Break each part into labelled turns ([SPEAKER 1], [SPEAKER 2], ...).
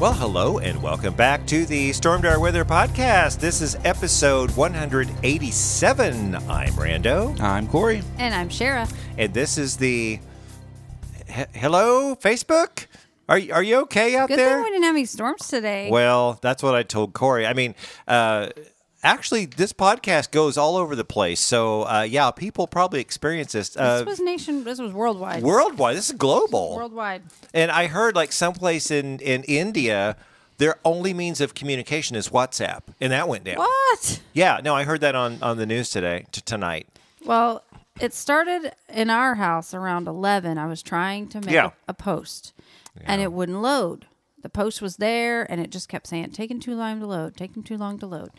[SPEAKER 1] Well, hello and welcome back to the Stormdar Weather Podcast. This is episode 187. I'm Rando,
[SPEAKER 2] I'm Corey.
[SPEAKER 3] And I'm Shara.
[SPEAKER 1] and this is the he- hello Facebook. Are you, are you okay out
[SPEAKER 3] Good
[SPEAKER 1] there?
[SPEAKER 3] thing we didn't have any storms today.
[SPEAKER 1] Well, that's what I told Corey. I mean, uh, actually, this podcast goes all over the place. So, uh, yeah, people probably experience this. Uh,
[SPEAKER 3] this was nation. This was worldwide.
[SPEAKER 1] worldwide. This is global.
[SPEAKER 3] worldwide.
[SPEAKER 1] And I heard like someplace in, in India, their only means of communication is WhatsApp. And that went down.
[SPEAKER 3] What?
[SPEAKER 1] Yeah, no, I heard that on, on the news today, t- tonight.
[SPEAKER 3] Well, it started in our house around eleven. I was trying to make
[SPEAKER 1] Yeah.
[SPEAKER 3] a, a post, and it wouldn't load. The post was there, and it just kept saying, "Taking too long to load. Taking too long to load."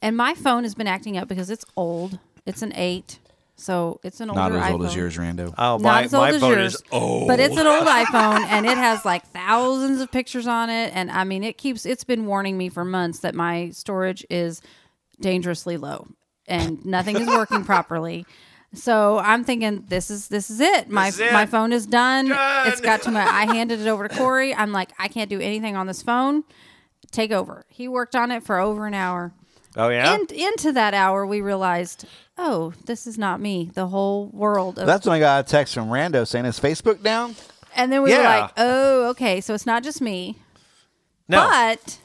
[SPEAKER 3] And my phone has been acting up because it's old. It's an eight, so it's an older
[SPEAKER 2] Not as old as
[SPEAKER 3] iPhone.
[SPEAKER 2] yours, Rando.
[SPEAKER 1] Oh,
[SPEAKER 3] Not
[SPEAKER 1] my,
[SPEAKER 3] as old
[SPEAKER 1] my
[SPEAKER 3] as
[SPEAKER 1] phone
[SPEAKER 3] yours,
[SPEAKER 1] is old.
[SPEAKER 3] but it's an old iPhone and it has like thousands of pictures on it. And I mean, it keeps it's been warning me for months that my storage is dangerously low and nothing is working properly. So I'm thinking this is this is it. My
[SPEAKER 1] This is it.
[SPEAKER 3] my phone is done.
[SPEAKER 1] Done.
[SPEAKER 3] It's got too much. I handed it over to Corey. I'm like, I can't do anything on this phone. Take over. He worked on it for over an hour.
[SPEAKER 1] oh, yeah?
[SPEAKER 3] And into that hour, we realized, oh, this is not me. The whole world of
[SPEAKER 2] That's when I got a text from Rando saying, "Is Facebook down?"
[SPEAKER 3] and then we were
[SPEAKER 1] Yeah.
[SPEAKER 3] like, oh, okay, so it's not just me.
[SPEAKER 1] no.
[SPEAKER 3] But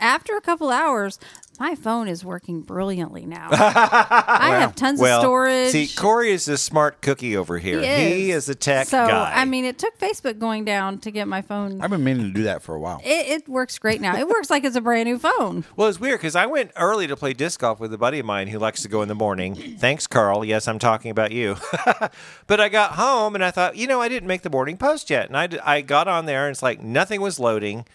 [SPEAKER 3] after a couple hours, my phone is working brilliantly now. I have tons
[SPEAKER 1] well,
[SPEAKER 3] of storage.
[SPEAKER 1] see, Corey is the smart cookie over here.
[SPEAKER 3] He
[SPEAKER 1] is a tech
[SPEAKER 3] so,
[SPEAKER 1] guy.
[SPEAKER 3] I mean, it took Facebook going down to get my phone.
[SPEAKER 2] I've been meaning to do that for a while.
[SPEAKER 3] It, it works great now. It works like it's a brand new phone.
[SPEAKER 1] Well, it's weird because I went early to play disc golf with a buddy of mine who likes to go in the morning. Thanks, Carl. Yes, I'm talking about you. but I got home and I thought, you know, I didn't make the morning post yet. And I, d- I got on there and it's like nothing was loading.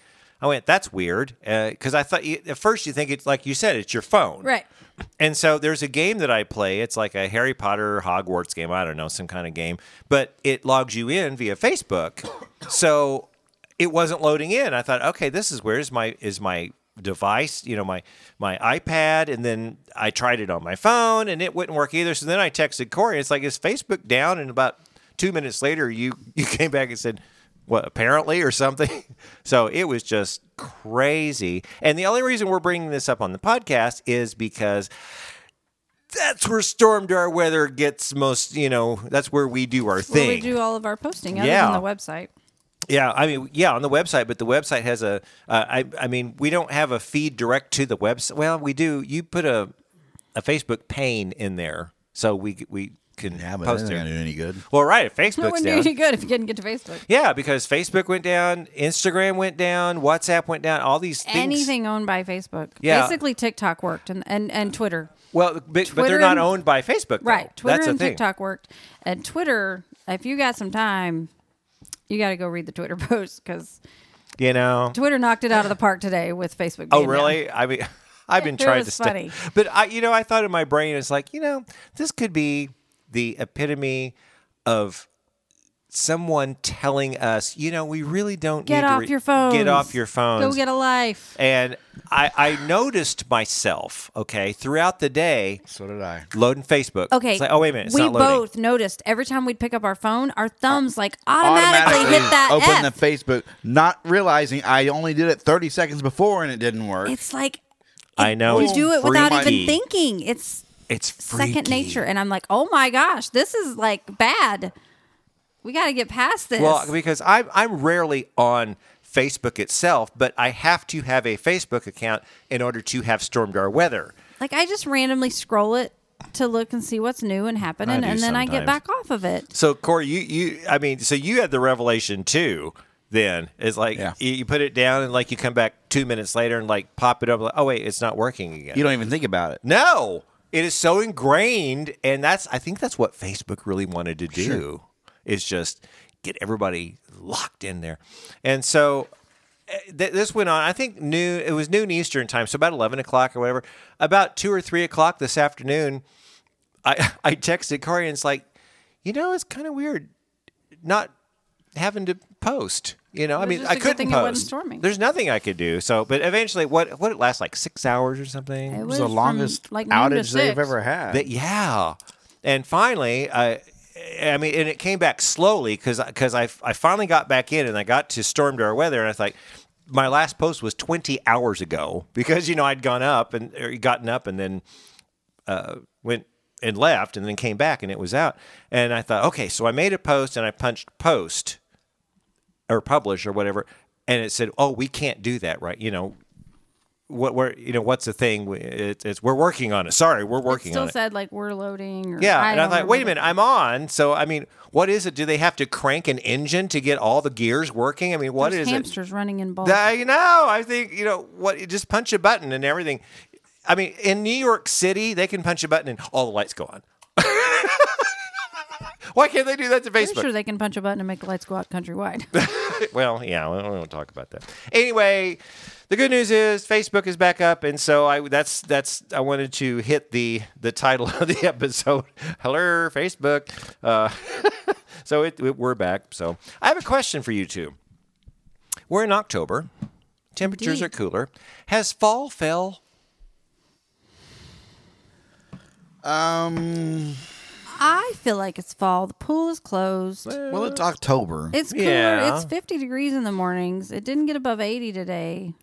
[SPEAKER 1] I went, that's weird. Because I thought, you, at first, you think it's like you said, it's your phone.
[SPEAKER 3] Right.
[SPEAKER 1] And so there's a game that I play. It's like a Harry Potter Hogwarts game. I don't know, some kind of game. But it logs you in via Facebook. So it wasn't loading in. I thought, okay, this is where is my is my device, you know, my my iPad, and then I tried it on my phone and it wouldn't work either. So then I texted Corey. It's like, is Facebook down? And about two minutes later you you came back and said, what apparently or something so it was just crazy and the only reason we're bringing this up on the podcast is because that's where storm door weather gets most you know that's where we do our
[SPEAKER 3] Where
[SPEAKER 1] thing
[SPEAKER 3] we do all of our posting other
[SPEAKER 1] Yeah.
[SPEAKER 3] than the website.
[SPEAKER 1] yeah, I mean, yeah, on the website, but the website has a. Uh, I, I mean, we don't have a feed direct to the website. Well, we do. You put a, a Facebook pane in there, so we we can
[SPEAKER 2] Yeah, but
[SPEAKER 1] post
[SPEAKER 2] that's not gonna
[SPEAKER 1] there.
[SPEAKER 2] do any good.
[SPEAKER 1] Well, right, if
[SPEAKER 3] No
[SPEAKER 1] Facebook's
[SPEAKER 3] one do
[SPEAKER 1] down.
[SPEAKER 3] any good if you couldn't get to Facebook.
[SPEAKER 1] Yeah, because Facebook went down, Instagram went down, WhatsApp went down. All these things.
[SPEAKER 3] Anything owned by Facebook.
[SPEAKER 1] Yeah.
[SPEAKER 3] Basically, TikTok worked and, and, and Twitter.
[SPEAKER 1] Well, but, but they're
[SPEAKER 3] Twitter
[SPEAKER 1] not
[SPEAKER 3] and-
[SPEAKER 1] owned by Facebook, though.
[SPEAKER 3] Right. Twitter
[SPEAKER 1] That's the
[SPEAKER 3] and
[SPEAKER 1] thing.
[SPEAKER 3] TikTok worked. And Twitter, if you got some time, you got to go read the Twitter post because
[SPEAKER 1] You know.
[SPEAKER 3] Twitter knocked it out of the park today with Facebook.
[SPEAKER 1] Oh,
[SPEAKER 3] being down.
[SPEAKER 1] really? I mean, I've been
[SPEAKER 3] It
[SPEAKER 1] trying
[SPEAKER 3] was
[SPEAKER 1] to stay.
[SPEAKER 3] funny.
[SPEAKER 1] But I, you know, I thought in my brain, it's like, you know, this could be the epitome of someone telling us, you know, we really don't
[SPEAKER 3] Get
[SPEAKER 1] need to
[SPEAKER 3] off
[SPEAKER 1] re-
[SPEAKER 3] your phone.
[SPEAKER 1] Get off your phone.
[SPEAKER 3] Go get a life.
[SPEAKER 1] and I, I noticed myself, okay, throughout the day,
[SPEAKER 2] So did I.
[SPEAKER 1] loading Facebook.
[SPEAKER 3] Okay.
[SPEAKER 1] It's like, oh wait a minute, it's
[SPEAKER 3] we
[SPEAKER 1] not loading. Uh,
[SPEAKER 3] both noticed every time we'd pick up our phone, our thumbs like automatically, hit that
[SPEAKER 2] open
[SPEAKER 3] F.
[SPEAKER 2] the Facebook, not realizing I only did it 30 seconds before and it didn't work.
[SPEAKER 3] it's like
[SPEAKER 1] I know.
[SPEAKER 3] you
[SPEAKER 1] it's
[SPEAKER 3] do it without
[SPEAKER 1] freaky.
[SPEAKER 3] even thinking. It's
[SPEAKER 1] It's
[SPEAKER 3] second
[SPEAKER 1] freaky.
[SPEAKER 3] nature, and I'm like, oh my gosh, this is like bad. We got to get past this.
[SPEAKER 1] Well, because I'm I'm rarely on Facebook itself, but I have to have a Facebook account in order to have Stormdar weather.
[SPEAKER 3] Like I just randomly scroll it to look and see what's new and happening, and
[SPEAKER 1] do
[SPEAKER 3] then I get
[SPEAKER 1] sometimes.
[SPEAKER 3] back off of it.
[SPEAKER 1] So Corey, you you I mean, so you had the revelation too Then it's like
[SPEAKER 2] Yeah.
[SPEAKER 1] you, you put it down and like you come back two minutes later and like pop it up. Like, oh wait, it's not working again.
[SPEAKER 2] You don't even think about it.
[SPEAKER 1] No, it is so ingrained, and that's I think that's what Facebook really wanted to do is just get everybody locked in there, and so eh, th- this went on. I think noon. It was noon Eastern time, so about eleven o'clock or whatever. About two or three o'clock this afternoon, I I texted Corey and it's like, you know, it's kind of weird not having to post. You know, I
[SPEAKER 3] was
[SPEAKER 1] mean,
[SPEAKER 3] just
[SPEAKER 1] I
[SPEAKER 3] a good
[SPEAKER 1] couldn't
[SPEAKER 3] thing it
[SPEAKER 1] post.
[SPEAKER 3] wasn't storming.
[SPEAKER 1] There's nothing I could do. So, but eventually, what what it last like six hours or something?
[SPEAKER 3] It
[SPEAKER 2] It was
[SPEAKER 3] was
[SPEAKER 2] the
[SPEAKER 3] from,
[SPEAKER 2] longest
[SPEAKER 3] like noon to
[SPEAKER 2] outage they've
[SPEAKER 3] six.
[SPEAKER 2] ever had.
[SPEAKER 1] That yeah, and finally, I, I mean, and it came back slowly because because I I finally got back in and I got to storm door weather and I thought my last post was twenty hours ago because you know I'd gone up and or gotten up and then uh, went and left and then came back and it was out and I thought okay so I made a post and I punched post or publish or whatever and it said oh we can't do that right you know. What we're you know what's the thing? We- It, it's we're working on it. Sorry, we're working
[SPEAKER 3] It still
[SPEAKER 1] on it.
[SPEAKER 3] said like we're loading. Or,
[SPEAKER 1] Yeah,
[SPEAKER 3] I
[SPEAKER 1] and I
[SPEAKER 3] don't
[SPEAKER 1] thought, wait a
[SPEAKER 3] remember.
[SPEAKER 1] minute, I'm on. So I mean, what is it? Do they have to crank an engine to get all the gears working? I mean, what
[SPEAKER 3] There's
[SPEAKER 1] is it?
[SPEAKER 3] hamsters running in balls.
[SPEAKER 1] I you know. I think you know what. You just punch a button and everything. I mean, in New York City, they can punch a button and all the lights go on. Why can't they do that to
[SPEAKER 3] Pretty
[SPEAKER 1] Facebook?
[SPEAKER 3] sure they can punch a button and make the lights go out countrywide.
[SPEAKER 1] Well, yeah, we we won't talk about that. Anyway, the good news is Facebook is back up, and so I that's that's I wanted to hit the the title of the episode. Hello, Facebook. Uh, so it, it- we're back. So I have a question for you two. We're in October. Temperatures
[SPEAKER 3] Indeed.
[SPEAKER 1] are cooler. Has fall fell?
[SPEAKER 2] Um,
[SPEAKER 3] I feel like it's fall. The pool is closed.
[SPEAKER 2] well, it's October.
[SPEAKER 3] It's cooler.
[SPEAKER 1] Yeah.
[SPEAKER 3] It's 50 degrees in the mornings. It didn't get above 80 today.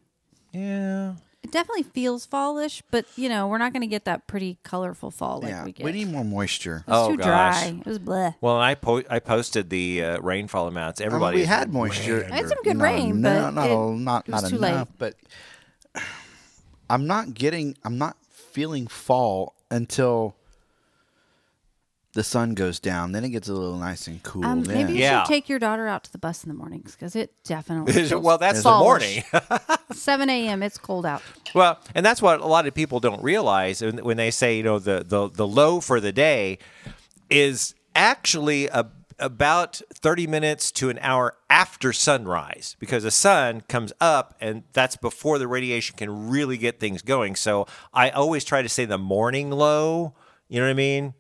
[SPEAKER 1] Yeah.
[SPEAKER 3] It definitely feels fallish, but you know we're not going to get that pretty colorful fall like
[SPEAKER 2] yeah,
[SPEAKER 3] we get.
[SPEAKER 2] we need more moisture.
[SPEAKER 3] it was
[SPEAKER 1] Oh,
[SPEAKER 3] too
[SPEAKER 1] gosh.
[SPEAKER 3] dry. It was bleh.
[SPEAKER 1] Well, I po- I posted the uh, rainfall amounts.
[SPEAKER 2] I mean,
[SPEAKER 1] Everybody
[SPEAKER 2] Oh, we
[SPEAKER 1] is-
[SPEAKER 2] had moisture.
[SPEAKER 3] I had some good
[SPEAKER 2] No,
[SPEAKER 3] rain,
[SPEAKER 2] no,
[SPEAKER 3] but
[SPEAKER 2] no,
[SPEAKER 3] it-
[SPEAKER 2] not
[SPEAKER 3] it was
[SPEAKER 2] not
[SPEAKER 3] too
[SPEAKER 2] enough. But I'm not getting. I'm not feeling fall until the sun goes down. Then it gets a little nice and cool.
[SPEAKER 3] Um,
[SPEAKER 2] then.
[SPEAKER 3] maybe you
[SPEAKER 1] Yeah.
[SPEAKER 3] should take your daughter out to the bus in the mornings because it definitely. feels
[SPEAKER 1] well, that's the
[SPEAKER 3] fallish.
[SPEAKER 1] morning.
[SPEAKER 3] 7 a.m. It's cold out.
[SPEAKER 1] Well, and that's what a lot of people don't realize when when they say, you know, the the, the low for the day is actually a, about 30 minutes to an hour after sunrise because the sun comes up and that's before the radiation can really get things going. So I always try to say the morning low, you know what I mean?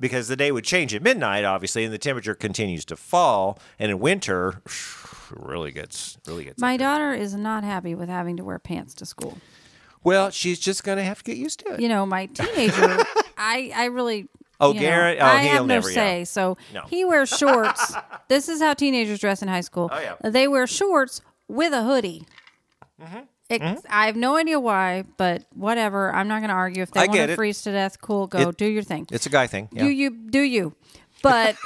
[SPEAKER 1] Because the day would change at midnight, obviously, and the temperature continues to fall. And in winter, really gets really gets.
[SPEAKER 3] My daughter is not happy with having to wear pants to school.
[SPEAKER 1] well, she's just going to have to get used to it.
[SPEAKER 3] You know, my teenager, I, I really.
[SPEAKER 1] Oh,
[SPEAKER 3] you
[SPEAKER 1] Garrett?
[SPEAKER 3] know,
[SPEAKER 1] Oh,
[SPEAKER 3] I
[SPEAKER 1] he'll
[SPEAKER 3] have no
[SPEAKER 1] never, yeah.
[SPEAKER 3] say. So
[SPEAKER 1] No.
[SPEAKER 3] he wears shorts. this is how teenagers dress in high school.
[SPEAKER 1] Oh, yeah.
[SPEAKER 3] They wear shorts with a hoodie.
[SPEAKER 1] Mm-hmm.
[SPEAKER 3] It, I have no idea why, but whatever. I'm not going to argue. If they
[SPEAKER 1] I
[SPEAKER 3] want
[SPEAKER 1] get
[SPEAKER 3] to
[SPEAKER 1] it.
[SPEAKER 3] freeze to death, cool, go
[SPEAKER 1] It-
[SPEAKER 3] do your thing.
[SPEAKER 1] It's a guy thing. Yeah.
[SPEAKER 3] do you do you but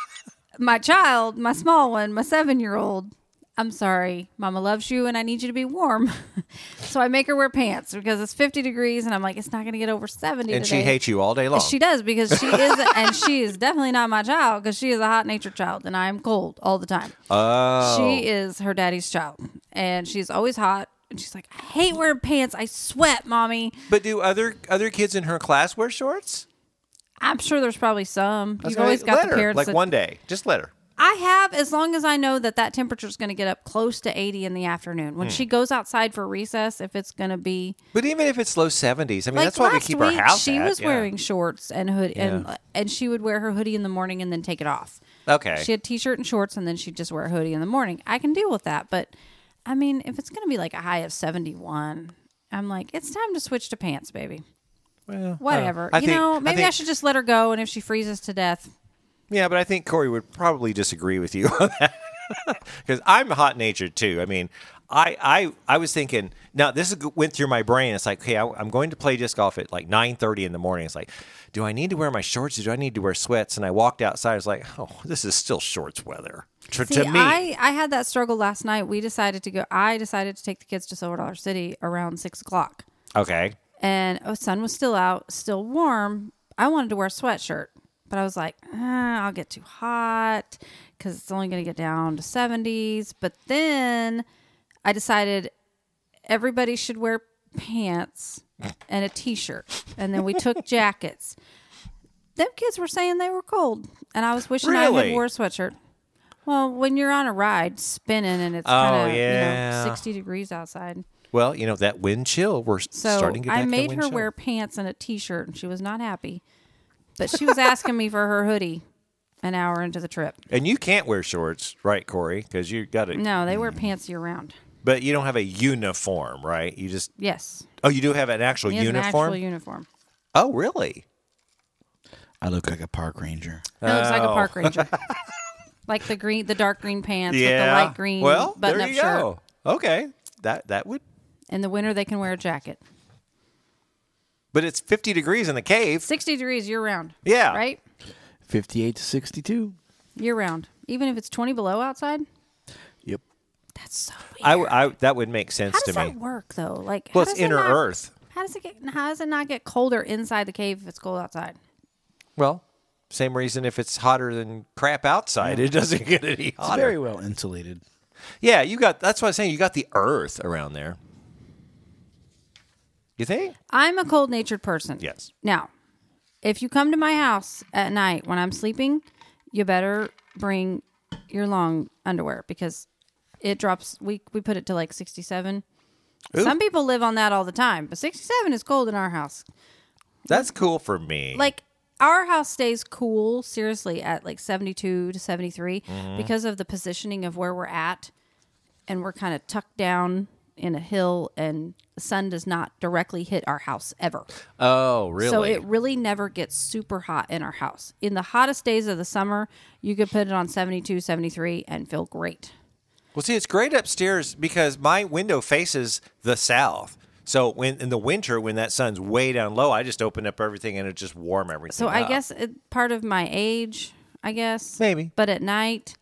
[SPEAKER 3] my child my small one my seven year old i'm sorry mama loves you and i need you to be warm so i make her wear pants because it's 50 degrees and i'm like it's not going to get over 70
[SPEAKER 1] and she
[SPEAKER 3] today.
[SPEAKER 1] hates you all day long.
[SPEAKER 3] she does because she is and she is definitely not my child because she is a hot natured child and i am cold all the time
[SPEAKER 1] oh,
[SPEAKER 3] she is her daddy's child and she's always hot and she's like i hate wearing pants i sweat mommy
[SPEAKER 1] but do other other kids in her class wear shorts?
[SPEAKER 3] i'm sure there's probably some
[SPEAKER 1] That's
[SPEAKER 3] you've always
[SPEAKER 1] right.
[SPEAKER 3] got
[SPEAKER 1] let
[SPEAKER 3] the
[SPEAKER 1] her.
[SPEAKER 3] parents
[SPEAKER 1] Like
[SPEAKER 3] that-
[SPEAKER 1] one day, just let her.
[SPEAKER 3] I have as long as I know that that temperature is going to get up close to 80 in the afternoon.
[SPEAKER 1] Hmm.
[SPEAKER 3] When she goes outside for recess, if it's going to be
[SPEAKER 1] But even if it's low seventies, I mean
[SPEAKER 3] like
[SPEAKER 1] that's why we
[SPEAKER 3] last
[SPEAKER 1] keep
[SPEAKER 3] week,
[SPEAKER 1] our house.
[SPEAKER 3] she
[SPEAKER 1] at,
[SPEAKER 3] was
[SPEAKER 1] yeah.
[SPEAKER 3] wearing shorts and hood and and she would wear her hoodie in the morning and then take it off.
[SPEAKER 1] Okay.
[SPEAKER 3] She had t-shirt and shorts and then she'd just wear a hoodie in the morning. I can deal with that, but I mean, if it's going to be like a high of 71, I'm like, it's time to switch to pants, baby.
[SPEAKER 1] Well,
[SPEAKER 3] Whatever.
[SPEAKER 1] I
[SPEAKER 3] you
[SPEAKER 1] think-
[SPEAKER 3] know, maybe I,
[SPEAKER 1] think-
[SPEAKER 3] should just let her go and if she freezes to death,
[SPEAKER 1] Yeah, but I think Corey would probably disagree with you on that because I'm hot natured too. I mean, I, I I was thinking now this is, went through my brain. It's like, okay, I, I'm going to play disc golf at like 9:30 in the morning. It's like, do I need to wear my shorts? Do I need to wear sweats? And I walked outside. I was like, oh, this is still shorts weather to,
[SPEAKER 3] See,
[SPEAKER 1] to me.
[SPEAKER 3] I, I had that struggle last night. We decided to go. I decided to take the kids to Silver Dollar City around six o'clock,
[SPEAKER 1] okay,
[SPEAKER 3] and oh, sun was still out, still warm. I wanted to wear a sweatshirt, but I was like, "Ah, I'll get too hot. because it's only going to get down to 70s. But then I decided everybody should wear pants and a t shirt. And then we took jackets. Them kids were saying they were cold, and I was wishing I
[SPEAKER 1] Really?
[SPEAKER 3] had wore a sweatshirt. Well, when you're on a ride spinning and it's
[SPEAKER 1] Oh,
[SPEAKER 3] kind of
[SPEAKER 1] yeah.
[SPEAKER 3] you know, 60 degrees outside.
[SPEAKER 1] Well, you know that wind chill. We're s-
[SPEAKER 3] So
[SPEAKER 1] starting to get back
[SPEAKER 3] I
[SPEAKER 1] to the
[SPEAKER 3] made
[SPEAKER 1] wind
[SPEAKER 3] her
[SPEAKER 1] chill.
[SPEAKER 3] wear pants and a t-shirt, and she was not happy. But she was asking me for her hoodie an hour into the trip.
[SPEAKER 1] And you can't wear shorts, right, Corey? Because you got it.
[SPEAKER 3] No, they wear pants year round.
[SPEAKER 1] But you don't have a uniform, right? You just
[SPEAKER 3] Yes,
[SPEAKER 1] oh, you do have an actual
[SPEAKER 3] he has
[SPEAKER 1] uniform.
[SPEAKER 3] an actual uniform.
[SPEAKER 1] oh, really?
[SPEAKER 2] I look like a park ranger.
[SPEAKER 3] It looks like a park
[SPEAKER 1] Oh.
[SPEAKER 3] ranger, like the green, the dark green pants with the light green
[SPEAKER 1] Well,
[SPEAKER 3] button-up
[SPEAKER 1] there you
[SPEAKER 3] shirt.
[SPEAKER 1] go. Okay, that that would.
[SPEAKER 3] In the winter, they can wear a jacket.
[SPEAKER 1] But it's 50 degrees in the cave.
[SPEAKER 3] Sixty degrees year round.
[SPEAKER 1] Yeah.
[SPEAKER 3] right,
[SPEAKER 2] 58 to 62.
[SPEAKER 3] year round. Even if it's twenty below outside,
[SPEAKER 2] Yep.
[SPEAKER 3] that's so weird.
[SPEAKER 1] I, w- I- that would make sense
[SPEAKER 3] how does
[SPEAKER 1] to
[SPEAKER 3] that
[SPEAKER 1] me.
[SPEAKER 3] work though? Like,
[SPEAKER 1] Well,
[SPEAKER 3] how
[SPEAKER 1] it's
[SPEAKER 3] does it
[SPEAKER 1] inner
[SPEAKER 3] not-
[SPEAKER 1] Earth.
[SPEAKER 3] How does it get? How does it not get colder inside the cave if it's cold outside?
[SPEAKER 1] Well, same reason if it's hotter than crap outside, it doesn't get any
[SPEAKER 2] It's
[SPEAKER 1] hotter.
[SPEAKER 2] very well insulated.
[SPEAKER 1] yeah, you got. That's what I'm saying. You got the Earth around there. You think?
[SPEAKER 3] I'm a cold natured person.
[SPEAKER 1] Yes.
[SPEAKER 3] Now, if you come to my house at night when I'm sleeping, you better bring your long underwear because it drops. We we put it to like 67. Some people live on that all the time, but 67 is cold in our house.
[SPEAKER 1] That's cool for me.
[SPEAKER 3] Like our house stays cool seriously at like 72 to 73 because of the positioning of where we're at and we're kind of tucked down in a hill and the sun does not directly hit our house ever.
[SPEAKER 1] oh, really?
[SPEAKER 3] So it really never gets super hot in our house. In the hottest days of the summer, you could put it on 72, 73 and feel great.
[SPEAKER 1] Well, see, it's great upstairs because my window faces the south. So when in the winter, when that sun's way down low, I just open up everything and it just warm everything.
[SPEAKER 3] So I
[SPEAKER 1] up.
[SPEAKER 3] guess it, part of my age, I guess.
[SPEAKER 1] Maybe.
[SPEAKER 3] But at night,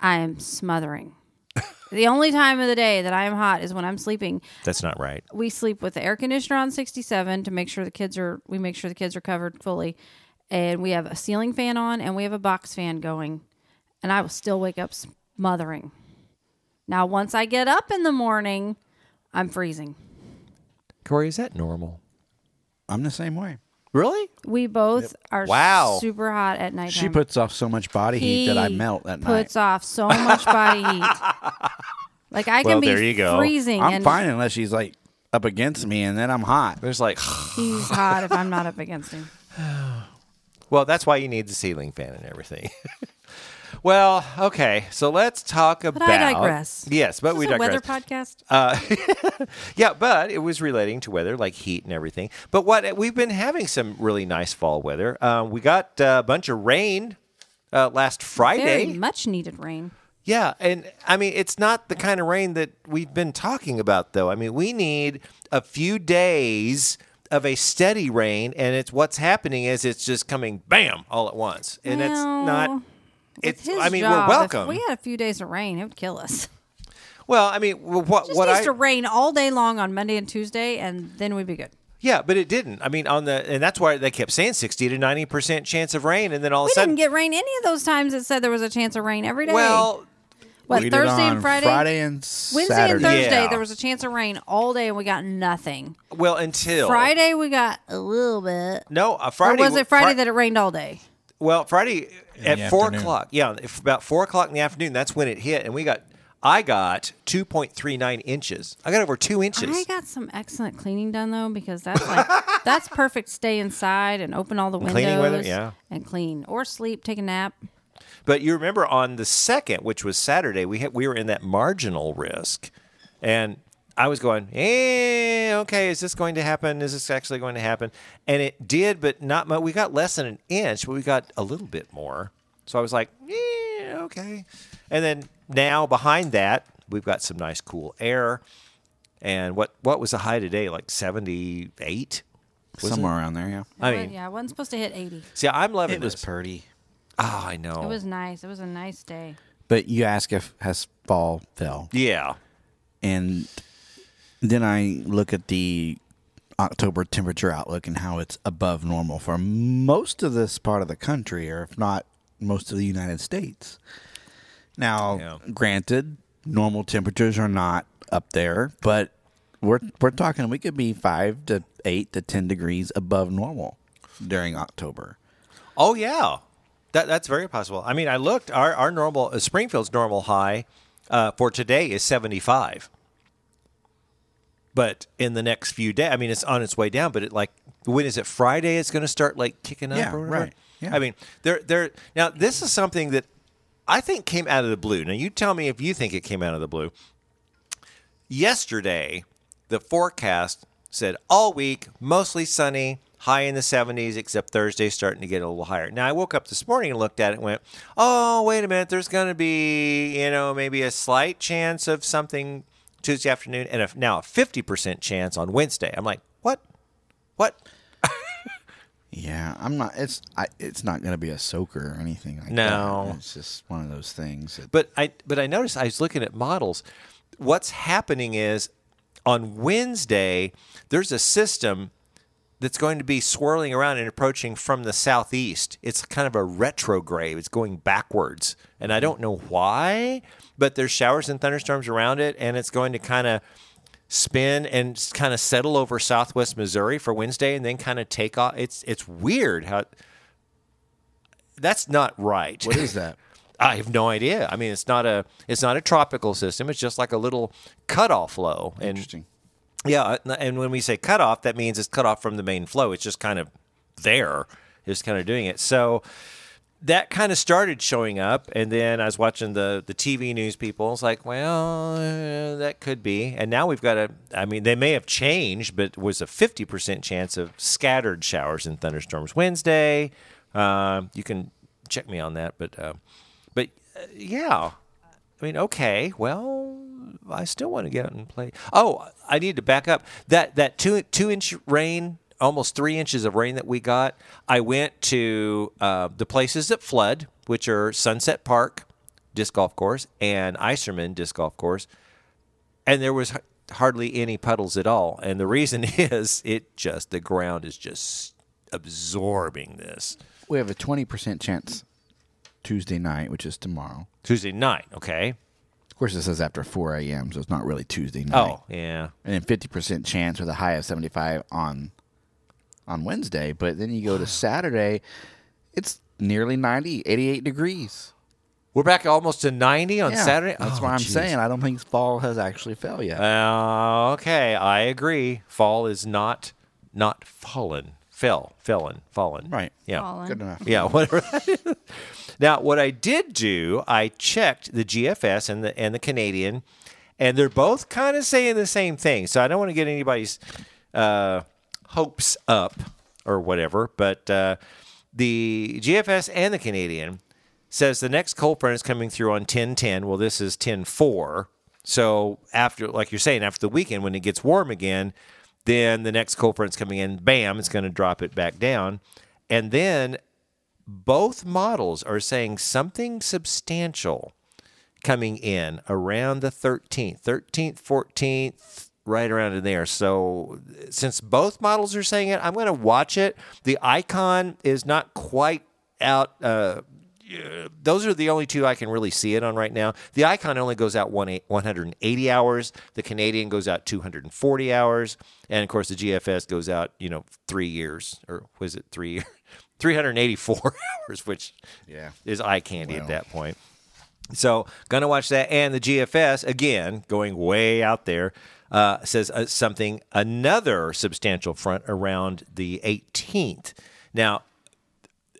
[SPEAKER 3] I am smothering. the only time of the day that I am hot is when I'm sleeping.
[SPEAKER 1] that's not right.
[SPEAKER 3] We sleep with the air conditioner on 67 to make sure the kids are we make sure the kids are covered fully. And we have a ceiling fan on and we have a box fan going. And I will still wake up smothering. Now once I get up in the morning, I'm freezing.
[SPEAKER 1] Corey, is that normal?
[SPEAKER 2] I'm the same way.
[SPEAKER 1] Really?
[SPEAKER 3] We both are
[SPEAKER 1] Wow.
[SPEAKER 3] super hot at night.
[SPEAKER 2] She puts off so much body heat that I
[SPEAKER 3] He
[SPEAKER 2] melt at
[SPEAKER 3] puts
[SPEAKER 2] night.
[SPEAKER 3] off so much body heat. Like I can
[SPEAKER 1] Well,
[SPEAKER 3] be
[SPEAKER 1] there you go.
[SPEAKER 3] freezing
[SPEAKER 2] I'm
[SPEAKER 3] and
[SPEAKER 2] fine unless she's like up against me and then I'm hot.
[SPEAKER 1] There's like,
[SPEAKER 3] he's hot if I'm not up against him.
[SPEAKER 1] well, that's why you need the ceiling fan and everything. well, okay, so let's talk about.
[SPEAKER 3] I digress.
[SPEAKER 1] Yes, but
[SPEAKER 3] Is
[SPEAKER 1] we
[SPEAKER 3] this a
[SPEAKER 1] digress.
[SPEAKER 3] weather podcast.
[SPEAKER 1] Yeah, but it was relating to weather, like heat and everything. But what we've been having some really nice fall weather. Um, we got uh, a bunch of rain uh, last Friday.
[SPEAKER 3] Very much needed rain.
[SPEAKER 1] Yeah, and I mean it's not the kind of rain that we've been talking about though. I mean, we need a few days of a steady rain and it's what's happening is it's just coming bam all at once. And it's
[SPEAKER 3] Well,
[SPEAKER 1] not
[SPEAKER 3] with
[SPEAKER 1] it's
[SPEAKER 3] His
[SPEAKER 1] I mean,
[SPEAKER 3] job,
[SPEAKER 1] we're
[SPEAKER 3] if
[SPEAKER 1] welcome.
[SPEAKER 3] We had a few days of rain; it would kill us.
[SPEAKER 1] well, I mean, wh- what
[SPEAKER 3] Just
[SPEAKER 1] what
[SPEAKER 3] needs
[SPEAKER 1] I
[SPEAKER 3] to rain all day long on Monday and Tuesday, and then we'd be good.
[SPEAKER 1] Yeah, but it didn't. I mean, on the and that's why they kept saying 60 to 90% chance of rain and then all
[SPEAKER 3] We
[SPEAKER 1] of a sudden
[SPEAKER 3] didn't get rain any of those times that said there was a chance of rain every day.
[SPEAKER 1] well,
[SPEAKER 3] what
[SPEAKER 2] We did
[SPEAKER 3] Thursday
[SPEAKER 2] on
[SPEAKER 3] and Friday,
[SPEAKER 2] Friday and
[SPEAKER 3] Wednesday and
[SPEAKER 2] Saturday.
[SPEAKER 3] Thursday,
[SPEAKER 1] Yeah.
[SPEAKER 3] there was a chance of rain all day, and we got nothing.
[SPEAKER 1] well until
[SPEAKER 3] Friday, we got a little bit.
[SPEAKER 1] No, uh,
[SPEAKER 3] Or
[SPEAKER 1] Friday
[SPEAKER 3] was it Friday
[SPEAKER 1] Fri-
[SPEAKER 3] that it rained all day?
[SPEAKER 1] Well, Friday
[SPEAKER 2] the
[SPEAKER 1] at four
[SPEAKER 2] afternoon.
[SPEAKER 1] o'clock. Yeah, if about four o'clock in the afternoon. That's when it hit, and we got. I got two point three nine inches. I got over two inches.
[SPEAKER 3] I got some excellent cleaning done though because that's like that's perfect. Stay inside and open all the windows.
[SPEAKER 1] cleaning weather, yeah.
[SPEAKER 3] and clean or sleep, take a nap.
[SPEAKER 1] but you remember on the second, which was Saturday, we had, we were in that marginal risk, and I was going, eh, okay, is this going to happen? Is this actually going to happen? And it did, but not much. We got less than an inch, but we got a little bit more. So I was like, yeah, okay. And then now behind that, we've got some nice cool air. And what what was the high today? Like seventy eight.
[SPEAKER 2] Somewhere around there, yeah.
[SPEAKER 1] I
[SPEAKER 3] It wa-
[SPEAKER 1] mean-
[SPEAKER 3] yeah, I wasn't supposed to hit eighty.
[SPEAKER 1] See, I'm loving this.
[SPEAKER 2] purdy.
[SPEAKER 1] oh, I know.
[SPEAKER 3] It was nice. It was a nice day.
[SPEAKER 2] But you ask if has fall fell.
[SPEAKER 1] yeah.
[SPEAKER 2] And then I look at the October temperature outlook and how it's above normal for most of this part of the country, or if not most of the United States. Now,
[SPEAKER 1] Yeah.
[SPEAKER 2] granted, normal temperatures are not up there, but we're we're talking we could be five to eight to ten degrees above normal during October.
[SPEAKER 1] Oh yeah, that that's very possible. I mean, I looked. Our our normal uh, Springfield's normal high uh, for today is seventy five, but in the next few days, I mean, it's on its way down. But it like when is it Friday? It's going to start like kicking up.
[SPEAKER 2] Yeah,
[SPEAKER 1] or whatever?
[SPEAKER 2] right. Yeah.
[SPEAKER 1] I mean, there there now this is something that I think came out of the blue. Now you tell me if you think it came out of the blue. Yesterday, the forecast said all week, mostly sunny, high in the 70s, except Thursday starting to get a little higher. Now, I woke up this morning and looked at it and went, oh, wait a minute, there's going to be, you know, maybe a slight chance of something Tuesday afternoon and a, now a 50% chance on Wednesday. I'm like, what? What?
[SPEAKER 2] Yeah, I'm not. It's I, it's not going to be a soaker or anything like that.
[SPEAKER 1] No.
[SPEAKER 2] it's just one of those things. That,
[SPEAKER 1] But I but I noticed I was looking at models. What's happening is on Wednesday there's a system that's going to be swirling around and approaching from the southeast. It's kind of a retrograde. It's going backwards. And I don't know why, but there's showers and thunderstorms around it and it's going to kind of spin and kind of settle over southwest Missouri for Wednesday and then kind of take off. It's it's weird how that's not right.
[SPEAKER 2] what is that?
[SPEAKER 1] I have no idea. I mean, it's not a it's not a tropical system. It's just like a little cutoff flow. And
[SPEAKER 2] Interesting.
[SPEAKER 1] yeah, uh, and when we say cutoff, that means it's cut off from the main flow. It's just kind of there, just kind of doing it. So that kind of started showing up, and then I was watching the the TV news people. It's like, well, uh, that could be. And now we've got a. I mean, they may have changed, but it was a fifty percent chance of scattered showers and thunderstorms Wednesday. Uh, you can check me on that, but uh, but uh, yeah, I mean, okay, well, I still want to get out and play. Oh, I need to back up. That that two two inch rain, almost three inches of rain that we got. I went to uh, the places that flood, which are Sunset Park disc golf course and Iserman disc golf course, and there was h- hardly any puddles at all. And the reason is it just the ground is just absorbing this
[SPEAKER 2] We have a twenty percent chance Tuesday night, which is tomorrow.
[SPEAKER 1] Tuesday night. Okay.
[SPEAKER 2] Of course, it says after four a.m., so it's not really Tuesday night.
[SPEAKER 1] Oh yeah.
[SPEAKER 2] and then fifty percent chance with a high of seventy five on on Wednesday. But then you go to Saturday, it's nearly 90, 88 degrees.
[SPEAKER 1] We're back almost to 90 on
[SPEAKER 2] Yeah,
[SPEAKER 1] Saturday.
[SPEAKER 2] That's
[SPEAKER 1] Oh,
[SPEAKER 2] why I'm
[SPEAKER 1] geez.
[SPEAKER 2] saying I don't think fall has actually fell yet.
[SPEAKER 1] Uh, okay, I agree. Fall is not not fallen. Fell, fellen, fallen.
[SPEAKER 2] Right.
[SPEAKER 1] Yeah.
[SPEAKER 3] Fallen.
[SPEAKER 2] Good enough.
[SPEAKER 1] Yeah, whatever that is. Now, what I did do, I checked the GFS and the and the Canadian, and they're both kind of saying the same thing. So I don't want to get anybody's uh, hopes up or whatever. But uh, the GFS and the Canadian says the next cold front is coming through on ten ten. Well, this is ten four. So after, like you're saying, after the weekend when it gets warm again, then the next cold front's coming in. Bam, it's going to drop it back down, and then both models are saying something substantial coming in around the 13th, 13th, 14th, right around in there. So since both models are saying it, I'm going to watch it. The icon is not quite out. Uh, yeah, those are the only two I can really see it on right now. The icon only goes out one eight- 180 hours. The Canadian goes out 240 hours, and of course the GFS goes out, you know, three years or was it three years? 384 hours, which
[SPEAKER 2] Yeah.
[SPEAKER 1] is eye candy at that point. So, gonna watch that. And the GFS, again, going way out there, uh, says uh, something, another substantial front around the 18th. Now,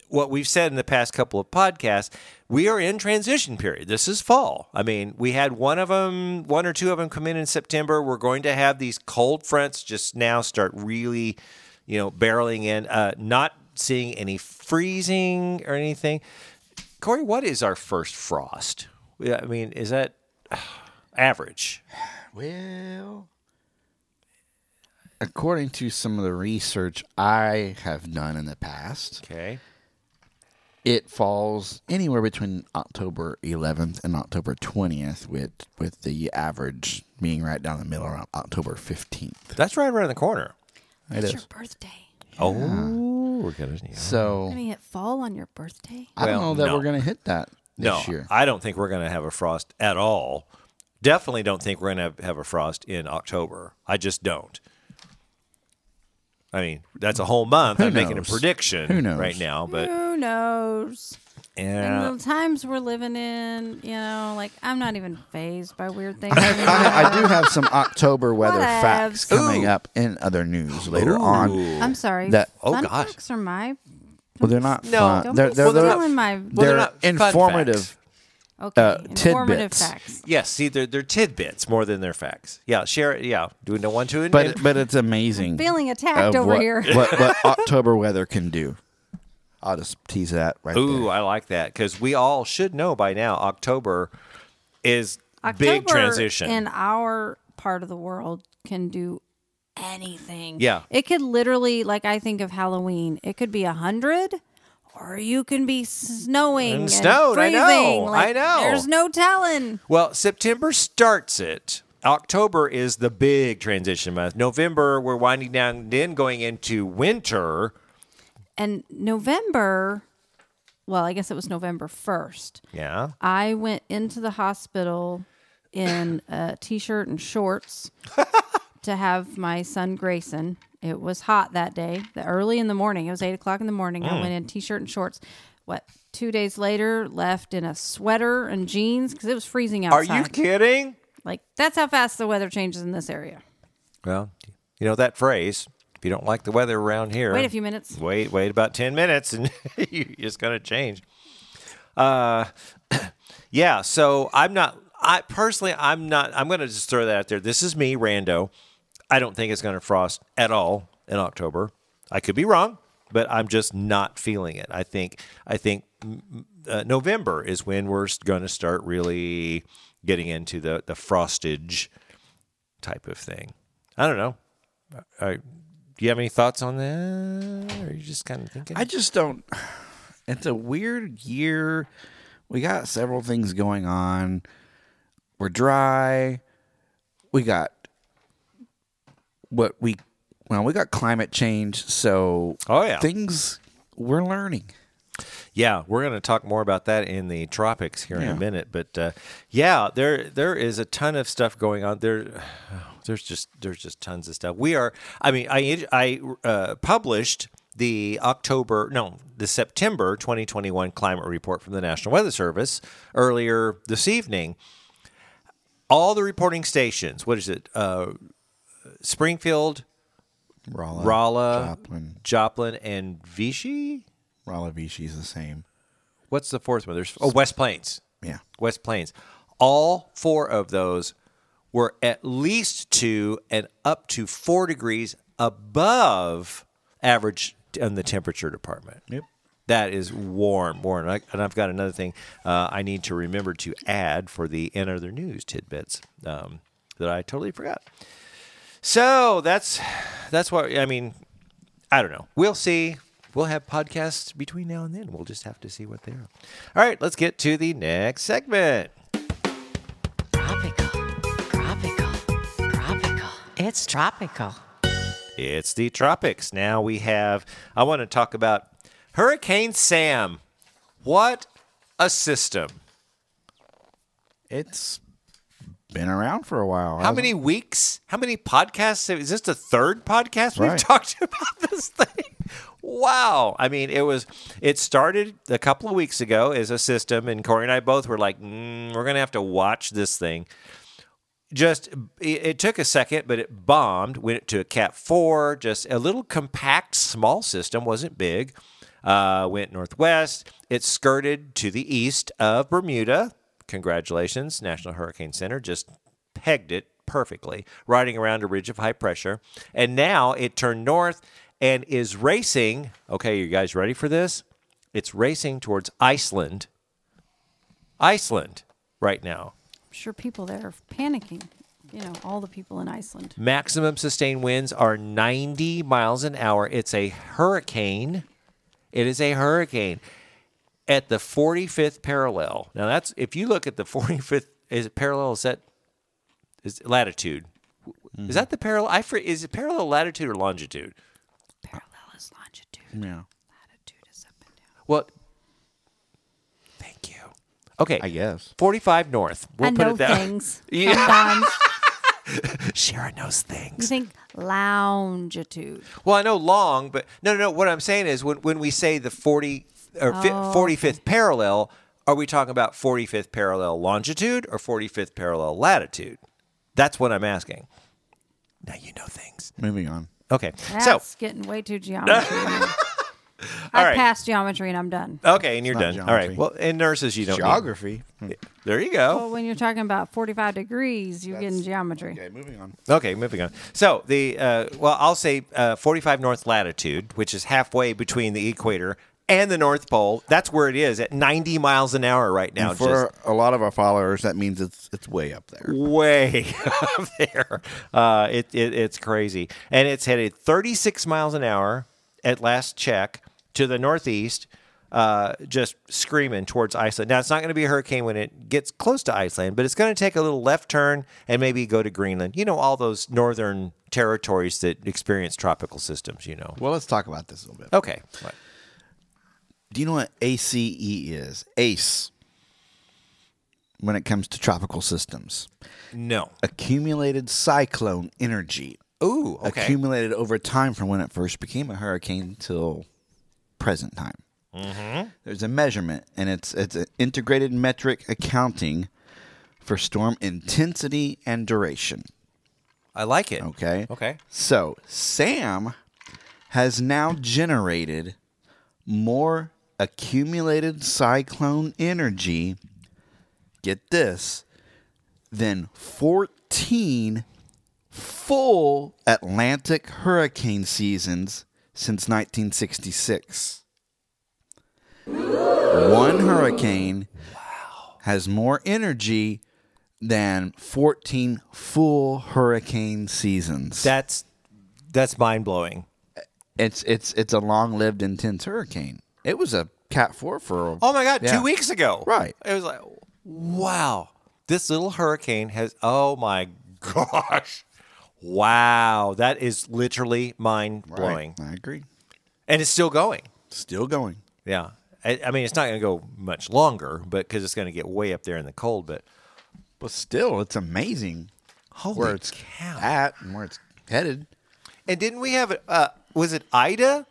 [SPEAKER 1] what we've said in the past couple of podcasts, we are in transition period. This is fall. I mean, we had one of them, one or two of them come in in September. We're going to have these cold fronts just now start really, you know, barreling in. Uh, not seeing any freezing or anything. Corey, what is our first frost? Yeah, I mean, is that average?
[SPEAKER 2] Well, according to some of the research I have done in the past,
[SPEAKER 1] Okay.
[SPEAKER 2] it falls anywhere between October 11th and October 20th, with with the average being right down the middle around October 15th.
[SPEAKER 1] That's right around the corner.
[SPEAKER 2] It
[SPEAKER 3] It's
[SPEAKER 2] is.
[SPEAKER 3] your birthday.
[SPEAKER 1] Oh, we're gonna. You know.
[SPEAKER 2] So
[SPEAKER 3] I mean, it fall on your birthday.
[SPEAKER 2] I don't
[SPEAKER 1] Well,
[SPEAKER 2] know that
[SPEAKER 1] no.
[SPEAKER 2] we're going to hit that
[SPEAKER 1] no,
[SPEAKER 2] this year.
[SPEAKER 1] I don't think we're gonna have a frost at all. Definitely don't think we're gonna have, have a frost in October. I just don't. I mean, that's a whole month.
[SPEAKER 2] Who
[SPEAKER 1] I'm making a
[SPEAKER 2] knows?
[SPEAKER 1] prediction
[SPEAKER 2] Who knows?
[SPEAKER 1] right now, but
[SPEAKER 3] Who knows?
[SPEAKER 1] yeah,
[SPEAKER 3] And the times we're living in, you know, like I'm not even phased by weird things.
[SPEAKER 2] I, I do have some October weather
[SPEAKER 3] Whatevs.
[SPEAKER 2] facts coming
[SPEAKER 1] Ooh.
[SPEAKER 2] up in other news later on.
[SPEAKER 3] I'm sorry.
[SPEAKER 2] That-
[SPEAKER 1] Oh,
[SPEAKER 3] fun
[SPEAKER 1] gosh.
[SPEAKER 3] facts are my.
[SPEAKER 2] Well, they're not.
[SPEAKER 1] No.
[SPEAKER 2] fun.
[SPEAKER 3] Don't
[SPEAKER 2] they're,
[SPEAKER 3] be
[SPEAKER 2] they're,
[SPEAKER 1] Well, they're
[SPEAKER 2] they're-
[SPEAKER 1] not-
[SPEAKER 3] stealing my.
[SPEAKER 1] Well, they're
[SPEAKER 2] they're
[SPEAKER 1] not fun
[SPEAKER 2] informative.
[SPEAKER 1] facts.
[SPEAKER 3] okay,
[SPEAKER 2] uh,
[SPEAKER 3] informative
[SPEAKER 2] tidbits.
[SPEAKER 3] facts.
[SPEAKER 1] yes. See, they're they're tidbits more than they're facts. Yeah, share it. Yeah, do we know one to
[SPEAKER 2] But but it's amazing.
[SPEAKER 3] Feeling
[SPEAKER 2] of
[SPEAKER 3] attacked over
[SPEAKER 2] what,
[SPEAKER 3] here.
[SPEAKER 2] what, what October weather can do. I'll just tease that right
[SPEAKER 1] Ooh,
[SPEAKER 2] there.
[SPEAKER 1] I like that because we all should know by now. October is big
[SPEAKER 3] October
[SPEAKER 1] transition.
[SPEAKER 3] in our part of the world can do anything.
[SPEAKER 1] Yeah.
[SPEAKER 3] It could literally like I think of Halloween, it could be a hundred or you can be snowing. And
[SPEAKER 1] snowed, I
[SPEAKER 3] freezing.
[SPEAKER 1] know,
[SPEAKER 3] Like,
[SPEAKER 1] I know.
[SPEAKER 3] There's no telling.
[SPEAKER 1] well, September starts it. October is the big transition month. November, we're winding down, then going into winter.
[SPEAKER 3] And November well, I guess it was November first.
[SPEAKER 1] Yeah.
[SPEAKER 3] I went into the hospital in a t-shirt and shorts to have my son Grayson. It was hot that day, the early in the morning. It was eight o'clock in the morning.
[SPEAKER 1] Mm.
[SPEAKER 3] I went in t-shirt and shorts. What? Two days later, left in a sweater and jeans because it was freezing
[SPEAKER 1] Are
[SPEAKER 3] outside.
[SPEAKER 1] you kidding?
[SPEAKER 3] like that's how fast the weather changes in this area.
[SPEAKER 1] Well, you know that phrase. If you don't like the weather around here,
[SPEAKER 3] Wait a few minutes.
[SPEAKER 1] Wait, wait about ten minutes, and you- it's going to change. Uh, yeah. So I'm not. I personally, I'm not. I'm going to just throw that out there. This is me, Rando. I don't think it's going to frost at all in October. I could be wrong, but I'm just not feeling it. I think. I think uh, November is when we're going to start really getting into the the frostage type of thing. I don't know. I, do you have any thoughts on that? Or are you just kind of thinking?
[SPEAKER 2] I just don't. It's a weird year. We got several things going on. We're dry. We got what we well, we got climate change, so
[SPEAKER 1] Oh, yeah.
[SPEAKER 2] things we're learning.
[SPEAKER 1] yeah, we're going to talk more about that in the tropics here in
[SPEAKER 2] Yeah.
[SPEAKER 1] a minute. But uh, yeah, there there is a ton of stuff going on. There, there's just there's just tons of stuff. We are. I mean, I I uh, published the October no the September 2021 climate report from the National Weather Service earlier this evening. All the reporting stations. What is it? Uh, Springfield,
[SPEAKER 2] Rala,
[SPEAKER 1] Rolla,
[SPEAKER 2] Joplin,
[SPEAKER 1] Joplin, and Vichy.
[SPEAKER 2] Rala Vichy's the same.
[SPEAKER 1] What's the fourth one? There's oh West Plains.
[SPEAKER 2] Yeah.
[SPEAKER 1] West Plains. All four of those were at least two and up to four degrees above average t- in the temperature department.
[SPEAKER 2] Yep.
[SPEAKER 1] That is warm, warm. I, and I've got another thing uh, I need to remember to add for the in other news tidbits um, that I totally forgot. So that's that's what I mean. I don't know. We'll see. We'll have podcasts between now and then. We'll just have to see what they are. All right, let's get to the next segment.
[SPEAKER 4] Tropical. Tropical. Tropical. It's tropical.
[SPEAKER 1] It's the tropics. Now we have, I want to talk about Hurricane Sam. What a system.
[SPEAKER 2] It's been around for a while.
[SPEAKER 1] How many weeks? How many podcasts? Is this the third podcast we've
[SPEAKER 2] Right.
[SPEAKER 1] talked about this thing? Wow. I mean, it was, it started a couple of weeks ago as a system, and Corey and I both were like, mm, we're going to have to watch this thing. just it, it took a second, but it bombed. Went to a Cat four, just a little compact, small system, wasn't big. Uh, went northwest. It skirted to the east of Bermuda. Congratulations, National Hurricane Center just pegged it perfectly, riding around a ridge of high pressure. And now it turned north and is racing. Okay, you guys ready for this? It's racing towards Iceland. Iceland right now.
[SPEAKER 3] I'm sure people there are panicking. You know, all the people in Iceland.
[SPEAKER 1] Maximum sustained winds are 90 miles an hour. It's a hurricane. It is a hurricane at the 45th parallel. Now that's if you look at the 45th is it parallel is that is it latitude? Is that the parallel? I for, is it parallel latitude or longitude?
[SPEAKER 3] Parallel is longitude.
[SPEAKER 2] Yeah.
[SPEAKER 1] Well, thank you. Okay.
[SPEAKER 2] I guess.
[SPEAKER 1] 45 North. We'll
[SPEAKER 3] I
[SPEAKER 1] put
[SPEAKER 3] know
[SPEAKER 1] it that
[SPEAKER 3] things.
[SPEAKER 1] Yeah.
[SPEAKER 3] Sometimes
[SPEAKER 1] Sharon knows
[SPEAKER 3] you
[SPEAKER 1] things.
[SPEAKER 3] think longitude.
[SPEAKER 1] Well, I know long, but no, no, no. What I'm saying is when, when we say the 40 or fi- 45th parallel, are we talking about 45th parallel longitude or 45th parallel latitude? That's what I'm asking. Now you know things.
[SPEAKER 2] Moving on.
[SPEAKER 1] Okay.
[SPEAKER 3] That's getting way too geometry. I
[SPEAKER 1] right.
[SPEAKER 3] passed geometry and I'm done.
[SPEAKER 1] so, okay, and you're done.
[SPEAKER 2] not
[SPEAKER 1] All right.
[SPEAKER 2] geometry.
[SPEAKER 1] Well, and nurses, you don't. need-
[SPEAKER 2] Geography. Hmm.
[SPEAKER 1] There you go.
[SPEAKER 3] But when you're talking about 45 degrees, you're getting geometry.
[SPEAKER 2] Okay, moving on.
[SPEAKER 1] Okay, moving on. So the uh, well, I'll say uh, 45 north latitude, which is halfway between the equator and the North Pole. That's where it is at 90 miles an hour right now.
[SPEAKER 2] And for a lot of our followers, that means it's it's way up there.
[SPEAKER 1] just way up there. Uh, it, it it's crazy, and it's headed 36 miles an hour at last check to the northeast. Uh, just screaming towards Iceland. Now it's not going to be a hurricane when it gets close to Iceland, but it's going to take a little left turn and maybe go to Greenland. You know all those northern territories that experience tropical systems. You know.
[SPEAKER 2] Well, let's talk about this a little bit.
[SPEAKER 1] Okay. Right.
[SPEAKER 2] Do you know what ACE is? ACE. When it comes to tropical systems,
[SPEAKER 1] No.
[SPEAKER 2] accumulated cyclone energy
[SPEAKER 1] Ooh. Okay.
[SPEAKER 2] accumulated over time from when it first became a hurricane till present time.
[SPEAKER 1] Mm-hmm.
[SPEAKER 2] There's a measurement, and it's it's an integrated metric accounting for storm intensity and duration.
[SPEAKER 1] I like it.
[SPEAKER 2] Okay.
[SPEAKER 1] Okay.
[SPEAKER 2] So Sam has now generated more accumulated cyclone energy. Get this, than 14 full Atlantic hurricane seasons since 1966. One hurricane has more energy than 14 full hurricane seasons.
[SPEAKER 1] That's that's mind blowing.
[SPEAKER 2] It's it's it's a long-lived intense hurricane. It was a Cat Four for a,
[SPEAKER 1] Oh my god,
[SPEAKER 2] Yeah.
[SPEAKER 1] two weeks ago.
[SPEAKER 2] Right.
[SPEAKER 1] It was like wow. This little hurricane has oh my gosh. Wow. That is literally mind
[SPEAKER 2] Right.
[SPEAKER 1] blowing.
[SPEAKER 2] I agree.
[SPEAKER 1] And it's still going.
[SPEAKER 2] Still going.
[SPEAKER 1] Yeah. I, I mean it's not gonna go much longer, but because it's gonna get way up there in the cold, but
[SPEAKER 2] But still, it's amazing
[SPEAKER 1] holy
[SPEAKER 2] where it's
[SPEAKER 1] cow.
[SPEAKER 2] at and where it's headed.
[SPEAKER 1] And didn't we have uh was it Ida?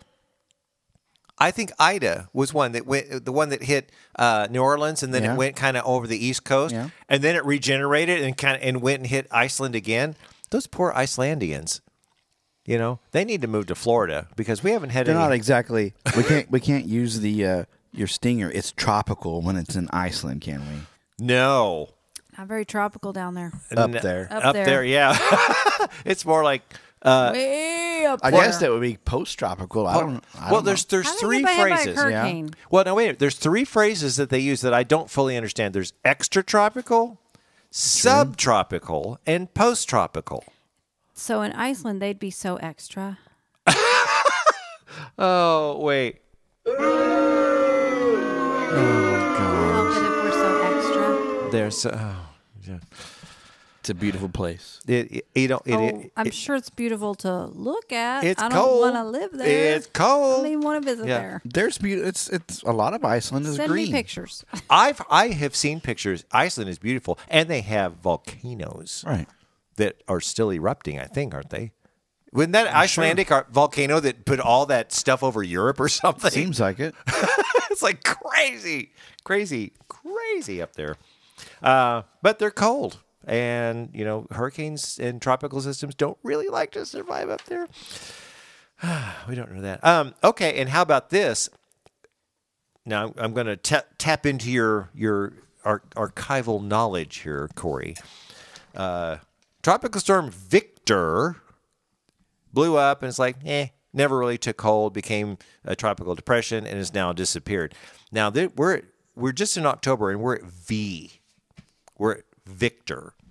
[SPEAKER 1] I think Ida was one that went the one that hit uh, New Orleans and then
[SPEAKER 2] Yeah.
[SPEAKER 1] it went kind of over the east coast
[SPEAKER 2] Yeah.
[SPEAKER 1] and then it regenerated and kind of and went and hit Iceland again. Those poor Icelandians. You know, they need to move to Florida because we haven't had
[SPEAKER 2] They're
[SPEAKER 1] any
[SPEAKER 2] not exactly. We can't we can't use the uh, your stinger. It's tropical when it's in Iceland, can we?
[SPEAKER 1] No.
[SPEAKER 3] Not very tropical down there.
[SPEAKER 2] Up there.
[SPEAKER 3] Up
[SPEAKER 1] Up,
[SPEAKER 3] there.
[SPEAKER 1] there. yeah. it's more like Uh,
[SPEAKER 3] Way up
[SPEAKER 2] I
[SPEAKER 3] there.
[SPEAKER 2] guess that would be post-tropical. I don't.
[SPEAKER 1] Well,
[SPEAKER 2] I don't
[SPEAKER 1] there's
[SPEAKER 2] know.
[SPEAKER 1] there's
[SPEAKER 3] How did
[SPEAKER 1] three
[SPEAKER 3] they get hit by a
[SPEAKER 1] phrases.
[SPEAKER 3] hurricane?
[SPEAKER 1] Well, no, wait. a minute. There's three phrases that they use that I don't fully understand. There's extratropical, subtropical, and posttropical.
[SPEAKER 3] So in Iceland, they'd be so extra.
[SPEAKER 1] Oh, wait.
[SPEAKER 3] Help it if we're so extra.
[SPEAKER 1] There's oh, yeah.
[SPEAKER 2] it's a beautiful place.
[SPEAKER 1] It, it- you don't. It,
[SPEAKER 3] Oh,
[SPEAKER 1] it-
[SPEAKER 3] I'm
[SPEAKER 1] it-
[SPEAKER 3] sure it's beautiful to look at.
[SPEAKER 1] it's
[SPEAKER 3] I don't
[SPEAKER 1] cold.
[SPEAKER 3] want to live there.
[SPEAKER 1] It's cold.
[SPEAKER 3] I don't even want to visit
[SPEAKER 1] Yeah.
[SPEAKER 3] there.
[SPEAKER 2] There's beautiful. It's it's a lot of Iceland is
[SPEAKER 3] Send
[SPEAKER 2] green.
[SPEAKER 3] me pictures.
[SPEAKER 1] I've I have seen pictures. Iceland is beautiful, and they have volcanoes
[SPEAKER 2] Right.
[SPEAKER 1] that are still erupting. I think, aren't they? Wasn't that Icelandic ar- volcano that put all that stuff over Europe or something?
[SPEAKER 2] Seems like it.
[SPEAKER 1] it's like crazy, crazy, crazy up there. Uh, but they're cold. And, you know, hurricanes and tropical systems don't really like to survive up there. we don't know that. Um, okay. And how about this? Now I'm- I'm going to ta- tap into your, your ar- archival knowledge here, Corey. Uh, tropical storm Victor blew up and it's like, eh, never really took hold, became a tropical depression, and has now disappeared. Now that we're we're just in October and we're at V, we're at Victor.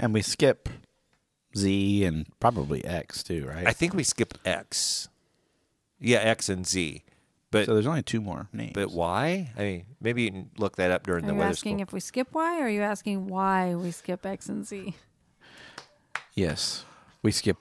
[SPEAKER 2] And we skip Z and probably X too, right?
[SPEAKER 1] I think we skipped X. Yeah, X and Z, but
[SPEAKER 2] so there's only two more names.
[SPEAKER 1] but why? I mean, maybe you can look that up during
[SPEAKER 3] Are
[SPEAKER 1] the
[SPEAKER 3] you
[SPEAKER 1] weather
[SPEAKER 3] asking
[SPEAKER 1] school.
[SPEAKER 3] if we skip Y or are you asking why we skip X and Z?
[SPEAKER 2] yes, we skip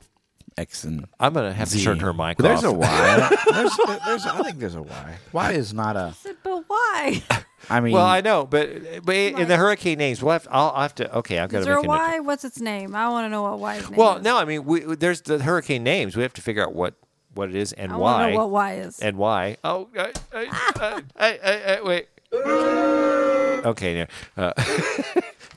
[SPEAKER 2] X and
[SPEAKER 1] I'm gonna have to
[SPEAKER 2] Z.
[SPEAKER 1] turn her mic
[SPEAKER 2] There's
[SPEAKER 1] off.
[SPEAKER 2] a Y. there's, there's, I think there's a Y. Y is not a.
[SPEAKER 3] said, but why?
[SPEAKER 2] I mean,
[SPEAKER 1] Well, I know, but but in the hurricane names, we'll have to, I'll, I'll have to. Okay, I've got
[SPEAKER 3] Is
[SPEAKER 1] to
[SPEAKER 3] there
[SPEAKER 1] make a
[SPEAKER 3] a why? What's its name? I want to know what why's name.
[SPEAKER 1] Well,
[SPEAKER 3] is.
[SPEAKER 1] no, I mean, we, there's the hurricane names. We have to figure out what what it is and
[SPEAKER 3] I
[SPEAKER 1] why
[SPEAKER 3] want to know what why is.
[SPEAKER 1] and why. Oh, I, I, I, I, I, wait. Okay, now, uh,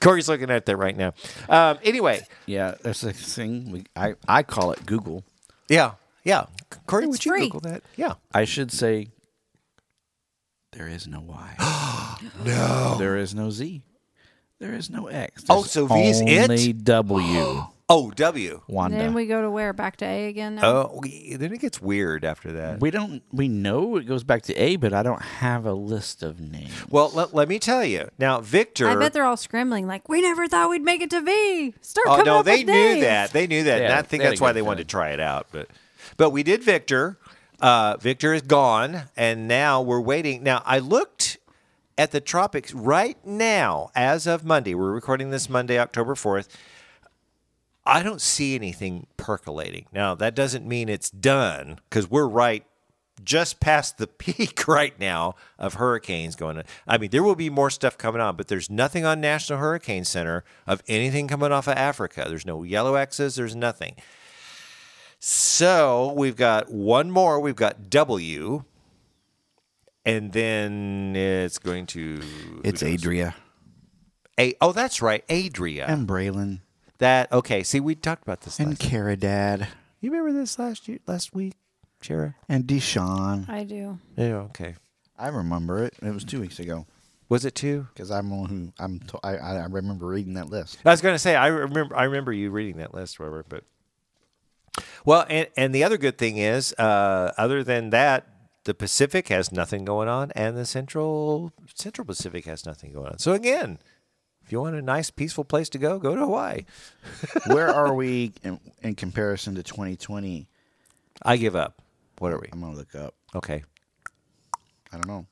[SPEAKER 1] Corey's looking at that right now. Um, anyway,
[SPEAKER 2] yeah, there's a thing. We, I I call it Google.
[SPEAKER 1] yeah, yeah. Corey,
[SPEAKER 3] It's
[SPEAKER 1] would you
[SPEAKER 3] free.
[SPEAKER 1] Google that? Yeah.
[SPEAKER 2] I should say there is no Y. no. There is no Z. There is no X.
[SPEAKER 1] Oh,
[SPEAKER 2] There's
[SPEAKER 1] so V is it?
[SPEAKER 2] only W.
[SPEAKER 1] O W.
[SPEAKER 2] Wanda.
[SPEAKER 3] Then we go to where? Back to A again? now?
[SPEAKER 1] Oh, we- then it gets weird after that.
[SPEAKER 2] We don't. We know it goes back to A, but I don't have a list of names.
[SPEAKER 1] Well, let, let me tell you now, Victor.
[SPEAKER 3] I bet they're all scrambling, like, we never thought we'd make it to V. Start
[SPEAKER 1] Oh
[SPEAKER 3] coming
[SPEAKER 1] no,
[SPEAKER 3] up
[SPEAKER 1] they
[SPEAKER 3] with
[SPEAKER 1] knew
[SPEAKER 3] names.
[SPEAKER 1] that. They knew that. and
[SPEAKER 2] Yeah,
[SPEAKER 1] I think
[SPEAKER 2] they had
[SPEAKER 1] that's
[SPEAKER 2] a
[SPEAKER 1] why
[SPEAKER 2] good
[SPEAKER 1] they wanted
[SPEAKER 2] time.
[SPEAKER 1] to try it out. But but we did Victor. Uh, Victor is gone, and now we're waiting. Now I looked at the tropics right now, as of Monday. We're recording this Monday, October fourth. I don't see anything percolating. Now that doesn't mean it's done because we're right just past the peak right now of hurricanes going on. I mean, there will be more stuff coming on, but there's nothing on National Hurricane Center of anything coming off of Africa. There's no yellow X's, there's nothing. So we've got one more. We've got W. And then it's going to
[SPEAKER 2] It's Adria
[SPEAKER 1] A oh that's right, Adria.
[SPEAKER 2] and Braylon
[SPEAKER 1] that okay, see we talked about this
[SPEAKER 2] and
[SPEAKER 1] last
[SPEAKER 2] Caradad
[SPEAKER 1] You remember this last year last week, Shara?
[SPEAKER 2] and Deshaun.
[SPEAKER 3] I do.
[SPEAKER 1] Yeah, okay.
[SPEAKER 2] I remember it. It was two weeks ago
[SPEAKER 1] Was it two?
[SPEAKER 2] because I'm on who I'm. To, I, I I remember reading that list.
[SPEAKER 1] I was going to say I remember I remember you reading that list, Robert. But well, and and the other good thing is, uh, other than that, the Pacific has nothing going on, and the Central Central Pacific has nothing going on. So again, if you want a nice peaceful place to go, go to Hawaii.
[SPEAKER 2] Where are we in, in comparison to 2020?
[SPEAKER 1] I give up. What are we?
[SPEAKER 2] I'm gonna look up.
[SPEAKER 1] Okay.
[SPEAKER 2] I don't know.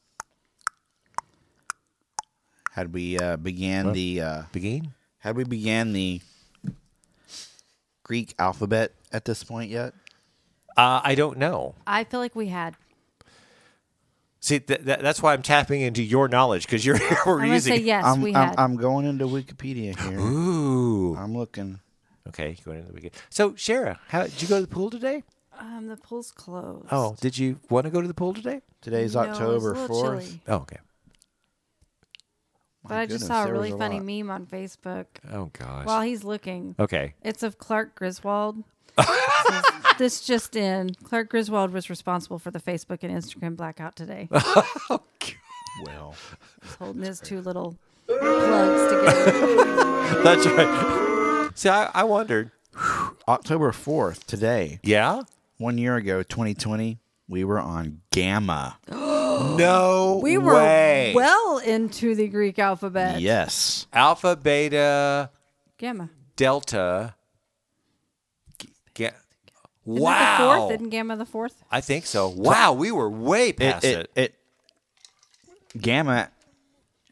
[SPEAKER 2] Had we uh, began the uh,
[SPEAKER 1] Begin.
[SPEAKER 2] had we began the Greek alphabet at this point yet?
[SPEAKER 1] Uh, I don't know.
[SPEAKER 3] I feel like we had.
[SPEAKER 1] See, th- th- that's why I'm tapping into your knowledge because you're we're
[SPEAKER 3] I'm going to
[SPEAKER 1] using.
[SPEAKER 3] say yes,
[SPEAKER 2] I'm,
[SPEAKER 3] we
[SPEAKER 2] I'm,
[SPEAKER 3] had.
[SPEAKER 2] I'm going into Wikipedia here.
[SPEAKER 1] Ooh.
[SPEAKER 2] I'm looking.
[SPEAKER 1] Okay, going into the weekend. So, Shara, how did you go to the pool today?
[SPEAKER 3] um, the pool's closed.
[SPEAKER 1] Oh, did you want to go to the pool today?
[SPEAKER 2] Today's
[SPEAKER 3] No, it was a
[SPEAKER 2] October
[SPEAKER 3] little
[SPEAKER 2] fourth.
[SPEAKER 3] chilly.
[SPEAKER 1] Oh, okay.
[SPEAKER 3] But I just saw a really funny meme on Facebook
[SPEAKER 1] Oh gosh.
[SPEAKER 3] while he's looking.
[SPEAKER 1] okay.
[SPEAKER 3] It's of Clark Griswold. Says, this just in. Clark Griswold was responsible for the Facebook and Instagram blackout today.
[SPEAKER 2] Well,
[SPEAKER 3] He's holding his two little plugs together.
[SPEAKER 1] That's right. See, I, I wondered.
[SPEAKER 2] October fourth today,
[SPEAKER 1] Yeah?
[SPEAKER 2] one year ago, 2020, we were on Gamma.
[SPEAKER 1] No.
[SPEAKER 3] We were
[SPEAKER 1] way.
[SPEAKER 3] well into the Greek alphabet.
[SPEAKER 2] Yes,
[SPEAKER 1] Alpha, Beta,
[SPEAKER 3] Gamma.
[SPEAKER 1] Delta. Ga-
[SPEAKER 3] Isn't that The
[SPEAKER 1] wow.
[SPEAKER 3] fourth? Isn't Gamma the fourth?
[SPEAKER 1] I think so. Wow, we were way
[SPEAKER 2] it,
[SPEAKER 1] past it.
[SPEAKER 2] it, it Gamma,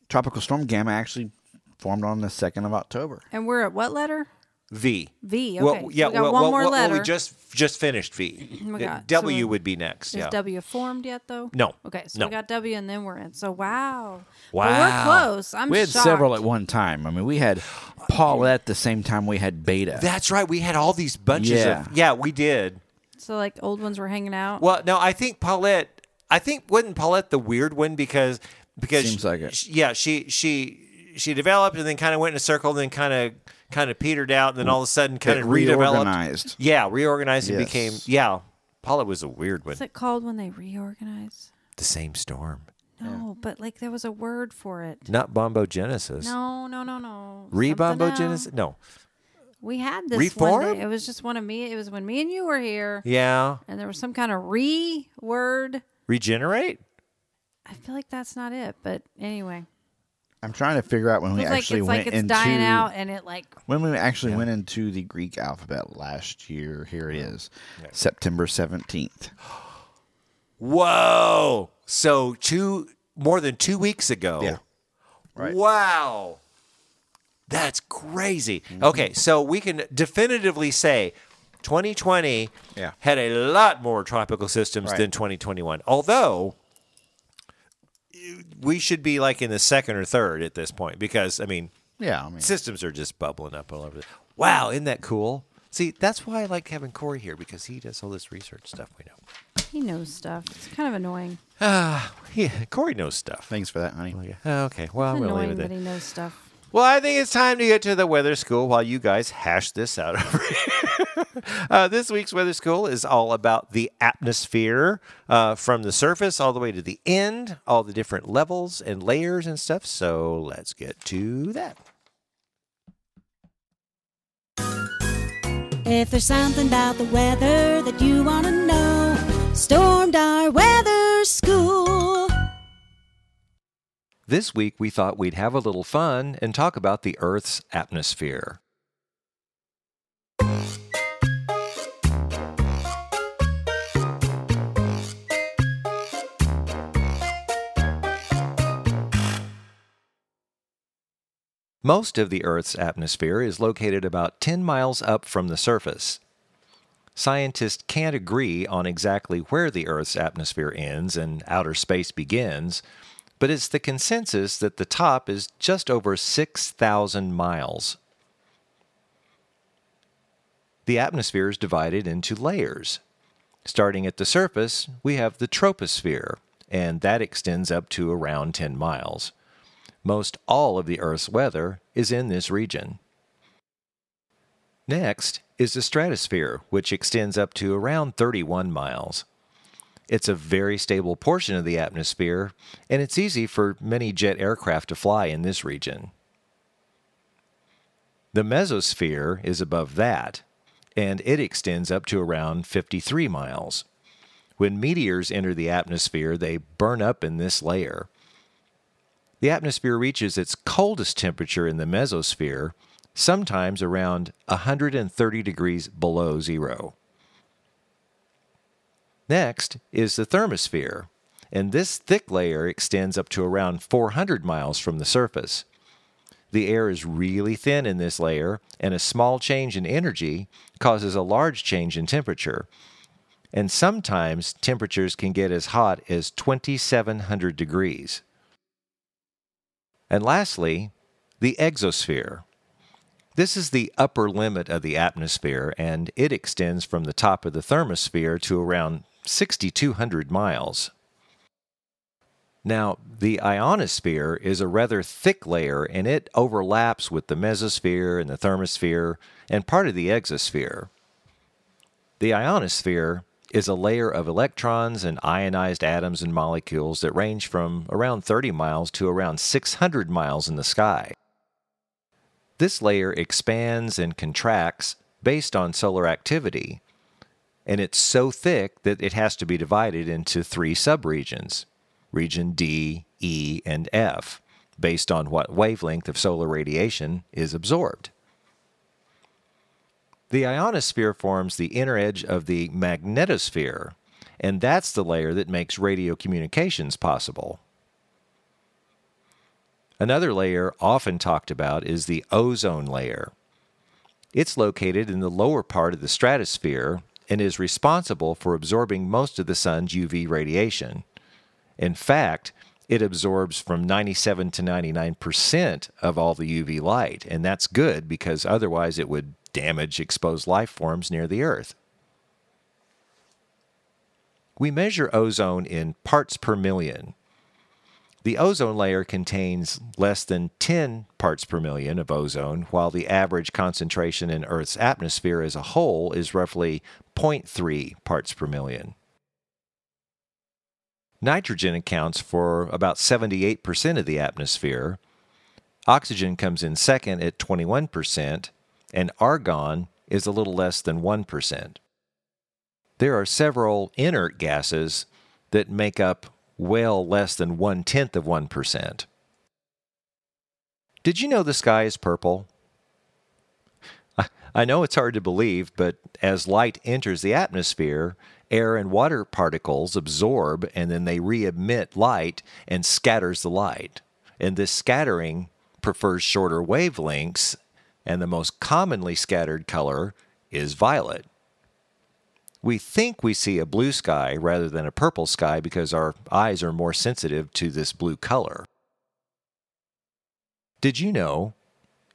[SPEAKER 2] tropical storm Gamma actually formed on the second of October.
[SPEAKER 3] And we're at what letter?
[SPEAKER 1] V.
[SPEAKER 3] V, okay.
[SPEAKER 1] Well,
[SPEAKER 3] So
[SPEAKER 1] yeah.
[SPEAKER 3] we got
[SPEAKER 1] well,
[SPEAKER 3] one
[SPEAKER 1] well,
[SPEAKER 3] more
[SPEAKER 1] well, well, we
[SPEAKER 3] letter. Oh
[SPEAKER 1] just just finished V.
[SPEAKER 3] my God. So
[SPEAKER 1] W
[SPEAKER 3] we're-
[SPEAKER 1] would be next.
[SPEAKER 3] Is
[SPEAKER 1] Yeah.
[SPEAKER 3] W formed yet, though?
[SPEAKER 1] No.
[SPEAKER 3] Okay, so
[SPEAKER 1] No.
[SPEAKER 3] we got W and then we're in. So wow.
[SPEAKER 1] Wow.
[SPEAKER 3] But we're close. I'm
[SPEAKER 2] we had
[SPEAKER 3] shocked.
[SPEAKER 2] several at one time. I mean, we had Paulette the same time we had Beta.
[SPEAKER 1] That's right. We had all these bunches
[SPEAKER 2] Yeah.
[SPEAKER 1] of. Yeah, we did.
[SPEAKER 3] So like old ones were hanging out.
[SPEAKER 1] Well, no, I think Paulette. I think wasn't Paulette the weird one because because
[SPEAKER 2] Seems like it.
[SPEAKER 1] she- yeah, she she she developed and then kind of went in a circle and then kind of kind of petered out and then all of a sudden kind
[SPEAKER 2] It
[SPEAKER 1] of redeveloped.
[SPEAKER 2] reorganized.
[SPEAKER 1] Yeah, reorganized and
[SPEAKER 2] Yes.
[SPEAKER 1] became yeah. Paulette was a weird one.
[SPEAKER 3] What's it called when they reorganize?
[SPEAKER 1] the same storm,
[SPEAKER 3] No, but like there was a word for it.
[SPEAKER 1] not bombogenesis.
[SPEAKER 3] No, no, no, no. Something else.
[SPEAKER 1] Rebombogenesis? No.
[SPEAKER 3] We had this one
[SPEAKER 1] Reform?
[SPEAKER 3] day. It was just one of me. It was when me and you were here,
[SPEAKER 1] Yeah.
[SPEAKER 3] and there was some kind of re word.
[SPEAKER 1] Regenerate?
[SPEAKER 3] I feel like that's not it, but anyway,
[SPEAKER 2] I'm trying to figure out when
[SPEAKER 3] it
[SPEAKER 2] we
[SPEAKER 3] was like
[SPEAKER 2] actually
[SPEAKER 3] it's like
[SPEAKER 2] went
[SPEAKER 3] it's
[SPEAKER 2] into
[SPEAKER 3] dying out, and it like
[SPEAKER 2] when we actually went into the Greek alphabet last year. Here it is, September 17th.
[SPEAKER 1] Whoa. So two more than two weeks ago.
[SPEAKER 2] Yeah. Right.
[SPEAKER 1] Wow.
[SPEAKER 2] Mm-hmm.
[SPEAKER 1] That's crazy. Okay, so we can definitively say 2020
[SPEAKER 2] Yeah.
[SPEAKER 1] had a lot more tropical systems
[SPEAKER 2] Right.
[SPEAKER 1] than 2021. Although we should be like in the second or third at this point because I mean
[SPEAKER 2] Yeah, I mean,
[SPEAKER 1] systems are just bubbling up all over. The- wow, isn't that cool? See, that's why I like having Corey here because he does all this research stuff. We know.
[SPEAKER 3] He knows stuff. It's kind of annoying.
[SPEAKER 1] Yeah, Corey knows stuff.
[SPEAKER 2] thanks for that, honey.
[SPEAKER 1] Oh, okay, well, I'm going
[SPEAKER 3] It's
[SPEAKER 1] to leave
[SPEAKER 3] annoying,
[SPEAKER 1] it there.
[SPEAKER 3] but he knows stuff.
[SPEAKER 1] Well, I think it's time to get to the weather school while you guys hash this out over here. uh, this week's weather school is all about the atmosphere uh, from the surface all the way to the end, all the different levels and layers and stuff. So let's get to that.
[SPEAKER 5] If there's something about the weather that you want to know, stormed our weather school.
[SPEAKER 1] This week, we thought we'd have a little fun and talk about the Earth's atmosphere. Most of the Earth's atmosphere is located about 10 miles up from the surface. Scientists can't agree on exactly where the Earth's atmosphere ends and outer space begins, but it's the consensus that the top is just over 6,000 miles. The atmosphere is divided into layers. Starting at the surface, we have the troposphere, and that extends up to around 10 miles. Most all of the Earth's weather is in this region. Next is the stratosphere, which extends up to around 31 miles. It's a very stable portion of the atmosphere, and it's easy for many jet aircraft to fly in this region. The mesosphere is above that, and it extends up to around 53 miles. When meteors enter the atmosphere, they burn up in this layer. The atmosphere reaches its coldest temperature in the mesosphere, sometimes around 130 degrees below zero. Next is the thermosphere, and this thick layer extends up to around 400 miles from the surface. The air is really thin in this layer, and a small change in energy causes a large change in temperature. And sometimes temperatures can get as hot as 2700 degrees. And lastly, the exosphere. This is the upper limit of the atmosphere, and it extends from the top of the thermosphere to around 6,200 miles. Now, the ionosphere is a rather thick layer, and it overlaps with the mesosphere and the thermosphere and part of the exosphere. The ionosphere is a layer of electrons and ionized atoms and molecules that range from around 30 miles to around 600 miles in the sky. This layer expands and contracts based on solar activity, and it's so thick that it has to be divided into three subregions region D, E, and F, based on what wavelength of solar radiation is absorbed. The ionosphere forms the inner edge of the magnetosphere, and that's the layer that makes radio communications possible. Another layer often talked about is the ozone layer. It's located in the lower part of the stratosphere and is responsible for absorbing most of the sun's UV radiation. In fact, it absorbs from 97 to 99% of all the UV light, and that's good because otherwise it would damage exposed life forms near the Earth. We measure ozone in parts per million, the ozone layer contains less than 10 parts per million of ozone, while the average concentration in Earth's atmosphere as a whole is roughly 0.3 parts per million. Nitrogen accounts for about 78% of the atmosphere. Oxygen comes in second at 21%, and argon is a little less than 1% there are several inert gases that make up well less than one tenth of 1%. Did you know the sky is purple? I- I know it's hard to believe, but as light enters the atmosphere, air and water particles absorb and then they re emit light and scatters the light. And this scattering prefers shorter wavelengths, and the most commonly scattered color is violet we think we see a blue sky rather than a purple sky because our eyes are more sensitive to this blue color. Did you know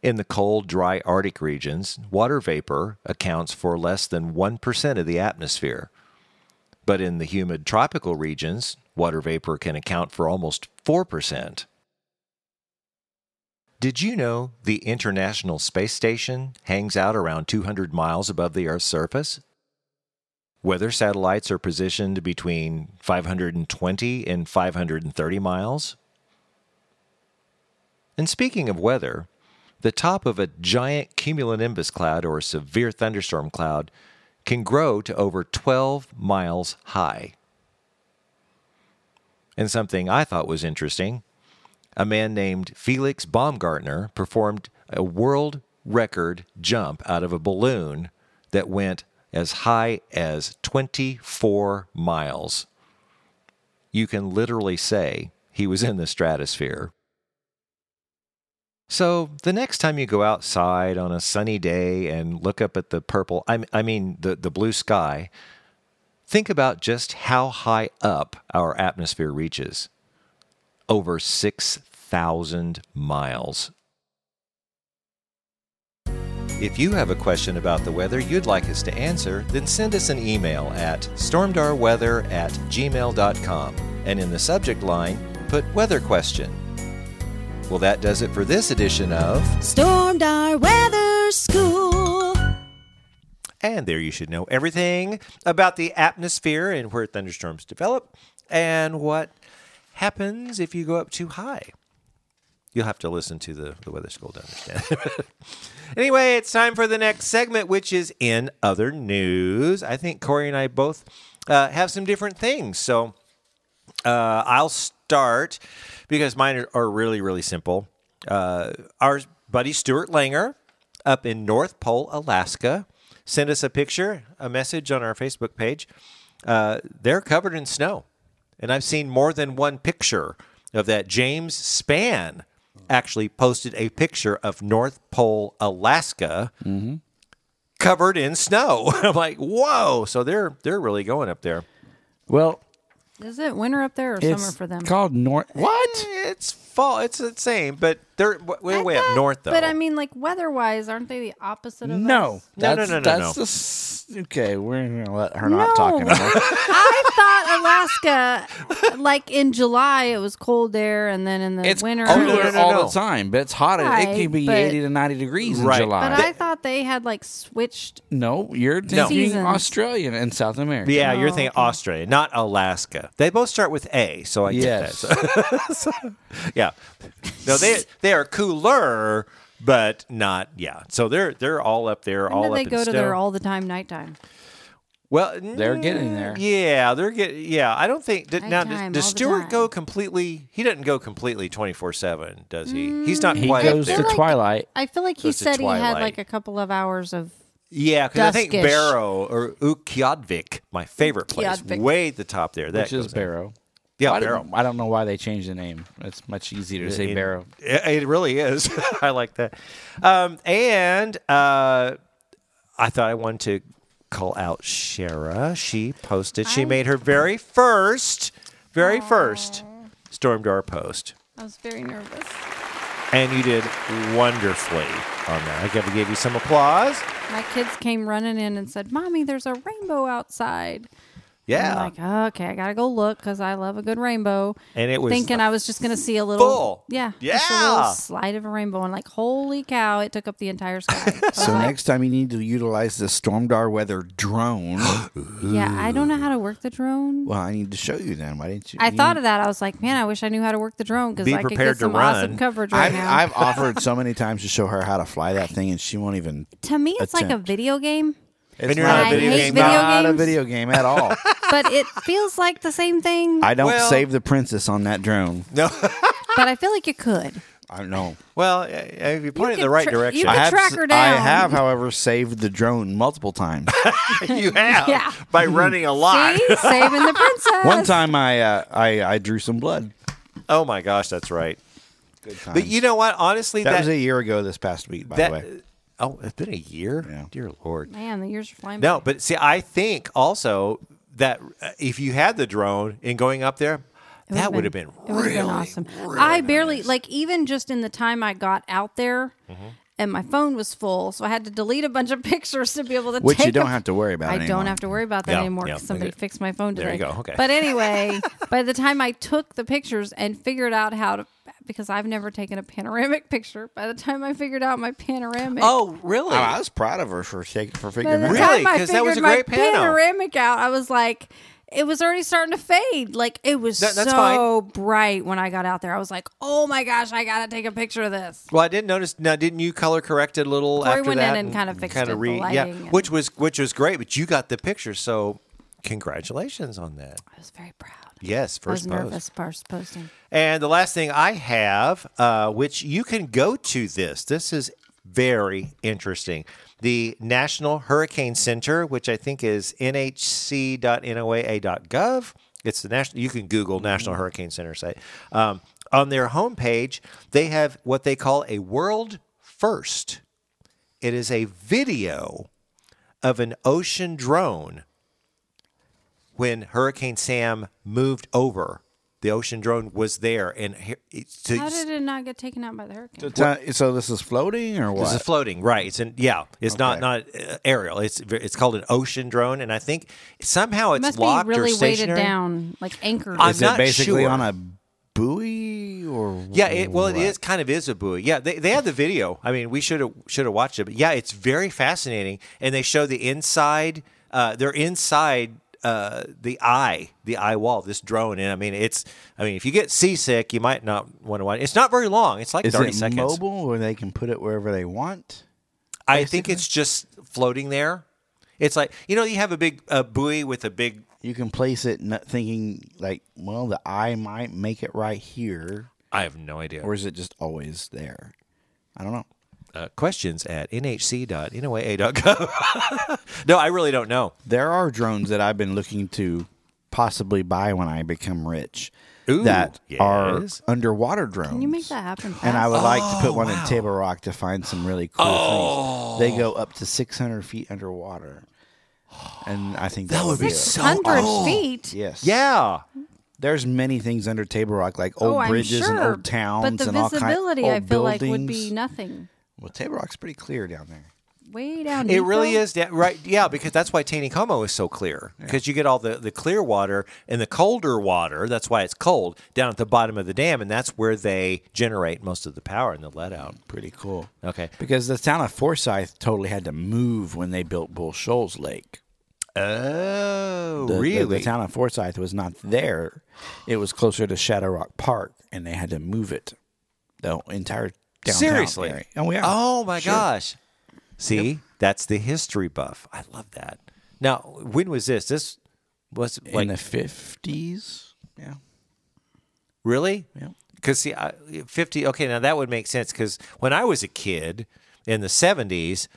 [SPEAKER 1] in the cold, dry Arctic regions, water vapor accounts for less than 1% of the atmosphere? But in the humid tropical regions, water vapor can account for almost 4%. Did you know the International Space Station hangs out around 200 miles above the Earth's surface? Weather satellites are positioned between 520 and 530 miles. And speaking of weather, the top of a giant cumulonimbus cloud or severe thunderstorm cloud can grow to over 12 miles high. And something I thought was interesting a man named Felix Baumgartner performed a world record jump out of a balloon that went as high as 24 miles. You can literally say he was in the stratosphere. So the next time you go outside on a sunny day and look up at the purple, I, m- I mean the, the blue sky, think about just how high up our atmosphere reaches over 6,000 miles. If you have a question about the weather you'd like us to answer, then send us an email at stormdarweather at gmail.com and in the subject line, put weather question. Well, that does it for this edition of.
[SPEAKER 5] Stormed our weather school.
[SPEAKER 1] And there you should know everything about the atmosphere and where thunderstorms develop and what happens if you go up too high. You'll have to listen to the, the weather school to understand. anyway, it's time for the next segment, which is in other news. I think Corey and I both uh, have some different things. So uh, I'll start because mine are, are really, really simple. Uh, our buddy Stuart Langer up in North Pole, Alaska, sent us a picture, a message on our Facebook page. Uh, they're covered in snow. And I've seen more than one picture of that. James Spann actually posted a picture of North Pole, Alaska. Covered in snow. I'm like, whoa! So they're they're really going up there.
[SPEAKER 2] Well,
[SPEAKER 3] Is it winter up there or summer
[SPEAKER 2] it's
[SPEAKER 3] for them?
[SPEAKER 2] called North.
[SPEAKER 1] Mm.
[SPEAKER 2] What?
[SPEAKER 1] It's fall. It's the same, but they're w- way,
[SPEAKER 3] I
[SPEAKER 1] way up
[SPEAKER 3] thought-
[SPEAKER 1] north though.
[SPEAKER 3] But I mean, like weather-wise, aren't they the opposite of
[SPEAKER 2] No,
[SPEAKER 3] us?
[SPEAKER 1] No, no,
[SPEAKER 2] that's,
[SPEAKER 1] no, no,
[SPEAKER 2] that's
[SPEAKER 1] no.
[SPEAKER 2] The, s- okay, we're gonna let her
[SPEAKER 3] No.
[SPEAKER 2] not talk anymore.
[SPEAKER 3] I thought Alaska, like in July, it was cold there, and then in the
[SPEAKER 2] it's
[SPEAKER 3] winter,
[SPEAKER 2] colder
[SPEAKER 1] no, no, no,
[SPEAKER 2] all
[SPEAKER 1] no.
[SPEAKER 2] the time, but it's hot. It- it
[SPEAKER 3] Right,
[SPEAKER 2] can be
[SPEAKER 3] but-
[SPEAKER 2] eighty to ninety degrees in
[SPEAKER 1] Right.
[SPEAKER 2] July.
[SPEAKER 3] But I thought they had like switched.
[SPEAKER 2] no, you're thinking
[SPEAKER 3] Seasons.
[SPEAKER 2] Australian and South America.
[SPEAKER 1] yeah, you're thinking Australia, not Alaska. They both start with A, so I
[SPEAKER 2] Yes.
[SPEAKER 1] get that. So- yeah. No, they they are cooler, but not yeah. So they're they're all up there, all
[SPEAKER 3] When did
[SPEAKER 1] up
[SPEAKER 3] they
[SPEAKER 1] in
[SPEAKER 3] go to
[SPEAKER 1] snow.
[SPEAKER 3] there all the time, nighttime?
[SPEAKER 1] well, mm,
[SPEAKER 2] They're getting there.
[SPEAKER 1] Yeah, they're getting. Yeah, I don't think. Did, now, does,
[SPEAKER 3] Nighttime,
[SPEAKER 1] does
[SPEAKER 3] all the
[SPEAKER 1] Stewart
[SPEAKER 3] time.
[SPEAKER 1] go completely? He doesn't go completely twenty four seven, does he? He's not
[SPEAKER 2] Mm, He
[SPEAKER 1] quite
[SPEAKER 2] goes
[SPEAKER 1] up
[SPEAKER 2] to
[SPEAKER 1] there.
[SPEAKER 3] like-
[SPEAKER 2] twilight.
[SPEAKER 3] I feel like he
[SPEAKER 1] Goes to
[SPEAKER 3] said he had
[SPEAKER 1] twilight.
[SPEAKER 3] like a couple of hours of.
[SPEAKER 1] Yeah, because I think
[SPEAKER 3] Duskish.
[SPEAKER 1] Barrow or Ukjadvik, my favorite place,
[SPEAKER 3] Ukjadvik.
[SPEAKER 1] way at the top there. That
[SPEAKER 2] Which is
[SPEAKER 1] goes in.
[SPEAKER 2] Barrow.
[SPEAKER 1] Yeah,
[SPEAKER 2] I
[SPEAKER 1] Barrow.
[SPEAKER 2] Don't, I don't know why they changed the name. It's much easier to say
[SPEAKER 1] It-
[SPEAKER 2] Barrow.
[SPEAKER 1] It, it really is. I like that. Um, and uh, I thought I wanted to call out Shara. She posted. She
[SPEAKER 3] I-
[SPEAKER 1] made her very first, very first storm door post,
[SPEAKER 3] I was very nervous.
[SPEAKER 1] and you did wonderfully on that. I got to give you some applause.
[SPEAKER 3] My kids came running in and said, "Mommy, there's a rainbow outside."
[SPEAKER 1] Yeah,
[SPEAKER 3] I'm like, "Oh, okay, I gotta go look because I love a good rainbow.
[SPEAKER 1] And it was
[SPEAKER 3] thinking I was just gonna see a little,
[SPEAKER 1] full.
[SPEAKER 3] yeah, just a little
[SPEAKER 1] Yeah.
[SPEAKER 3] slide of a rainbow, and like, holy cow, it took up the entire sky.
[SPEAKER 2] So next time you need to utilize the Stormdar weather drone.
[SPEAKER 3] yeah, I don't know how to work the drone.
[SPEAKER 2] well, I need to show you then. Why didn't you?
[SPEAKER 3] I
[SPEAKER 2] you-
[SPEAKER 3] thought of that. I was like, man, I wish I knew how to work the drone because
[SPEAKER 1] Be
[SPEAKER 3] I could
[SPEAKER 1] prepared
[SPEAKER 3] get
[SPEAKER 1] to
[SPEAKER 3] some
[SPEAKER 1] run.
[SPEAKER 3] awesome coverage right
[SPEAKER 2] I've,
[SPEAKER 3] now.
[SPEAKER 2] I've offered so many times to show her how to fly that thing, and she won't even.
[SPEAKER 3] to me, it's like a
[SPEAKER 2] attempt.
[SPEAKER 3] video game,
[SPEAKER 1] And you're not
[SPEAKER 3] I
[SPEAKER 1] a video
[SPEAKER 3] hate
[SPEAKER 1] game.
[SPEAKER 3] video
[SPEAKER 1] guy.
[SPEAKER 2] not a
[SPEAKER 3] games.
[SPEAKER 2] video game at all.
[SPEAKER 3] but it feels like the same thing.
[SPEAKER 2] I don't
[SPEAKER 1] Well-
[SPEAKER 2] save the princess on that drone.
[SPEAKER 3] but I feel like you could.
[SPEAKER 2] I don't know.
[SPEAKER 1] Well, eh, if you point it in
[SPEAKER 3] could
[SPEAKER 1] the right
[SPEAKER 3] tra- you
[SPEAKER 1] direction,
[SPEAKER 3] could
[SPEAKER 2] I have,
[SPEAKER 3] track her
[SPEAKER 2] I
[SPEAKER 3] down.
[SPEAKER 2] have, however, saved the drone multiple times.
[SPEAKER 1] you have
[SPEAKER 3] Yeah.
[SPEAKER 1] by running a lot.
[SPEAKER 3] See, saving the princess.
[SPEAKER 2] One time, I, uh, I I drew some blood.
[SPEAKER 1] Oh my gosh, that's right.
[SPEAKER 2] Good
[SPEAKER 1] But you know what? Honestly,
[SPEAKER 2] that,
[SPEAKER 1] that
[SPEAKER 2] was a year ago this past week, by
[SPEAKER 1] that-
[SPEAKER 2] the way.
[SPEAKER 1] oh, it's been a year.
[SPEAKER 2] Yeah.
[SPEAKER 1] Dear Lord.
[SPEAKER 3] Man, the years are flying.
[SPEAKER 1] No,
[SPEAKER 3] by.
[SPEAKER 1] but see, I think also that uh, if you had the drone and going up there,
[SPEAKER 3] It
[SPEAKER 1] that would have been,
[SPEAKER 3] it
[SPEAKER 1] really
[SPEAKER 3] would've been awesome. I barely like even just in the time I got out there,
[SPEAKER 2] Mm-hmm.
[SPEAKER 3] and my phone was full, so I had to delete a bunch of pictures to be able to.
[SPEAKER 2] Which you
[SPEAKER 3] take a
[SPEAKER 2] don't
[SPEAKER 3] p-
[SPEAKER 2] have to worry about
[SPEAKER 3] I
[SPEAKER 2] anymore.
[SPEAKER 3] don't have to worry about that
[SPEAKER 1] Yeah,
[SPEAKER 3] anymore
[SPEAKER 1] yeah,
[SPEAKER 3] because somebody
[SPEAKER 1] okay.
[SPEAKER 3] fixed my phone today.
[SPEAKER 1] There you go, okay.
[SPEAKER 3] But anyway, by the time I took the pictures and figured out how to, because I've never taken a panoramic picture. By the time I figured out my panoramic,
[SPEAKER 1] Oh, really?
[SPEAKER 2] Oh, I was proud of her for shaking for
[SPEAKER 3] By
[SPEAKER 2] figuring
[SPEAKER 3] the
[SPEAKER 2] that out.
[SPEAKER 1] Really?
[SPEAKER 3] time I
[SPEAKER 1] 'Cause
[SPEAKER 3] figured
[SPEAKER 1] that was a
[SPEAKER 3] my
[SPEAKER 1] great pano.
[SPEAKER 3] panoramic out, I was like, it was already starting to fade. Like it was
[SPEAKER 1] That- that's
[SPEAKER 3] so bright when I got out there. I was like, oh my gosh, I gotta take a picture of this.
[SPEAKER 1] Well, I did notice. Now, didn't you color correct it a little
[SPEAKER 3] Corey
[SPEAKER 1] after
[SPEAKER 3] went in
[SPEAKER 1] that?
[SPEAKER 3] and kinda fixed
[SPEAKER 1] kinda
[SPEAKER 3] it, the
[SPEAKER 1] yeah,
[SPEAKER 3] lighting and-
[SPEAKER 1] which was which was great. But you got the picture, so congratulations on that.
[SPEAKER 3] I was very proud.
[SPEAKER 1] Yes,
[SPEAKER 3] I was
[SPEAKER 1] first post.
[SPEAKER 3] nervous first posting.
[SPEAKER 1] And the last thing I have, uh, which you can go to this. This is very interesting. The National Hurricane Center, which I think is nhc.noaa.gov. It's the national. You can Google National Hurricane Center site. Um, on their homepage, they have what they call a world first. It is a video of an ocean drone when Hurricane Sam moved over. The ocean drone was there, and he- it's
[SPEAKER 3] How
[SPEAKER 1] it's-
[SPEAKER 3] did it not get taken out by the hurricane?
[SPEAKER 2] The ti- so this is floating or what?
[SPEAKER 1] this is floating, right? It's an, yeah, it's not not uh, aerial. It's ve- it's called an ocean drone, and I think somehow
[SPEAKER 3] it
[SPEAKER 1] it's
[SPEAKER 3] must be
[SPEAKER 1] locked
[SPEAKER 3] really
[SPEAKER 1] or
[SPEAKER 3] weighted
[SPEAKER 1] stationary.
[SPEAKER 3] down, like anchored.
[SPEAKER 1] I'm
[SPEAKER 2] is
[SPEAKER 1] not
[SPEAKER 2] it basically
[SPEAKER 1] sure.
[SPEAKER 2] on a buoy or
[SPEAKER 1] Yeah, it, well, it
[SPEAKER 2] what?
[SPEAKER 1] is kind of is a buoy. Yeah, they, they had the video. I mean, we should have should have watched it, but yeah, it's very fascinating. And they show the inside. Uh, they're inside uh, the eye, the eye wall. This drone, and I mean, it's. I mean, if you get seasick, you might not want to watch. It's not very long. It's like
[SPEAKER 2] Is
[SPEAKER 1] thirty
[SPEAKER 2] it
[SPEAKER 1] seconds.
[SPEAKER 2] mobile where they can put it wherever they want?
[SPEAKER 1] I think it's just floating there. It's like you know, you have a big uh, buoy with a big
[SPEAKER 2] You can place it not thinking like, well, the eye might make it right here,
[SPEAKER 1] I have no idea.
[SPEAKER 2] or is it just always there? I don't know.
[SPEAKER 1] Uh, questions at nhc.noaa.gov. no, I really don't know.
[SPEAKER 2] There are drones that I've been looking to possibly buy when I become rich
[SPEAKER 1] Ooh,
[SPEAKER 2] that are
[SPEAKER 1] yes.
[SPEAKER 2] underwater drones.
[SPEAKER 3] Can you make that happen?
[SPEAKER 2] And I would
[SPEAKER 3] fast?
[SPEAKER 2] like to put one in Table Rock to find some really cool things. They go up to 600 feet underwater. And I think that, would be, it.
[SPEAKER 3] 600 feet.
[SPEAKER 2] Yes.
[SPEAKER 1] Yeah,
[SPEAKER 2] There's many things under Table Rock, like old
[SPEAKER 3] oh, I'm
[SPEAKER 2] bridges
[SPEAKER 3] sure.
[SPEAKER 2] and old towns
[SPEAKER 3] but the
[SPEAKER 2] and all kinds
[SPEAKER 3] visibility, I
[SPEAKER 2] old
[SPEAKER 3] feel
[SPEAKER 2] buildings.
[SPEAKER 3] like, would be nothing.
[SPEAKER 2] Well, Table Rock's pretty clear down there.
[SPEAKER 3] Way down.
[SPEAKER 1] it
[SPEAKER 3] deep,
[SPEAKER 1] really
[SPEAKER 3] though.
[SPEAKER 1] is. That, right? Yeah, because that's why Taney Como is so clear because you get all the the clear water and the colder water. That's why it's cold down at the bottom of the dam, and that's where they generate most of the power and the let out.
[SPEAKER 2] Pretty cool.
[SPEAKER 1] Okay.
[SPEAKER 2] Because the town of Forsyth totally had to move when they built Bull Shoals Lake.
[SPEAKER 1] Oh,
[SPEAKER 2] The, the-
[SPEAKER 1] really?
[SPEAKER 2] The, town of Forsyth was not there. It was closer to Shadow Rock Park, and they had to move it. The entire downtown
[SPEAKER 1] Seriously?
[SPEAKER 2] area. And we are.
[SPEAKER 1] Oh my gosh. See, that's the history buff. I love that. Now, when was this? This was
[SPEAKER 2] In
[SPEAKER 1] like
[SPEAKER 2] the 50s? Yeah.
[SPEAKER 1] really?
[SPEAKER 2] Yeah.
[SPEAKER 1] Because see, I, fifty. Okay, now that would make sense. Because when I was a kid in the seventies,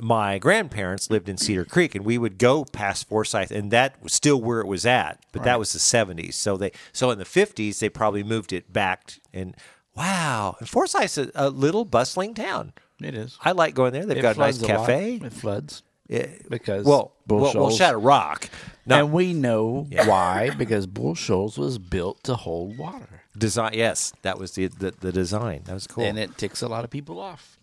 [SPEAKER 1] my grandparents lived in Cedar Creek, and we would go past Forsyth, and that was still where it was at. But that was the seventies. So they, so in the fifties, they probably moved it back. And wow, and Forsyth's a, a little bustling town.
[SPEAKER 2] It is.
[SPEAKER 1] I like going there. They've
[SPEAKER 2] It
[SPEAKER 1] got a nice
[SPEAKER 2] floods lot.
[SPEAKER 1] cafe.
[SPEAKER 2] It floods.
[SPEAKER 1] It-
[SPEAKER 2] because
[SPEAKER 1] well,
[SPEAKER 2] Bull
[SPEAKER 1] well, well,
[SPEAKER 2] Shoals-
[SPEAKER 1] Shadow Rock. Now,
[SPEAKER 2] And we know why, because Bull Shoals was built to hold water.
[SPEAKER 1] design. Yes, that was the, the the design. That was cool.
[SPEAKER 2] And it ticks a lot of people off.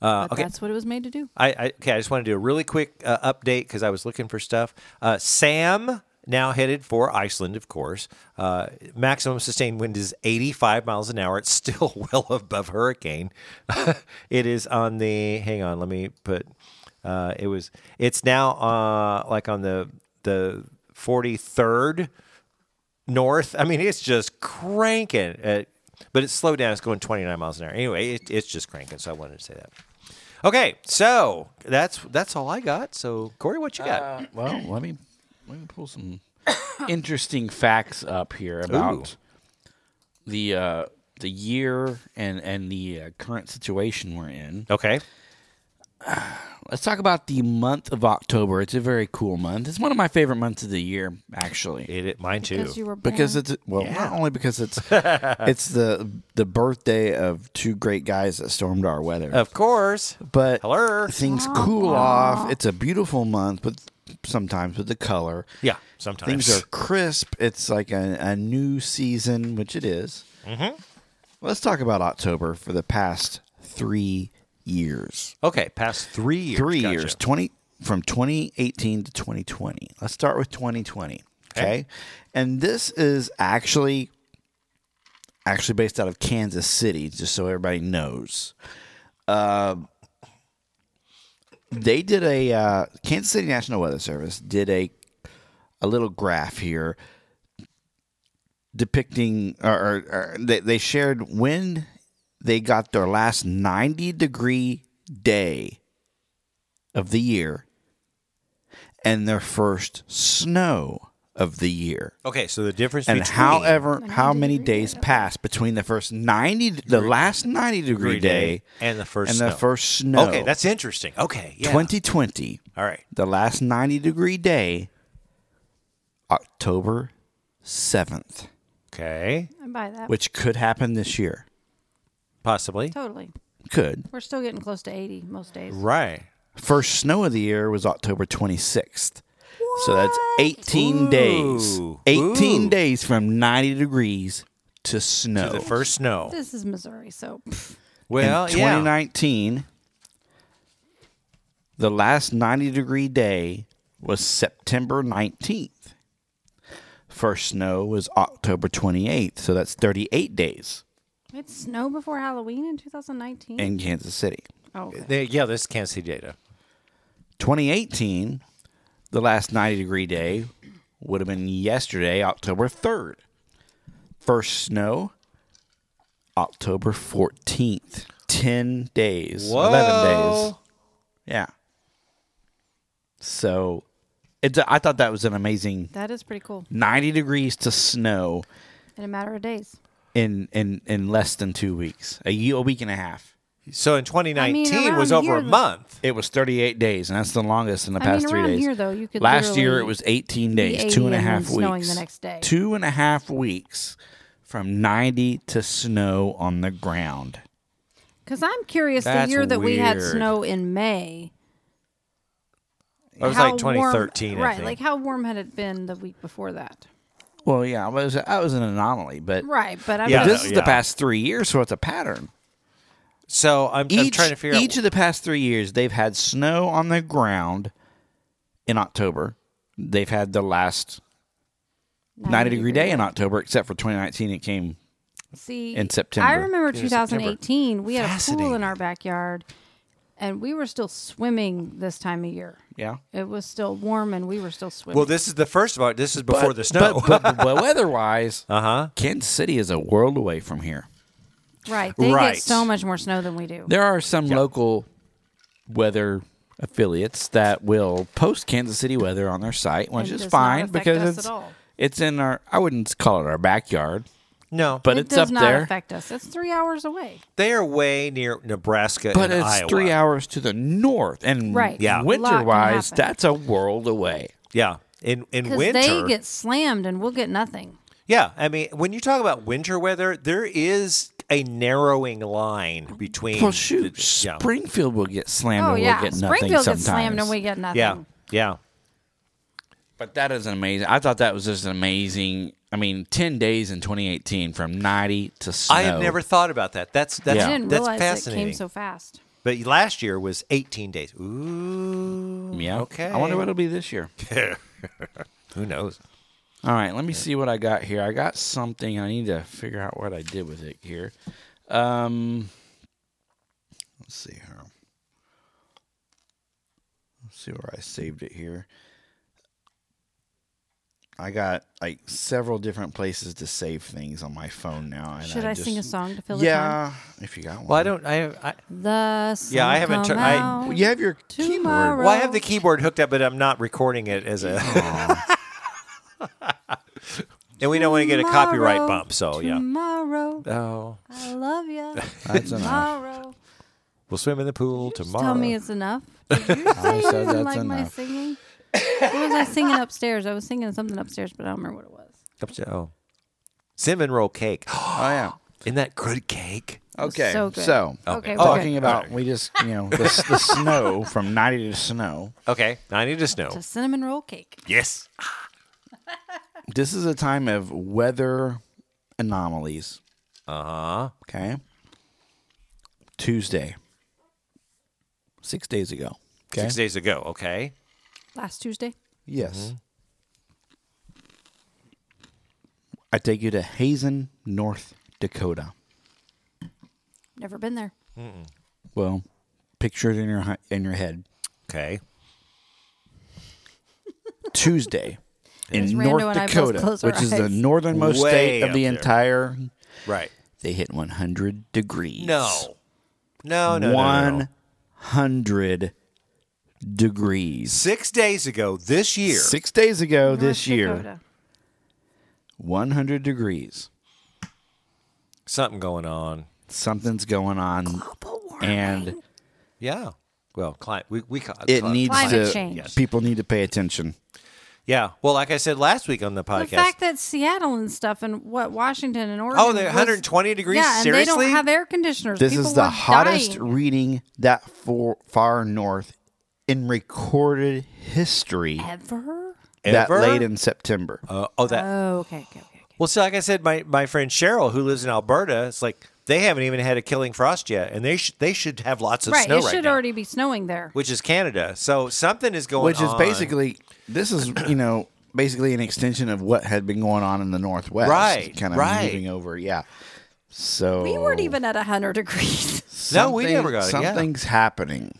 [SPEAKER 3] But That's what it was made to do.
[SPEAKER 1] I, I okay. I just want to do a really quick uh, update because I was looking for stuff. Uh, Sam now headed for Iceland, of course. Uh, maximum sustained wind is 85 miles an hour. It's still well above hurricane. it is on the. Hang on, let me put. Uh, it was. It's now uh, like on the the 43rd north. I mean, it's just cranking. At, but it's slowed down. It's going 29 miles an hour. Anyway, it, it's just cranking. So I wanted to say that. Okay, so that's that's all I got. So Corey, what you got?
[SPEAKER 3] Uh,
[SPEAKER 2] Well, let me let me pull some interesting facts up here about the uh, the year and and the uh, current situation we're in.
[SPEAKER 1] okay,
[SPEAKER 6] Let's talk about the month of October. It's a very cool month. It's one of my favorite months of the year, actually.
[SPEAKER 1] It, it mine too.
[SPEAKER 3] Because you were born.
[SPEAKER 6] because it's well not only because it's it's the the birthday of two great guys that stormed our weather
[SPEAKER 1] of course.
[SPEAKER 6] but
[SPEAKER 1] Hello.
[SPEAKER 6] things cool off it's a beautiful month but sometimes with the color
[SPEAKER 1] Yeah, sometimes
[SPEAKER 6] things are crisp it's like a, a new season which it is let's talk about october for the past three years
[SPEAKER 1] okay. Past three years.
[SPEAKER 6] three
[SPEAKER 1] Gotcha.
[SPEAKER 6] years 20 from 2018 to 2020 let's start with 2020 okay,
[SPEAKER 1] Okay.
[SPEAKER 6] and this is actually actually based out of kansas city just so everybody knows Um, they did a uh, kansas city national weather service did a a little graph here depicting or, or, or they, they shared when they got their last 90 degree day of the year and their first snow of the year.
[SPEAKER 1] Okay, so the difference
[SPEAKER 6] And
[SPEAKER 1] between
[SPEAKER 6] however, how many days pass between the first 90, the last 90 degree
[SPEAKER 1] degree
[SPEAKER 6] day
[SPEAKER 1] and the first
[SPEAKER 6] and
[SPEAKER 1] snow.
[SPEAKER 6] the first snow.
[SPEAKER 1] Okay, that's interesting. Okay, yeah.
[SPEAKER 6] 2020,
[SPEAKER 1] All right.
[SPEAKER 6] the last 90 degree day, October 7th,
[SPEAKER 1] Okay,
[SPEAKER 3] I buy that.
[SPEAKER 6] which could happen this year.
[SPEAKER 1] possibly.
[SPEAKER 3] Totally.
[SPEAKER 6] Could.
[SPEAKER 3] We're still getting close to 80 most days.
[SPEAKER 1] Right.
[SPEAKER 6] First snow of the year was October 26th. So that's 18 days.
[SPEAKER 1] Ooh.
[SPEAKER 6] 18
[SPEAKER 1] Ooh.
[SPEAKER 6] days from 90 degrees to snow.
[SPEAKER 1] The first snow.
[SPEAKER 3] This is Missouri, so pff,
[SPEAKER 1] Well,
[SPEAKER 6] In
[SPEAKER 1] yeah.
[SPEAKER 6] 2019, the last 90 degree day was September 19th. First snow was October 28th. So that's 38 days
[SPEAKER 3] it snowed before Halloween in 2019.
[SPEAKER 6] in Kansas City.
[SPEAKER 3] oh, okay.
[SPEAKER 1] They- yeah, this is Kansas City data.
[SPEAKER 6] 2018, the last 90 degree day would have been yesterday, October 3rd. First snow, October 14th. 10 days, 11 days.
[SPEAKER 1] Whoa.
[SPEAKER 6] Yeah. So it's, I thought that was an amazing
[SPEAKER 3] that is pretty cool
[SPEAKER 6] 90 degrees to snow
[SPEAKER 3] in a matter of days.
[SPEAKER 6] in, in, in less than two weeks, a, year, a week and a half.
[SPEAKER 1] So in 2019 was
[SPEAKER 3] around
[SPEAKER 1] over a
[SPEAKER 3] here,
[SPEAKER 1] month.
[SPEAKER 6] It was 38 days, and that's the longest in the
[SPEAKER 3] I
[SPEAKER 6] past
[SPEAKER 3] mean,
[SPEAKER 6] three
[SPEAKER 3] around
[SPEAKER 6] days.
[SPEAKER 3] here, though, you could
[SPEAKER 6] Last year
[SPEAKER 3] literally
[SPEAKER 6] it was 18
[SPEAKER 3] be
[SPEAKER 6] days,
[SPEAKER 3] 80
[SPEAKER 6] two and a
[SPEAKER 3] and
[SPEAKER 6] half
[SPEAKER 3] then snowing
[SPEAKER 6] weeks.
[SPEAKER 3] the next day.
[SPEAKER 6] Two and a half weeks from 90 to snow on the ground.
[SPEAKER 3] Because I'm curious,
[SPEAKER 6] That's
[SPEAKER 3] the year that we had
[SPEAKER 6] weird.
[SPEAKER 3] snow in May.
[SPEAKER 1] It was
[SPEAKER 3] how
[SPEAKER 1] like 2013,
[SPEAKER 3] warm,
[SPEAKER 1] I
[SPEAKER 3] right?
[SPEAKER 1] think.
[SPEAKER 3] Like how warm had it been the week before that?
[SPEAKER 6] Well, yeah, I was, I was an anomaly, but
[SPEAKER 3] Right, but I
[SPEAKER 1] Yeah,
[SPEAKER 3] mean,
[SPEAKER 6] this is
[SPEAKER 1] yeah.
[SPEAKER 6] the past three years, so it's a pattern.
[SPEAKER 1] so I'm, I'm trying to figure
[SPEAKER 6] each
[SPEAKER 1] out.
[SPEAKER 6] of the past three years, they've had snow on the ground in October. They've had the last 90, degree day in October, except for 2019. It came
[SPEAKER 3] See,
[SPEAKER 6] in September.
[SPEAKER 3] I remember
[SPEAKER 1] in September.
[SPEAKER 3] 2018. We had a pool
[SPEAKER 1] Fascinating.
[SPEAKER 3] in our backyard, and we were still swimming this time of year.
[SPEAKER 6] Yeah.
[SPEAKER 3] It was still warm, and we were still swimming.
[SPEAKER 1] Well, this is the first of all. This is before
[SPEAKER 6] But-
[SPEAKER 1] the snow.
[SPEAKER 6] But, but, but weather-wise,
[SPEAKER 1] uh huh.
[SPEAKER 6] Kansas City is a world away from here.
[SPEAKER 3] right, they
[SPEAKER 1] right.
[SPEAKER 3] get so much more snow than we do.
[SPEAKER 6] There are some local weather affiliates that will post Kansas City weather on their site, which
[SPEAKER 3] It
[SPEAKER 6] is
[SPEAKER 3] does not
[SPEAKER 6] fine
[SPEAKER 3] affect
[SPEAKER 6] because
[SPEAKER 3] us
[SPEAKER 6] it's
[SPEAKER 3] at all.
[SPEAKER 6] it's in our I wouldn't call it our backyard,
[SPEAKER 1] No,
[SPEAKER 6] but
[SPEAKER 3] it
[SPEAKER 6] it's
[SPEAKER 3] does
[SPEAKER 6] up
[SPEAKER 3] not
[SPEAKER 6] there.
[SPEAKER 3] affect us. It's three hours away.
[SPEAKER 1] they are way near Nebraska
[SPEAKER 6] but
[SPEAKER 1] and
[SPEAKER 6] it's
[SPEAKER 1] Iowa.
[SPEAKER 6] three hours to the north, and
[SPEAKER 3] Right. Yeah. A lot can
[SPEAKER 6] winter wise,
[SPEAKER 3] happen.
[SPEAKER 6] that's a world away.
[SPEAKER 1] Yeah, in in
[SPEAKER 3] Because
[SPEAKER 1] winter
[SPEAKER 3] they get slammed, and we'll get nothing.
[SPEAKER 1] Yeah, I mean, when you talk about winter weather, there is a narrowing line between.
[SPEAKER 6] Well, shoot,
[SPEAKER 1] the- yeah,
[SPEAKER 6] Springfield will get slammed.
[SPEAKER 3] oh
[SPEAKER 6] and
[SPEAKER 3] yeah,
[SPEAKER 6] we'll get nothing
[SPEAKER 3] Springfield
[SPEAKER 6] sometimes.
[SPEAKER 3] gets slammed, and we get nothing.
[SPEAKER 1] yeah, yeah.
[SPEAKER 6] But that is amazing. I thought that was just amazing. I mean, ten days in 2018 from 90 to snow.
[SPEAKER 1] I had never thought about that. That's that's
[SPEAKER 6] Yeah.
[SPEAKER 3] I didn't
[SPEAKER 1] that's
[SPEAKER 3] realize
[SPEAKER 1] fascinating.
[SPEAKER 3] it came so fast.
[SPEAKER 1] but last year was 18 days. Ooh,
[SPEAKER 6] Yeah.
[SPEAKER 1] Okay,
[SPEAKER 6] I wonder what it'll be this year.
[SPEAKER 1] Who knows?
[SPEAKER 6] All right, let me see what I got here. I got something. I need to figure out what I did with it here. Um, let's see here. Let's see where I saved it here. I got like several different places to save things on my phone now. And
[SPEAKER 3] Should I, sing a
[SPEAKER 6] just-
[SPEAKER 3] song to fill the time?
[SPEAKER 6] Yeah, if you got one.
[SPEAKER 1] Well, I don't. I, I
[SPEAKER 3] The sun
[SPEAKER 1] Yeah, I haven't tur-
[SPEAKER 3] come
[SPEAKER 1] I-
[SPEAKER 3] out
[SPEAKER 6] You have your
[SPEAKER 3] tomorrow.
[SPEAKER 1] well, I have the keyboard hooked up, but I'm not recording it as a. and we don't want to get a copyright
[SPEAKER 3] Tomorrow,
[SPEAKER 1] bump, so yeah.
[SPEAKER 3] Tomorrow,
[SPEAKER 1] Oh,
[SPEAKER 3] I love you. Oh,
[SPEAKER 6] That's enough.
[SPEAKER 3] tomorrow,
[SPEAKER 1] We'll swim in the pool tomorrow.
[SPEAKER 3] Tell me it's enough. Did you say you
[SPEAKER 2] said
[SPEAKER 3] didn't
[SPEAKER 2] that's
[SPEAKER 3] like my
[SPEAKER 2] enough.
[SPEAKER 3] singing? what was I singing upstairs? I was singing something upstairs, but I don't remember what it was.
[SPEAKER 1] Up to- oh. Cinnamon roll cake.
[SPEAKER 2] Oh yeah.
[SPEAKER 1] Isn't that good cake?
[SPEAKER 2] Okay.
[SPEAKER 3] Oh, so
[SPEAKER 2] So,
[SPEAKER 3] good. Okay,
[SPEAKER 1] Okay.
[SPEAKER 6] Oh,
[SPEAKER 3] we're
[SPEAKER 2] Uh, talking
[SPEAKER 3] good.
[SPEAKER 2] about we just you know the, s- the snow from ninety to snow.
[SPEAKER 1] Okay. I need to snow.
[SPEAKER 3] It's a cinnamon roll cake.
[SPEAKER 1] yes.
[SPEAKER 2] This is a time of weather anomalies.
[SPEAKER 1] Uh-huh.
[SPEAKER 2] Uh huh. Okay. Tuesday. Six days ago. Okay.
[SPEAKER 1] Six days ago. Okay.
[SPEAKER 3] Last Tuesday.
[SPEAKER 2] Yes. Mm-hmm. I take you to Hazen, North Dakota.
[SPEAKER 3] Never been there.
[SPEAKER 2] Well, picture it in your hi- in your head.
[SPEAKER 1] Okay.
[SPEAKER 2] Tuesday in
[SPEAKER 3] Just
[SPEAKER 2] North
[SPEAKER 3] rando and I both
[SPEAKER 2] Dakota,
[SPEAKER 3] close our
[SPEAKER 2] which is the
[SPEAKER 3] eyes.
[SPEAKER 2] northernmost
[SPEAKER 1] Way
[SPEAKER 2] state
[SPEAKER 1] up
[SPEAKER 2] of the
[SPEAKER 1] there.
[SPEAKER 2] entire.
[SPEAKER 1] Right.
[SPEAKER 2] They hit 100 degrees.
[SPEAKER 1] No. No, no, no, no, no.
[SPEAKER 2] 100 degrees.
[SPEAKER 1] Six days ago this year.
[SPEAKER 2] Six days ago this
[SPEAKER 3] North
[SPEAKER 2] year,
[SPEAKER 3] Dakota.
[SPEAKER 2] 100 degrees.
[SPEAKER 1] Something going on.
[SPEAKER 2] Something's going on, and
[SPEAKER 1] Yeah. Well, cli- we we ca-
[SPEAKER 2] it
[SPEAKER 1] ca-
[SPEAKER 2] needs
[SPEAKER 3] Climate
[SPEAKER 2] to.
[SPEAKER 3] change. Yes.
[SPEAKER 2] People need to pay attention.
[SPEAKER 1] Yeah. Well, like I said last week on the podcast.
[SPEAKER 3] The fact that Seattle and stuff and what Washington and Oregon.
[SPEAKER 1] Oh, they're
[SPEAKER 3] was-
[SPEAKER 1] 120 degrees?
[SPEAKER 3] Yeah, and they
[SPEAKER 1] Seriously?
[SPEAKER 3] don't have air conditioners.
[SPEAKER 2] This
[SPEAKER 3] People
[SPEAKER 2] is the
[SPEAKER 3] were
[SPEAKER 2] hottest
[SPEAKER 3] dying.
[SPEAKER 2] reading that for, far north in recorded history.
[SPEAKER 3] ever.
[SPEAKER 2] That
[SPEAKER 1] Ever?
[SPEAKER 2] late in September.
[SPEAKER 1] Uh, oh, that.
[SPEAKER 3] Oh, okay, okay, okay. okay.
[SPEAKER 1] Well, see, like I said, my, my friend Cheryl, who lives in Alberta, it's like they haven't even had a killing frost yet, and they should they should have lots of
[SPEAKER 3] Right,
[SPEAKER 1] snow
[SPEAKER 3] it
[SPEAKER 1] right
[SPEAKER 3] should
[SPEAKER 1] now,
[SPEAKER 3] already be snowing there.
[SPEAKER 1] which is Canada. So something is going,
[SPEAKER 2] which is
[SPEAKER 1] on.
[SPEAKER 2] basically this is you know basically an extension of what had been going on in the northwest
[SPEAKER 1] Right,
[SPEAKER 2] kind of
[SPEAKER 1] right.
[SPEAKER 2] moving over yeah so
[SPEAKER 3] We weren't even at 100 degrees.
[SPEAKER 1] No, we never got it, yeah.
[SPEAKER 2] something's happening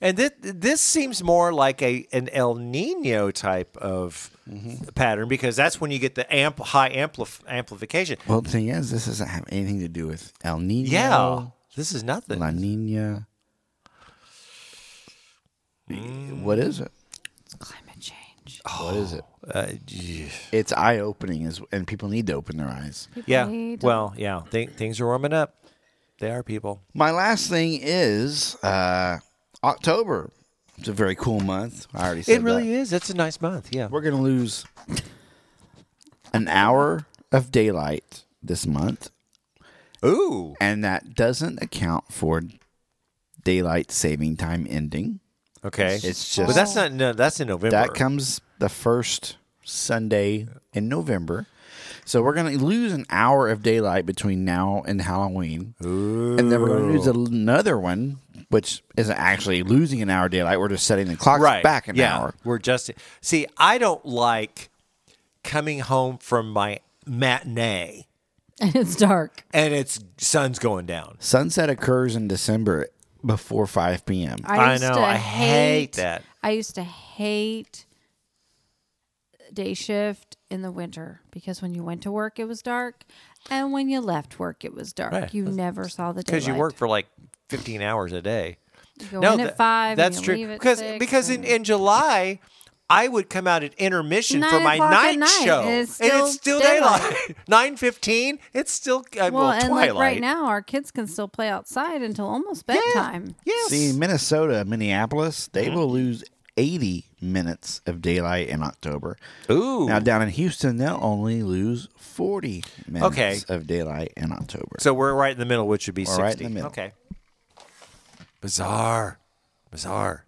[SPEAKER 1] and this this seems more like a an El Nino type of
[SPEAKER 2] Mm-hmm.
[SPEAKER 1] pattern because that's when you get the amp high ampli- amplification.
[SPEAKER 2] well the thing is this doesn't have anything to do with el nino
[SPEAKER 1] Yeah, this is nothing.
[SPEAKER 2] la nina
[SPEAKER 1] Mm.
[SPEAKER 2] what is it
[SPEAKER 3] Climate change.
[SPEAKER 2] what is it
[SPEAKER 1] Uh, yeah.
[SPEAKER 2] it's eye-opening is and people need to open their eyes
[SPEAKER 1] yeah.
[SPEAKER 3] Need-
[SPEAKER 1] Well, yeah. Th- things are warming up. They are people.
[SPEAKER 2] My last thing is uh, October. It's a very cool month. I already said
[SPEAKER 1] it really
[SPEAKER 2] that.
[SPEAKER 1] is. It's a nice month. Yeah.
[SPEAKER 2] We're going to lose an hour of daylight this month,
[SPEAKER 1] Ooh.
[SPEAKER 2] and that doesn't account for daylight saving time ending.
[SPEAKER 1] Okay.
[SPEAKER 2] It's just
[SPEAKER 1] but that's not. No, that's in November.
[SPEAKER 2] that comes the first Sunday in November. So we're going to lose an hour of daylight between now and Halloween. And then we're going to lose another one, which isn't actually losing an hour of daylight. We're just setting the clock back an
[SPEAKER 1] yeah.
[SPEAKER 2] hour.
[SPEAKER 1] We're just see. I don't like coming home from my matinee
[SPEAKER 3] And it's dark.
[SPEAKER 1] and it's sun's going down.
[SPEAKER 2] Sunset occurs in December before 5 p.m.
[SPEAKER 1] I
[SPEAKER 3] used
[SPEAKER 1] know,
[SPEAKER 3] to
[SPEAKER 1] I hate that.
[SPEAKER 3] I used to hate day shift in the winter because when you went to work, it was dark. And when you left work, it was dark.
[SPEAKER 1] Right.
[SPEAKER 3] You never saw the daylight.
[SPEAKER 1] because you work for like 15 hours a day.
[SPEAKER 3] You go in
[SPEAKER 1] tha-
[SPEAKER 3] at five.
[SPEAKER 1] That's
[SPEAKER 3] and you
[SPEAKER 1] true.
[SPEAKER 3] Leave at
[SPEAKER 1] because
[SPEAKER 3] six
[SPEAKER 1] because in,
[SPEAKER 3] and-
[SPEAKER 1] in July, I would come out at intermission for
[SPEAKER 3] Nine
[SPEAKER 1] my
[SPEAKER 3] o'clock at
[SPEAKER 1] night,
[SPEAKER 3] night,
[SPEAKER 1] show,
[SPEAKER 3] and it's
[SPEAKER 1] and it's still
[SPEAKER 3] still daylight.
[SPEAKER 1] daylight. Nine fifteen, it's still uh,
[SPEAKER 3] well, and
[SPEAKER 1] twilight
[SPEAKER 3] like right now, our kids can still play outside until almost bedtime.
[SPEAKER 1] Yes.
[SPEAKER 2] See, Minnesota, Minneapolis, they
[SPEAKER 3] Mm-hmm.
[SPEAKER 2] will lose 80 minutes of daylight in October.
[SPEAKER 1] Ooh.
[SPEAKER 2] Now down in Houston, they'll only lose 40 minutes
[SPEAKER 1] Okay.
[SPEAKER 2] of daylight in October.
[SPEAKER 1] so we're right in the middle, which would be
[SPEAKER 2] We're
[SPEAKER 1] 60.
[SPEAKER 2] right in the middle.
[SPEAKER 1] Okay. Bizarre. Bizarre.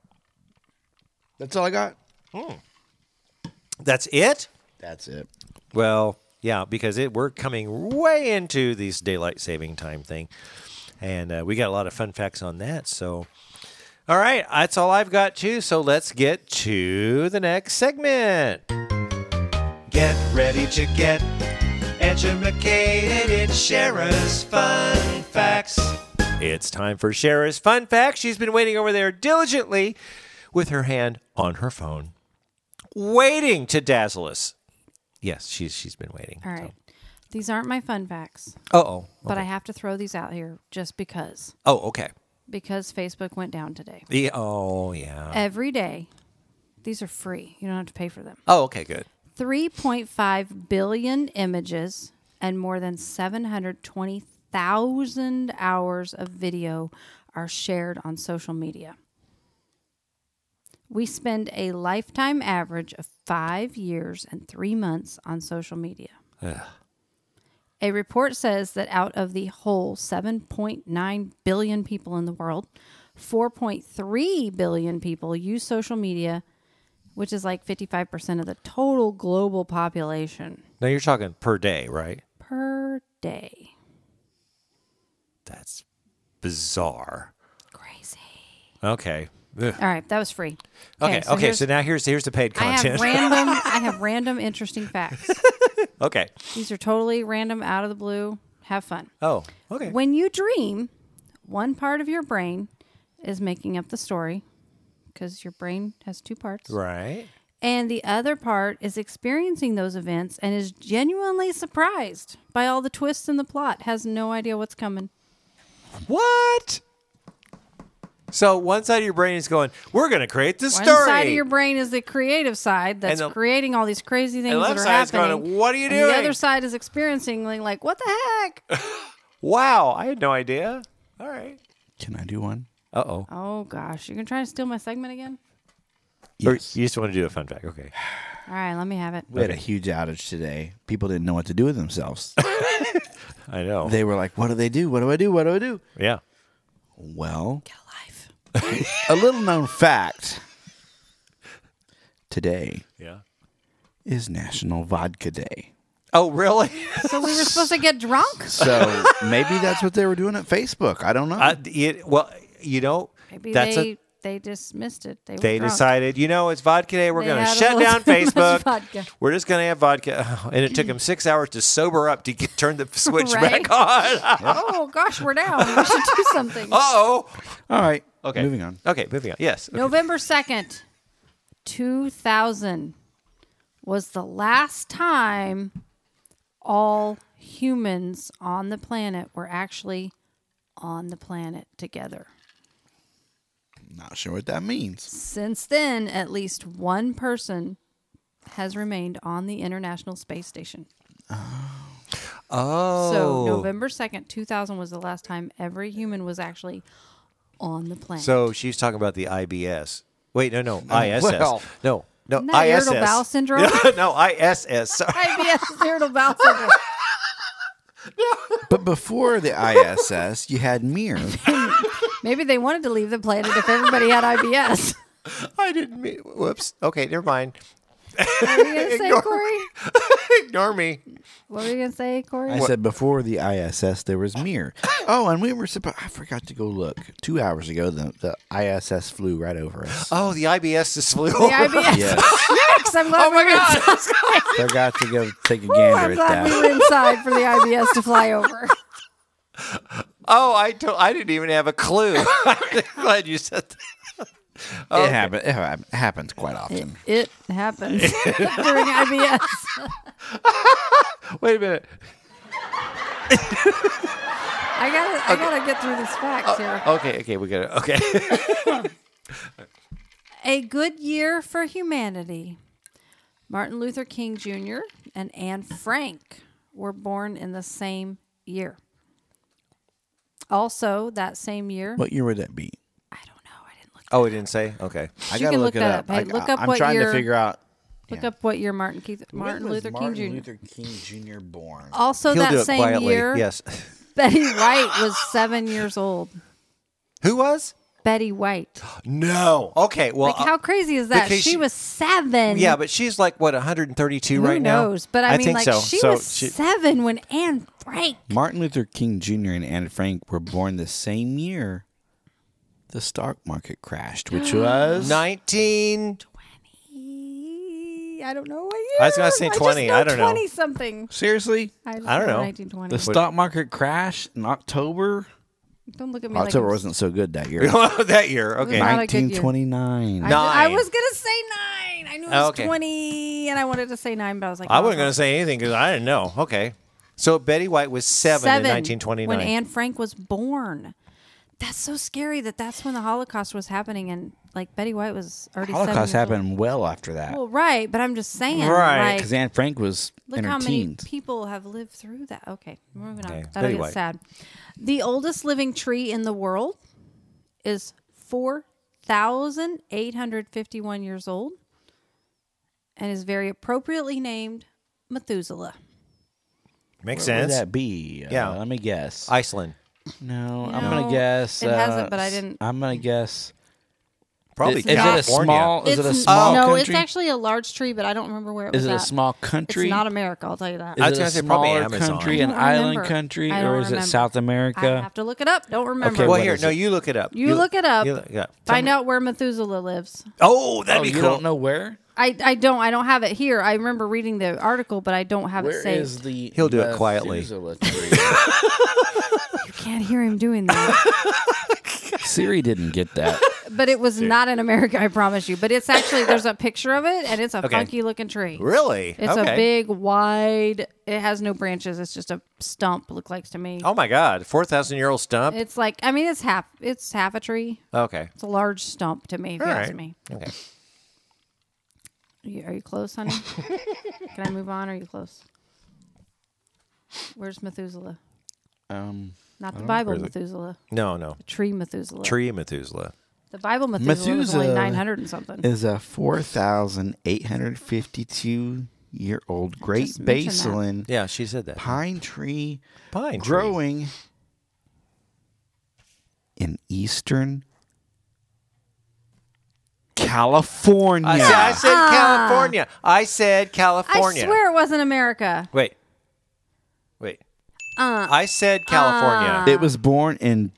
[SPEAKER 2] that's all I got.
[SPEAKER 1] That's it?
[SPEAKER 2] That's it.
[SPEAKER 1] Well, yeah, because it we're coming way into this daylight saving time thing, and uh, we got a lot of fun facts on that. So, all right, that's all I've got too. So let's get to the next segment. Get ready to get educated in Shara's fun facts. It's time for Shara's fun facts. She's been waiting over there diligently, with her hand on her phone, waiting to dazzle us. Yes, she's she's been waiting.
[SPEAKER 3] All right. These aren't my fun facts,
[SPEAKER 1] Uh oh.
[SPEAKER 3] but I have to throw these out here just because.
[SPEAKER 1] Oh, okay.
[SPEAKER 3] Because Facebook went down today.
[SPEAKER 1] The oh yeah.
[SPEAKER 3] Every day, these are free. You don't have to pay for them.
[SPEAKER 1] Oh, okay, good.
[SPEAKER 3] 3.5 billion images and more than 720,000 hours of video are shared on social media. We spend a lifetime average of five years and three months on social media. A report says that out of the whole 7.9 billion people in the world, 4.3 billion people use social media, which is like 55% of the total global population
[SPEAKER 1] Now you're talking per day, right?
[SPEAKER 3] per day.
[SPEAKER 1] That's bizarre.
[SPEAKER 3] Crazy.
[SPEAKER 1] Okay. Ugh.
[SPEAKER 3] All right, that was free.
[SPEAKER 1] Okay. Okay.
[SPEAKER 3] here's-
[SPEAKER 1] So, now here's here's the paid
[SPEAKER 3] I have
[SPEAKER 1] content.
[SPEAKER 3] random I have random interesting facts.
[SPEAKER 1] okay.
[SPEAKER 3] These are totally random out of the blue. Have fun.
[SPEAKER 1] Oh. Okay.
[SPEAKER 3] When you dream, one part of your brain is making up the story because your brain has two parts.
[SPEAKER 1] right.
[SPEAKER 3] And the other part is experiencing those events and is genuinely surprised by all the twists in the plot, has no idea what's coming.
[SPEAKER 1] What? So one side of your brain is going, "We're going to create this
[SPEAKER 3] One
[SPEAKER 1] story."
[SPEAKER 3] side of your brain is the creative side that's
[SPEAKER 1] And the-
[SPEAKER 3] creating all these crazy things
[SPEAKER 1] left
[SPEAKER 3] that are
[SPEAKER 1] side is going,
[SPEAKER 3] happening.
[SPEAKER 1] "What are you
[SPEAKER 3] and
[SPEAKER 1] doing?"
[SPEAKER 3] The other side is experiencing like, like, what the heck?
[SPEAKER 1] wow, I had no idea. All right.
[SPEAKER 2] Can I do one?
[SPEAKER 1] Uh oh.
[SPEAKER 3] oh gosh, you can try to steal my segment again.
[SPEAKER 1] You just want to do a fun fact, okay?
[SPEAKER 3] All right, let me have it.
[SPEAKER 2] We had a huge outage today. People didn't know what to do with themselves.
[SPEAKER 1] I know.
[SPEAKER 2] they were like, "What do they do? What do I do? What do I do?"
[SPEAKER 1] yeah.
[SPEAKER 2] Well, get a life. a little known fact. Today
[SPEAKER 1] Yeah.
[SPEAKER 2] is National Vodka Day.
[SPEAKER 1] Oh really?
[SPEAKER 3] So we were supposed to get drunk.
[SPEAKER 2] So maybe that's what they were doing at Facebook. I don't know.
[SPEAKER 1] uh, it, well, you know,
[SPEAKER 3] Maybe
[SPEAKER 1] that's
[SPEAKER 3] they
[SPEAKER 1] a.
[SPEAKER 3] they dismissed it. They, were
[SPEAKER 1] They
[SPEAKER 3] drunk.
[SPEAKER 1] decided, you know, it's vodka day. We're
[SPEAKER 3] They
[SPEAKER 1] going to
[SPEAKER 3] had a
[SPEAKER 1] shut
[SPEAKER 3] little
[SPEAKER 1] down
[SPEAKER 3] too much
[SPEAKER 1] Facebook.
[SPEAKER 3] vodka.
[SPEAKER 1] We're just going to have vodka. And it took them six hours to sober up to get, turn the switch
[SPEAKER 3] Right.
[SPEAKER 1] back on.
[SPEAKER 3] Oh gosh, we're down. We should do something.
[SPEAKER 1] Uh oh.
[SPEAKER 2] All right.
[SPEAKER 1] Okay.
[SPEAKER 2] Moving on.
[SPEAKER 1] Okay, moving on. Yes.
[SPEAKER 3] November second, two thousand, was the last time all humans on the planet were actually on the planet together.
[SPEAKER 2] Not sure what that means.
[SPEAKER 3] Since then, at least one person has remained on the International Space Station.
[SPEAKER 1] Oh.
[SPEAKER 3] So November second, two thousand was the last time every human was actually on the planet.
[SPEAKER 1] So she's talking about the IBS. Wait, no, no, ISS.
[SPEAKER 2] well.
[SPEAKER 1] no, no,
[SPEAKER 3] Isn't that irritable
[SPEAKER 1] ISS.
[SPEAKER 3] bowel syndrome?
[SPEAKER 1] no, ISS. Sorry.
[SPEAKER 3] IBS irritable bowel syndrome.
[SPEAKER 2] But before the ISS, you had Mir.
[SPEAKER 3] Maybe they wanted to leave the planet if everybody had IBS.
[SPEAKER 1] I didn't mean. Whoops. Okay, never mind.
[SPEAKER 3] What were you gonna say,
[SPEAKER 1] Ignore-
[SPEAKER 3] Corey?
[SPEAKER 1] Ignore me.
[SPEAKER 3] What were you gonna say, Corey?
[SPEAKER 2] I said before the ISS, there was Mir. Oh, and we were supposed. I forgot to go look. Two hours ago, the, the ISS flew right over us.
[SPEAKER 1] Oh, the IBS is flew.
[SPEAKER 3] the
[SPEAKER 2] Yes.
[SPEAKER 3] IBS. Yes, I'm glad.
[SPEAKER 1] Oh my
[SPEAKER 3] we were
[SPEAKER 1] God.
[SPEAKER 3] inside.
[SPEAKER 2] forgot to go take a
[SPEAKER 3] Ooh,
[SPEAKER 2] gander
[SPEAKER 3] I'm
[SPEAKER 2] at
[SPEAKER 3] glad we
[SPEAKER 2] that.
[SPEAKER 3] were inside for the IBS to fly over.
[SPEAKER 1] Oh, I to- I didn't even have a clue. I'm glad you said that.
[SPEAKER 2] It, happen, it hap- happens quite often.
[SPEAKER 3] It happens during IBS.
[SPEAKER 1] Wait a minute.
[SPEAKER 3] I gotta, I gotta get through these
[SPEAKER 1] Uh,
[SPEAKER 3] facts here.
[SPEAKER 1] Okay, okay, we got it. Okay.
[SPEAKER 3] A good year for humanity. Martin Luther King Jr. and Anne Frank were born in the same year. Also, that same year,
[SPEAKER 2] What year would that be?
[SPEAKER 3] I don't know. I didn't look.
[SPEAKER 1] Oh, it didn't say. Okay.
[SPEAKER 2] I
[SPEAKER 3] You
[SPEAKER 2] gotta
[SPEAKER 3] can
[SPEAKER 2] look,
[SPEAKER 3] look
[SPEAKER 2] it
[SPEAKER 3] that
[SPEAKER 2] up.
[SPEAKER 3] up. Hey,
[SPEAKER 2] I,
[SPEAKER 3] look up
[SPEAKER 2] I'm
[SPEAKER 3] what
[SPEAKER 2] trying to
[SPEAKER 3] year-
[SPEAKER 2] figure out.
[SPEAKER 3] Look up what year Martin Keith, Martin Luther King Jr.
[SPEAKER 2] Luther King Jr. born.
[SPEAKER 3] Also,
[SPEAKER 1] He'll do
[SPEAKER 3] Oh, that
[SPEAKER 1] it
[SPEAKER 3] same
[SPEAKER 1] quietly.
[SPEAKER 3] year,
[SPEAKER 1] Yes.
[SPEAKER 3] Betty White was seven years old.
[SPEAKER 1] Who was?
[SPEAKER 3] Betty White.
[SPEAKER 1] No. Okay. Well.
[SPEAKER 3] Like, how crazy is that?
[SPEAKER 1] because
[SPEAKER 3] She,
[SPEAKER 1] she-
[SPEAKER 3] was seven.
[SPEAKER 1] yeah, but she's like what 132
[SPEAKER 3] who
[SPEAKER 1] right
[SPEAKER 3] knows?
[SPEAKER 1] now.
[SPEAKER 3] But I, mean,
[SPEAKER 1] think
[SPEAKER 3] like,
[SPEAKER 1] so.
[SPEAKER 3] she
[SPEAKER 1] so
[SPEAKER 3] was seven when Anne Frank.
[SPEAKER 2] Martin Luther King Jr. and Anne Frank were born the same year the stock market crashed, which was
[SPEAKER 1] 19
[SPEAKER 3] I don't know what year.
[SPEAKER 1] I was gonna say
[SPEAKER 3] just
[SPEAKER 1] 20. I don't know.
[SPEAKER 3] 20 something.
[SPEAKER 2] seriously
[SPEAKER 3] I, just
[SPEAKER 1] I don't know.
[SPEAKER 3] 1920.
[SPEAKER 2] the stock market crashed in October.
[SPEAKER 3] don't look at me
[SPEAKER 2] October
[SPEAKER 3] like I'm-
[SPEAKER 2] wasn't so good that year.
[SPEAKER 1] that year. Okay.
[SPEAKER 3] Not a good year.
[SPEAKER 2] 1929.
[SPEAKER 3] I, I
[SPEAKER 1] Nine.
[SPEAKER 3] was going to say nine. I knew it was
[SPEAKER 1] Okay.
[SPEAKER 3] 20, and I wanted to say nine, but I was like, "Oh,
[SPEAKER 1] I
[SPEAKER 3] no,
[SPEAKER 1] wasn't
[SPEAKER 3] it's
[SPEAKER 1] going to say anything because I didn't know. Okay. So Betty White was seven, in 1929.
[SPEAKER 3] when Anne Frank was born. That's so scary that that's when the Holocaust was happening, and like Betty White was already.
[SPEAKER 2] Holocaust
[SPEAKER 3] seven years
[SPEAKER 2] happened well after that.
[SPEAKER 3] Old. Well, right, but I'm just saying,
[SPEAKER 1] Right,
[SPEAKER 3] like,
[SPEAKER 2] because Anne Frank was
[SPEAKER 3] look
[SPEAKER 2] in her
[SPEAKER 3] how many
[SPEAKER 2] teens.
[SPEAKER 3] people have lived through that. Okay, moving on.
[SPEAKER 1] Okay,
[SPEAKER 3] That'll
[SPEAKER 1] Betty
[SPEAKER 3] get
[SPEAKER 1] White.
[SPEAKER 3] sad. The oldest living tree in the world is 4,851 years old and is very appropriately named Methuselah.
[SPEAKER 1] Makes
[SPEAKER 6] Where would
[SPEAKER 1] sense.
[SPEAKER 6] that be? Uh,
[SPEAKER 1] Yeah.
[SPEAKER 6] let me guess.
[SPEAKER 1] Iceland.
[SPEAKER 6] no, I'm
[SPEAKER 3] No,
[SPEAKER 6] gonna guess.
[SPEAKER 3] it hasn't,
[SPEAKER 6] uh,
[SPEAKER 3] but I didn't-
[SPEAKER 6] I'm gonna guess.
[SPEAKER 1] Probably
[SPEAKER 6] is, is it a
[SPEAKER 1] California.
[SPEAKER 6] small? Is it a
[SPEAKER 3] It's-
[SPEAKER 6] small
[SPEAKER 3] no,
[SPEAKER 6] country?
[SPEAKER 3] it's actually a large tree, but I don't remember where it was
[SPEAKER 6] is it a
[SPEAKER 3] at.
[SPEAKER 6] small country?
[SPEAKER 3] It's not America, I'll tell you that.
[SPEAKER 6] Is
[SPEAKER 3] I
[SPEAKER 1] I was
[SPEAKER 6] it a
[SPEAKER 1] gonna say probably
[SPEAKER 6] smaller
[SPEAKER 1] Amazon.
[SPEAKER 6] country,
[SPEAKER 1] I
[SPEAKER 6] an
[SPEAKER 3] don't
[SPEAKER 6] island
[SPEAKER 3] remember.
[SPEAKER 6] country,
[SPEAKER 3] I don't
[SPEAKER 6] or is it
[SPEAKER 3] remember.
[SPEAKER 6] South America?
[SPEAKER 3] have to look it up. Don't remember.
[SPEAKER 6] Okay,
[SPEAKER 1] well,
[SPEAKER 6] what
[SPEAKER 1] here,
[SPEAKER 6] is
[SPEAKER 1] no,
[SPEAKER 6] it?
[SPEAKER 1] you look it up.
[SPEAKER 3] you, look it up.
[SPEAKER 1] you look- yeah.
[SPEAKER 3] Find out where Methuselah lives.
[SPEAKER 1] Oh, that'd
[SPEAKER 6] oh,
[SPEAKER 1] be
[SPEAKER 6] you
[SPEAKER 1] cool.
[SPEAKER 6] don't know where?
[SPEAKER 3] I, I don't I don't have it here. I remember reading the article, but I don't have
[SPEAKER 6] Where
[SPEAKER 3] it saved.
[SPEAKER 6] is the?
[SPEAKER 1] He'll do it quietly.
[SPEAKER 6] Methuselah tree?
[SPEAKER 3] You can't hear him doing that.
[SPEAKER 6] Siri didn't get that.
[SPEAKER 3] but it was not in America, I promise you. But it's actually there's a picture of it, and it's a
[SPEAKER 1] Okay.
[SPEAKER 3] funky looking tree.
[SPEAKER 1] Really?
[SPEAKER 3] It's
[SPEAKER 1] okay.
[SPEAKER 3] a big, wide. It has no branches. It's just a stump. Looks like to me.
[SPEAKER 1] Oh my God, four thousand year old stump.
[SPEAKER 3] It's like I mean, it's half. It's half a tree.
[SPEAKER 1] okay.
[SPEAKER 3] It's a large stump to me. If
[SPEAKER 1] All
[SPEAKER 3] you
[SPEAKER 1] right.
[SPEAKER 3] ask me.
[SPEAKER 1] Okay.
[SPEAKER 3] Are you, are you close, honey? Can I move on? Are you close? Where's Methuselah?
[SPEAKER 6] Um,
[SPEAKER 3] Not the Bible Methuselah.
[SPEAKER 1] No, no.
[SPEAKER 3] Tree Methuselah.
[SPEAKER 1] Tree Methuselah.
[SPEAKER 3] The Bible Methuselah, was only
[SPEAKER 6] Methuselah
[SPEAKER 3] nine hundred and something.
[SPEAKER 6] is a four thousand eight hundred fifty-two year old Great
[SPEAKER 3] Just mention that.
[SPEAKER 6] Baseline
[SPEAKER 1] Yeah, she said that.
[SPEAKER 6] pine tree
[SPEAKER 1] Pine tree.
[SPEAKER 6] growing in eastern California.
[SPEAKER 1] I, said, I said California. I said California.
[SPEAKER 3] Ah. I swear it wasn't America.
[SPEAKER 1] Wait. Wait.
[SPEAKER 3] Uh,
[SPEAKER 1] I said California.
[SPEAKER 6] It was born in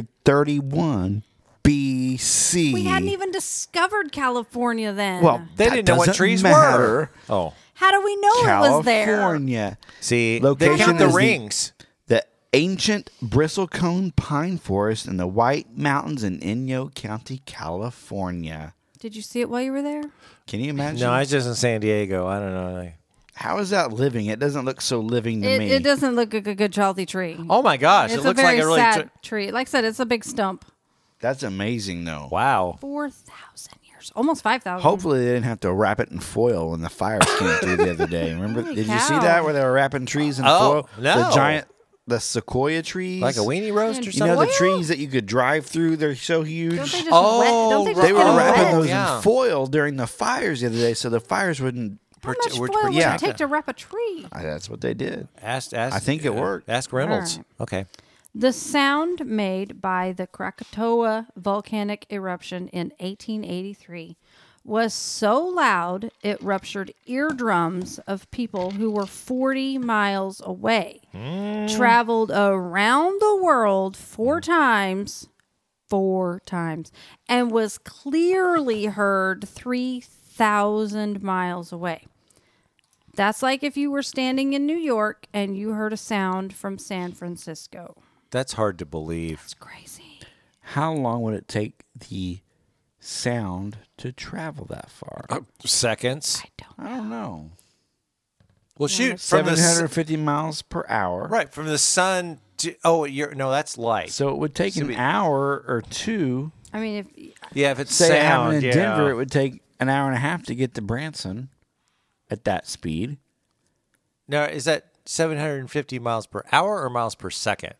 [SPEAKER 6] 2831 BC.
[SPEAKER 3] We hadn't even discovered California then.
[SPEAKER 6] Well,
[SPEAKER 1] they
[SPEAKER 6] that
[SPEAKER 1] didn't know what
[SPEAKER 6] doesn't
[SPEAKER 1] trees
[SPEAKER 6] matter.
[SPEAKER 1] were. Oh.
[SPEAKER 3] how do we know it was there?
[SPEAKER 6] California.
[SPEAKER 1] See,
[SPEAKER 6] Location
[SPEAKER 1] they count the
[SPEAKER 6] is the-
[SPEAKER 1] rings.
[SPEAKER 6] The ancient bristlecone pine forest in the White Mountains in Inyo County, California.
[SPEAKER 3] Did you see it while you were there?
[SPEAKER 6] Can you imagine?
[SPEAKER 1] No, I was just in San Diego. I don't know. I-
[SPEAKER 6] How is that living? It doesn't look so living to
[SPEAKER 3] It,
[SPEAKER 6] me.
[SPEAKER 3] it doesn't look like a good healthy tree.
[SPEAKER 1] Oh my gosh.
[SPEAKER 3] it's
[SPEAKER 1] it
[SPEAKER 3] a
[SPEAKER 1] looks
[SPEAKER 3] very
[SPEAKER 1] like a really.
[SPEAKER 3] sad
[SPEAKER 1] tr-
[SPEAKER 3] tree. Like I said, it's a big stump.
[SPEAKER 6] That's amazing, though.
[SPEAKER 1] wow.
[SPEAKER 3] Four thousand years, almost five thousand.
[SPEAKER 6] Hopefully, they didn't have to wrap it in foil when the fires came through the other day. Remember?
[SPEAKER 3] Holy
[SPEAKER 6] did you see
[SPEAKER 3] cow.
[SPEAKER 6] that where they were wrapping trees in
[SPEAKER 1] Oh,
[SPEAKER 6] foil?
[SPEAKER 1] no.
[SPEAKER 6] The giant, the sequoia trees,
[SPEAKER 1] Like a weenie roast or
[SPEAKER 6] You know
[SPEAKER 1] something?
[SPEAKER 6] the trees that you could drive through. They're so huge.
[SPEAKER 3] Don't they just
[SPEAKER 1] Oh,
[SPEAKER 3] wet? Don't they just
[SPEAKER 6] they
[SPEAKER 3] get
[SPEAKER 6] were
[SPEAKER 1] Oh,
[SPEAKER 6] wrapping
[SPEAKER 3] wet?
[SPEAKER 6] those
[SPEAKER 1] yeah.
[SPEAKER 6] in foil during the fires the other day, so the fires wouldn't.
[SPEAKER 3] How
[SPEAKER 1] Prote-
[SPEAKER 3] much
[SPEAKER 1] we're-
[SPEAKER 3] foil would
[SPEAKER 6] yeah.
[SPEAKER 3] it take to wrap a tree?
[SPEAKER 6] Ah, That's what they did.
[SPEAKER 1] Ask, ask, uh,
[SPEAKER 6] I think it worked.
[SPEAKER 1] Ask Reynolds.
[SPEAKER 3] All
[SPEAKER 1] Okay.
[SPEAKER 3] The sound made by the Krakatoa volcanic eruption in 1883 was so loud it ruptured eardrums of people who were 40 miles away. Traveled around the world four times, four times, and was clearly heard 3,000 miles away. That's like if you were standing in New York and you heard a sound from San Francisco.
[SPEAKER 1] That's hard to believe.
[SPEAKER 3] It's crazy.
[SPEAKER 6] How long would it take the sound to travel that far?
[SPEAKER 1] Seconds.
[SPEAKER 6] I don't know.
[SPEAKER 1] Well, shoot. From
[SPEAKER 6] Seven
[SPEAKER 1] the, s-
[SPEAKER 6] hundred fifty miles per hour.
[SPEAKER 1] right. From the sun to. Oh, you're. No, that's light.
[SPEAKER 6] So it would take an hour or two.
[SPEAKER 3] I mean, if
[SPEAKER 1] yeah, if it's
[SPEAKER 6] Say it happened
[SPEAKER 1] sound.
[SPEAKER 6] in
[SPEAKER 1] yeah.
[SPEAKER 6] Denver, it would take an hour and a half to get to Branson at that speed.
[SPEAKER 1] Now, is that 750 miles per hour or miles per second?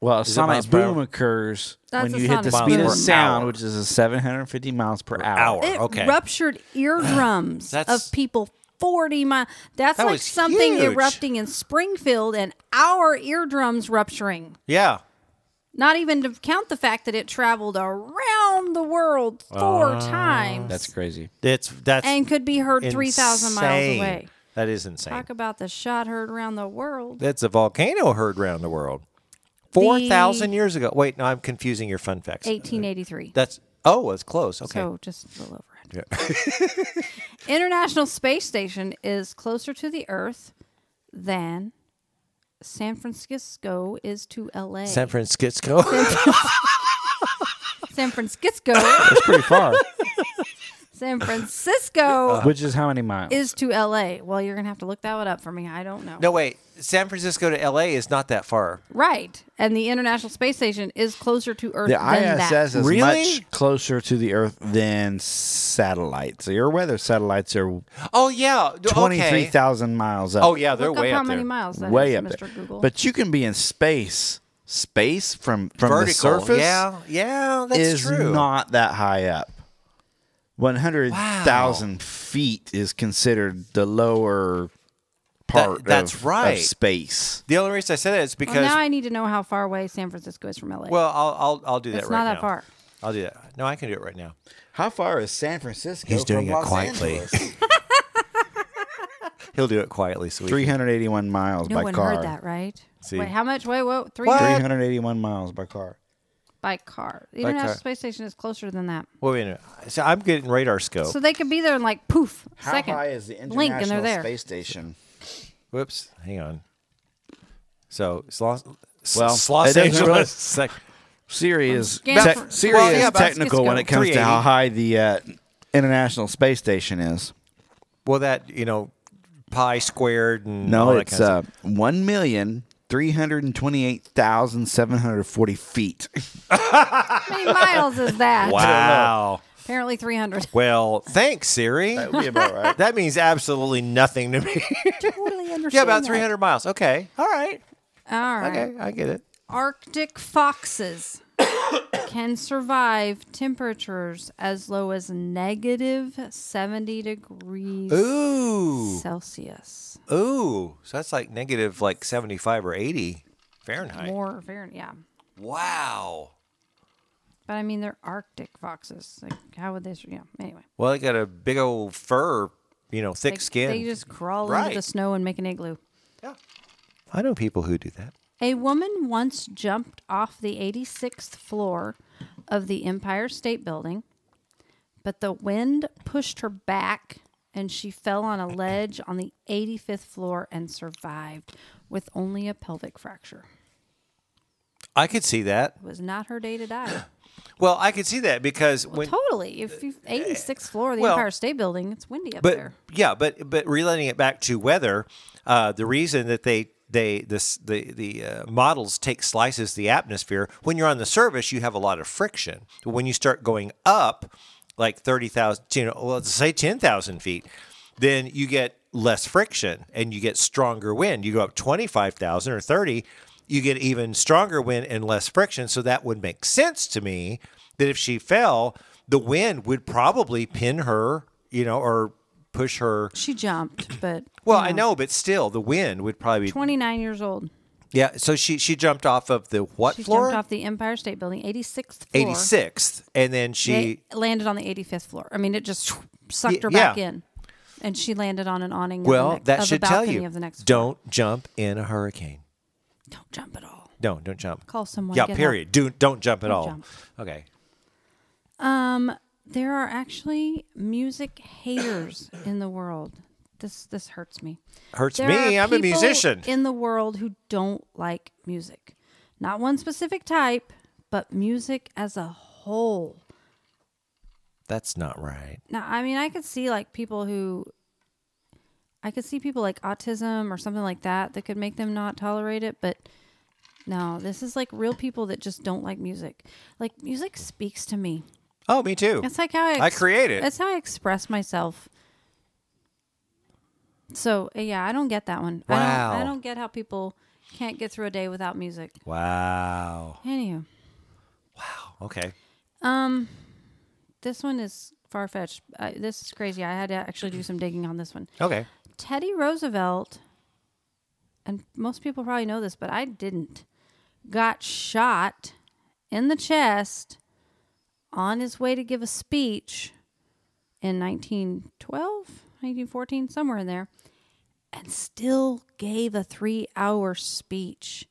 [SPEAKER 6] Well, a
[SPEAKER 1] it miles
[SPEAKER 6] sonic
[SPEAKER 1] per hour?
[SPEAKER 6] boom occurs
[SPEAKER 3] That's
[SPEAKER 6] when
[SPEAKER 3] a
[SPEAKER 6] you hit the
[SPEAKER 3] sonic
[SPEAKER 6] speed
[SPEAKER 3] boom.
[SPEAKER 6] of
[SPEAKER 1] Miles per
[SPEAKER 6] sound,
[SPEAKER 1] hour.
[SPEAKER 6] which is a 750 miles per hour.
[SPEAKER 1] hour.
[SPEAKER 3] it
[SPEAKER 1] okay.
[SPEAKER 3] ruptured eardrums
[SPEAKER 1] That's-
[SPEAKER 3] of people 40 miles. That's
[SPEAKER 1] That
[SPEAKER 3] like
[SPEAKER 1] was
[SPEAKER 3] something
[SPEAKER 1] huge.
[SPEAKER 3] erupting in Springfield and our eardrums rupturing.
[SPEAKER 1] Yeah.
[SPEAKER 3] Not even to count the fact that it traveled around the world four
[SPEAKER 1] Ah.
[SPEAKER 3] times
[SPEAKER 6] That's crazy.
[SPEAKER 1] It's that's
[SPEAKER 3] and could be heard 3,000 miles
[SPEAKER 1] insane.
[SPEAKER 3] away.
[SPEAKER 1] That is insane.
[SPEAKER 3] Talk about the shot heard around the world.
[SPEAKER 1] That's a volcano heard around the world. 4,000 years ago. Wait, no, I'm confusing your fun facts.
[SPEAKER 3] 1883.
[SPEAKER 1] That's, oh, it's close. Okay.
[SPEAKER 3] So just a little over. Yeah. International Space Station is closer to the Earth than San Francisco is to LA.
[SPEAKER 1] San Francisco.
[SPEAKER 3] San Francisco
[SPEAKER 6] That's pretty far.
[SPEAKER 3] San Francisco
[SPEAKER 1] Uh.
[SPEAKER 6] Which is how many miles?
[SPEAKER 3] is to LA. Well, you're gonna have to look that one up for me. I don't know.
[SPEAKER 1] No, wait. San Francisco to LA is not that far.
[SPEAKER 3] Right, and the International Space Station is closer to Earth
[SPEAKER 6] The
[SPEAKER 3] than
[SPEAKER 6] ISS
[SPEAKER 3] that.
[SPEAKER 6] is
[SPEAKER 1] Really?
[SPEAKER 6] much closer to the Earth than satellites. Your weather satellites are
[SPEAKER 1] Oh yeah, D- okay.
[SPEAKER 6] twenty-three thousand miles up.
[SPEAKER 1] Oh yeah, they're
[SPEAKER 3] Look
[SPEAKER 1] way
[SPEAKER 3] up how
[SPEAKER 1] up
[SPEAKER 3] many
[SPEAKER 1] there.
[SPEAKER 3] miles that
[SPEAKER 6] way
[SPEAKER 3] is,
[SPEAKER 6] up
[SPEAKER 3] Mr.
[SPEAKER 6] there.
[SPEAKER 3] Google.
[SPEAKER 6] But you can be in space. Space from from
[SPEAKER 1] Vertical.
[SPEAKER 6] the surface
[SPEAKER 1] yeah, yeah, that's
[SPEAKER 6] is
[SPEAKER 1] true.
[SPEAKER 6] not that high up. One hundred thousand feet is considered the lower part.
[SPEAKER 1] that's
[SPEAKER 6] of-
[SPEAKER 1] right.
[SPEAKER 6] Of space.
[SPEAKER 1] the only reason I said that is because
[SPEAKER 3] well, now I need to know how far away San Francisco is from LA.
[SPEAKER 1] well, I'll I'll, I'll do that
[SPEAKER 3] it's
[SPEAKER 1] right
[SPEAKER 3] not that
[SPEAKER 1] now.
[SPEAKER 3] far.
[SPEAKER 1] I'll do that. No, I can do it right now.
[SPEAKER 6] How far is San Francisco?
[SPEAKER 1] He's doing
[SPEAKER 6] from
[SPEAKER 1] it
[SPEAKER 6] Los
[SPEAKER 1] quietly.
[SPEAKER 6] Angeles?
[SPEAKER 1] He'll do it quietly. So we
[SPEAKER 6] Three
[SPEAKER 1] can-
[SPEAKER 6] hundred eighty-one miles
[SPEAKER 3] No
[SPEAKER 6] by
[SPEAKER 3] one
[SPEAKER 6] car.
[SPEAKER 3] heard that, right?
[SPEAKER 1] See.
[SPEAKER 3] Wait, how much? Wait, whoa, three
[SPEAKER 1] What?
[SPEAKER 6] Three hundred eighty-one miles by car.
[SPEAKER 3] by car. The
[SPEAKER 1] By
[SPEAKER 3] International
[SPEAKER 1] car.
[SPEAKER 3] Space Station is closer than that,
[SPEAKER 1] Wait a minute. So I'm getting radar scope.
[SPEAKER 3] so they could be there in like poof
[SPEAKER 6] How
[SPEAKER 3] second.
[SPEAKER 6] high is the International
[SPEAKER 3] blink and they're there.
[SPEAKER 6] Space Station?
[SPEAKER 1] Whoops. Hang on. So it's Los,
[SPEAKER 6] Well,
[SPEAKER 1] well, Los
[SPEAKER 6] it doesn't
[SPEAKER 1] Angeles.
[SPEAKER 6] really-
[SPEAKER 1] Sec-
[SPEAKER 6] Siri is
[SPEAKER 3] Scan
[SPEAKER 6] tec-
[SPEAKER 3] for-
[SPEAKER 6] Siri
[SPEAKER 1] Well,
[SPEAKER 6] is
[SPEAKER 1] yeah, but it's-
[SPEAKER 6] technical
[SPEAKER 3] it's
[SPEAKER 6] when it
[SPEAKER 3] going
[SPEAKER 6] comes to
[SPEAKER 1] 380.
[SPEAKER 6] how high the uh, International Space Station is.
[SPEAKER 1] well, that you know, pi squared and all
[SPEAKER 6] No,
[SPEAKER 1] that
[SPEAKER 6] it's
[SPEAKER 1] kind of
[SPEAKER 6] uh, one million three hundred and twenty-eight thousand seven hundred forty feet.
[SPEAKER 3] How many miles is that?
[SPEAKER 1] stuff. Wow.
[SPEAKER 3] Apparently three hundred.
[SPEAKER 1] Well, thanks, Siri.
[SPEAKER 6] That'd be about right.
[SPEAKER 1] That means absolutely nothing to me.
[SPEAKER 3] totally understand.
[SPEAKER 1] yeah, about
[SPEAKER 3] that.
[SPEAKER 1] 300 miles. Okay. All right.
[SPEAKER 3] All right.
[SPEAKER 1] Okay. I get it.
[SPEAKER 3] Arctic foxes can survive temperatures as low as negative 70 degrees
[SPEAKER 1] Ooh.
[SPEAKER 3] Celsius.
[SPEAKER 1] Ooh. So that's like negative like 75 or 80 Fahrenheit.
[SPEAKER 3] More, very, yeah.
[SPEAKER 1] Wow.
[SPEAKER 3] But I mean, they're Arctic foxes. Like, how would they? sur- Yeah. Anyway,
[SPEAKER 1] Well, they got a big old fur, you know, thick
[SPEAKER 3] they,
[SPEAKER 1] skin.
[SPEAKER 3] they just crawl
[SPEAKER 1] Right.
[SPEAKER 3] into the snow and make an igloo.
[SPEAKER 1] Yeah. I know people who do that.
[SPEAKER 3] A woman once jumped off the 86th floor of the Empire State Building, but the wind pushed her back and she fell on a ledge on the 85th floor and survived with only a pelvic fracture.
[SPEAKER 1] I could see that.
[SPEAKER 3] It was not her day to die.
[SPEAKER 1] Well, I could see that because when Uh,
[SPEAKER 3] totally. If you 86th floor of the
[SPEAKER 1] Well-
[SPEAKER 3] Empire State Building, it's windy up
[SPEAKER 1] but
[SPEAKER 3] there.
[SPEAKER 1] yeah, but but relating it back to weather, uh, the reason that they they this the the uh, models take slices of the atmosphere when you're on the surface, you have a lot of friction. But when you start going up, like thirty thousand, you know, well, let's say ten thousand feet, then you get less friction and you get stronger wind. You go up twenty five thousand or thirty. You get even stronger wind and less friction. So that would make sense to me that if she fell, the wind would probably pin her, you know, or push her.
[SPEAKER 3] She jumped, but
[SPEAKER 1] Well, I know, but still, the wind would probably be.
[SPEAKER 3] 29 years old.
[SPEAKER 1] Yeah, so she she jumped off of the what
[SPEAKER 3] She
[SPEAKER 1] floor?
[SPEAKER 3] jumped off the Empire State Building, 86th floor.
[SPEAKER 1] Eighty sixth, and then she.
[SPEAKER 3] They landed on the 85th floor. I mean, it just sucked
[SPEAKER 1] Ye-
[SPEAKER 3] her back
[SPEAKER 1] yeah.
[SPEAKER 3] in, and she landed on an awning.
[SPEAKER 1] well,
[SPEAKER 3] of the next,
[SPEAKER 1] that
[SPEAKER 3] of
[SPEAKER 1] should
[SPEAKER 3] the
[SPEAKER 1] tell
[SPEAKER 3] balcony
[SPEAKER 1] you.
[SPEAKER 3] Of the next floor.
[SPEAKER 1] don't jump in a hurricane.
[SPEAKER 3] don't jump at all.
[SPEAKER 1] No, don't jump.
[SPEAKER 3] Call someone,
[SPEAKER 1] Yeah,
[SPEAKER 3] get
[SPEAKER 1] period. Do don't jump at
[SPEAKER 3] Don't
[SPEAKER 1] all.
[SPEAKER 3] jump.
[SPEAKER 1] Okay.
[SPEAKER 3] Um, there are actually music haters in the world. This this hurts me.
[SPEAKER 1] Hurts
[SPEAKER 3] There
[SPEAKER 1] me.
[SPEAKER 3] are
[SPEAKER 1] I'm a
[SPEAKER 3] people
[SPEAKER 1] musician.
[SPEAKER 3] in the world who don't like music. Not one specific type, but music as a whole.
[SPEAKER 1] That's not right.
[SPEAKER 3] Now, I mean, I could see like people who, I could see people like autism or something like that that could make them not tolerate it, but no, this is like real people that just don't like music. Like music speaks to me.
[SPEAKER 1] Oh, me too.
[SPEAKER 3] That's like how I,
[SPEAKER 1] I create it.
[SPEAKER 3] That's how I express myself. So uh, yeah, I don't get that one. I
[SPEAKER 1] Wow.
[SPEAKER 3] don't, I don't get how people can't get through a day without music.
[SPEAKER 1] Wow.
[SPEAKER 3] Anywho,
[SPEAKER 1] Okay.
[SPEAKER 3] um, this one is far fetched. This is crazy. I had to actually do some digging on this one.
[SPEAKER 1] Okay.
[SPEAKER 3] Teddy Roosevelt, and most people probably know this, but I didn't, got shot in the chest on his way to give a speech in 1912, 1914, somewhere in there, and still gave a three hour speech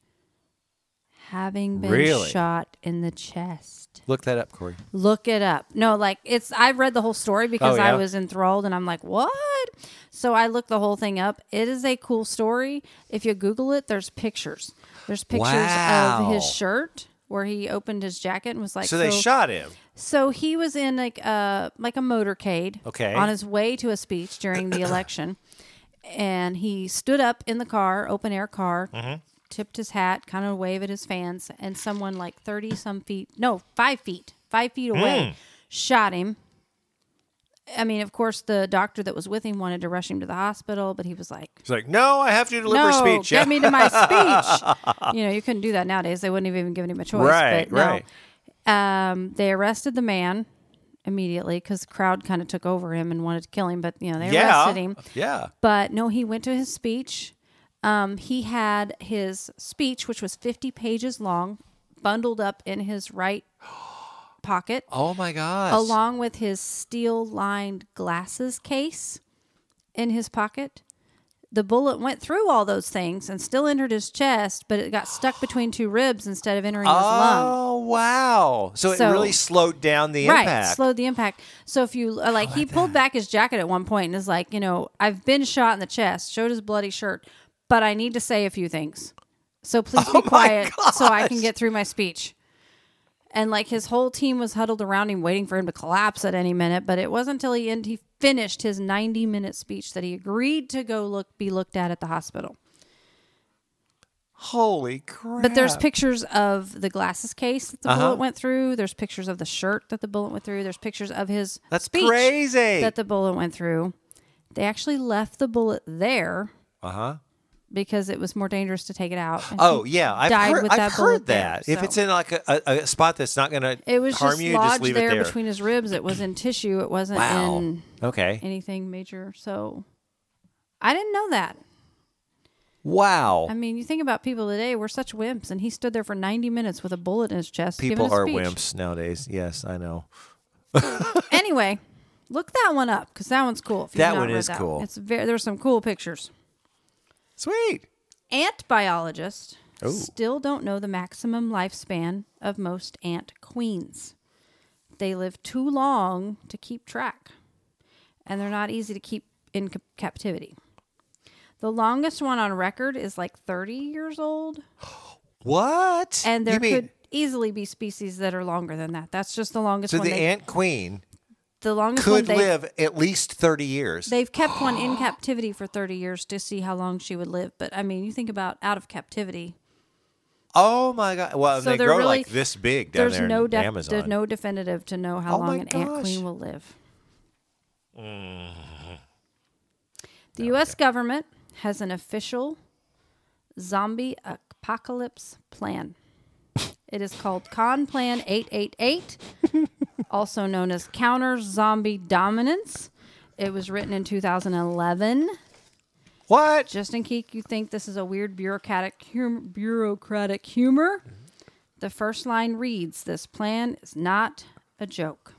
[SPEAKER 3] having been
[SPEAKER 1] Really?
[SPEAKER 3] shot in the chest.
[SPEAKER 1] Look that up, Corey.
[SPEAKER 3] Look it up. No, like it's I've read the whole story because
[SPEAKER 1] Oh, yeah?
[SPEAKER 3] I was enthralled and I'm like, "What?" So I looked the whole thing up. It is a cool story. If you google it, there's pictures. There's pictures
[SPEAKER 1] Wow.
[SPEAKER 3] of his shirt where he opened his jacket and was like,
[SPEAKER 1] so they shot him.
[SPEAKER 3] So he was in like a like a motorcade,
[SPEAKER 1] Okay.
[SPEAKER 3] on his way to a speech during the election, and he stood up in the car, open air car, tipped his hat, kind of wave at his fans, and someone like thirty some feet, no, five feet, five feet away, shot him. I mean, of course, the doctor that was with him wanted to rush him to the hospital, but he was like,
[SPEAKER 1] It's like, no, I have to deliver
[SPEAKER 3] no,
[SPEAKER 1] a speech.
[SPEAKER 3] get me to my speech. you know, you couldn't do that nowadays. They wouldn't have even given him a choice.
[SPEAKER 1] Right,
[SPEAKER 3] but no.
[SPEAKER 1] right.
[SPEAKER 3] Um, they arrested the man immediately because the crowd kind of took over him and wanted to kill him. But you know, they
[SPEAKER 1] yeah.
[SPEAKER 3] arrested him.
[SPEAKER 1] Yeah.
[SPEAKER 3] But no, he went to his speech. Um, he had his speech, which was 50 pages long, bundled up in his right pocket
[SPEAKER 1] Oh my gosh.
[SPEAKER 3] along with his steel lined glasses case in his pocket. The bullet went through all those things and still entered his chest, but it got stuck between two ribs instead of entering his lung.
[SPEAKER 1] Oh wow! So, it
[SPEAKER 3] So-
[SPEAKER 1] really slowed down the
[SPEAKER 3] Right,
[SPEAKER 1] impact.
[SPEAKER 3] slowed the impact. So if you uh, like, he pulled back his jacket at one point and is like, you know, I've been shot in the chest, showed his bloody shirt, but I need to say a few things. So please
[SPEAKER 1] Oh
[SPEAKER 3] be
[SPEAKER 1] my
[SPEAKER 3] quiet so I can
[SPEAKER 1] gosh.
[SPEAKER 3] get through my speech. And like his whole team was huddled around him, waiting for him to collapse at any minute. But it wasn't until he, end, he finished his 90 minute speech that he agreed to go look be looked at at the hospital.
[SPEAKER 1] Holy crap!
[SPEAKER 3] But there's pictures of the glasses case that the
[SPEAKER 1] Uh-huh.
[SPEAKER 3] bullet went through. There's pictures of the shirt that the bullet went through. There's pictures of his
[SPEAKER 1] That's
[SPEAKER 3] speech
[SPEAKER 1] crazy.
[SPEAKER 3] that the bullet went through. They actually left the bullet there
[SPEAKER 1] uh huh.
[SPEAKER 3] because it was more dangerous to take it out. And
[SPEAKER 1] Oh
[SPEAKER 3] he
[SPEAKER 1] yeah, I've
[SPEAKER 3] died
[SPEAKER 1] heard,
[SPEAKER 3] with
[SPEAKER 1] I've
[SPEAKER 3] that bullet
[SPEAKER 1] heard
[SPEAKER 3] there,
[SPEAKER 1] that. if
[SPEAKER 3] so-
[SPEAKER 1] it's in like a, a, a spot that's not going to
[SPEAKER 3] It was
[SPEAKER 1] harm
[SPEAKER 3] just
[SPEAKER 1] you,
[SPEAKER 3] lodged
[SPEAKER 1] just leave
[SPEAKER 3] there,
[SPEAKER 1] it there.
[SPEAKER 3] between his ribs. It was in tissue. It wasn't
[SPEAKER 1] wow.
[SPEAKER 3] in
[SPEAKER 1] okay.
[SPEAKER 3] anything major. So I didn't know that.
[SPEAKER 1] Wow.
[SPEAKER 3] I mean, you think about people today, we're such wimps. And he stood there for 90 minutes with a bullet in his chest. giving
[SPEAKER 1] People
[SPEAKER 3] a
[SPEAKER 1] are
[SPEAKER 3] speech.
[SPEAKER 1] wimps nowadays. Yes, I know.
[SPEAKER 3] anyway, look that one up because that one's cool. If you've
[SPEAKER 1] That
[SPEAKER 3] not
[SPEAKER 1] one
[SPEAKER 3] read
[SPEAKER 1] is
[SPEAKER 3] that
[SPEAKER 1] cool.
[SPEAKER 3] It's very there's some cool pictures.
[SPEAKER 1] Sweet.
[SPEAKER 3] Ant biologists still don't know the maximum lifespan of most ant queens. They live too long to keep track, and they're not easy to keep in cap- captivity. The longest one on record is like 30 years old,
[SPEAKER 1] What?
[SPEAKER 3] and
[SPEAKER 1] you
[SPEAKER 3] there
[SPEAKER 1] mean,
[SPEAKER 3] could easily be species that are longer than that. That's just the longest
[SPEAKER 1] so
[SPEAKER 3] one.
[SPEAKER 1] the
[SPEAKER 3] they,
[SPEAKER 1] ant queen
[SPEAKER 3] the longest one
[SPEAKER 1] could
[SPEAKER 3] they
[SPEAKER 1] live at least thirty years.
[SPEAKER 3] They've kept one in captivity for 30 years to see how long she would live. But I mean, you think about out of captivity.
[SPEAKER 1] oh my god! Well,
[SPEAKER 3] So
[SPEAKER 1] and they
[SPEAKER 3] they're
[SPEAKER 1] grow
[SPEAKER 3] really-
[SPEAKER 1] like this big down
[SPEAKER 3] there's
[SPEAKER 1] there
[SPEAKER 3] no
[SPEAKER 1] in
[SPEAKER 3] def-
[SPEAKER 1] Amazon.
[SPEAKER 3] there's no definitive to know how
[SPEAKER 1] Oh my
[SPEAKER 3] long an ant
[SPEAKER 1] gosh. Mm-hmm.
[SPEAKER 3] queen will live. The U.S. government has an official zombie apocalypse plan. It is called Con Plan 888, also known as Counter Zombie Dominance. It was written in 2011.
[SPEAKER 1] what?
[SPEAKER 3] Just in case you think this is a weird bureaucratic hum- bureaucratic humor, the first line reads: "This plan is not a joke."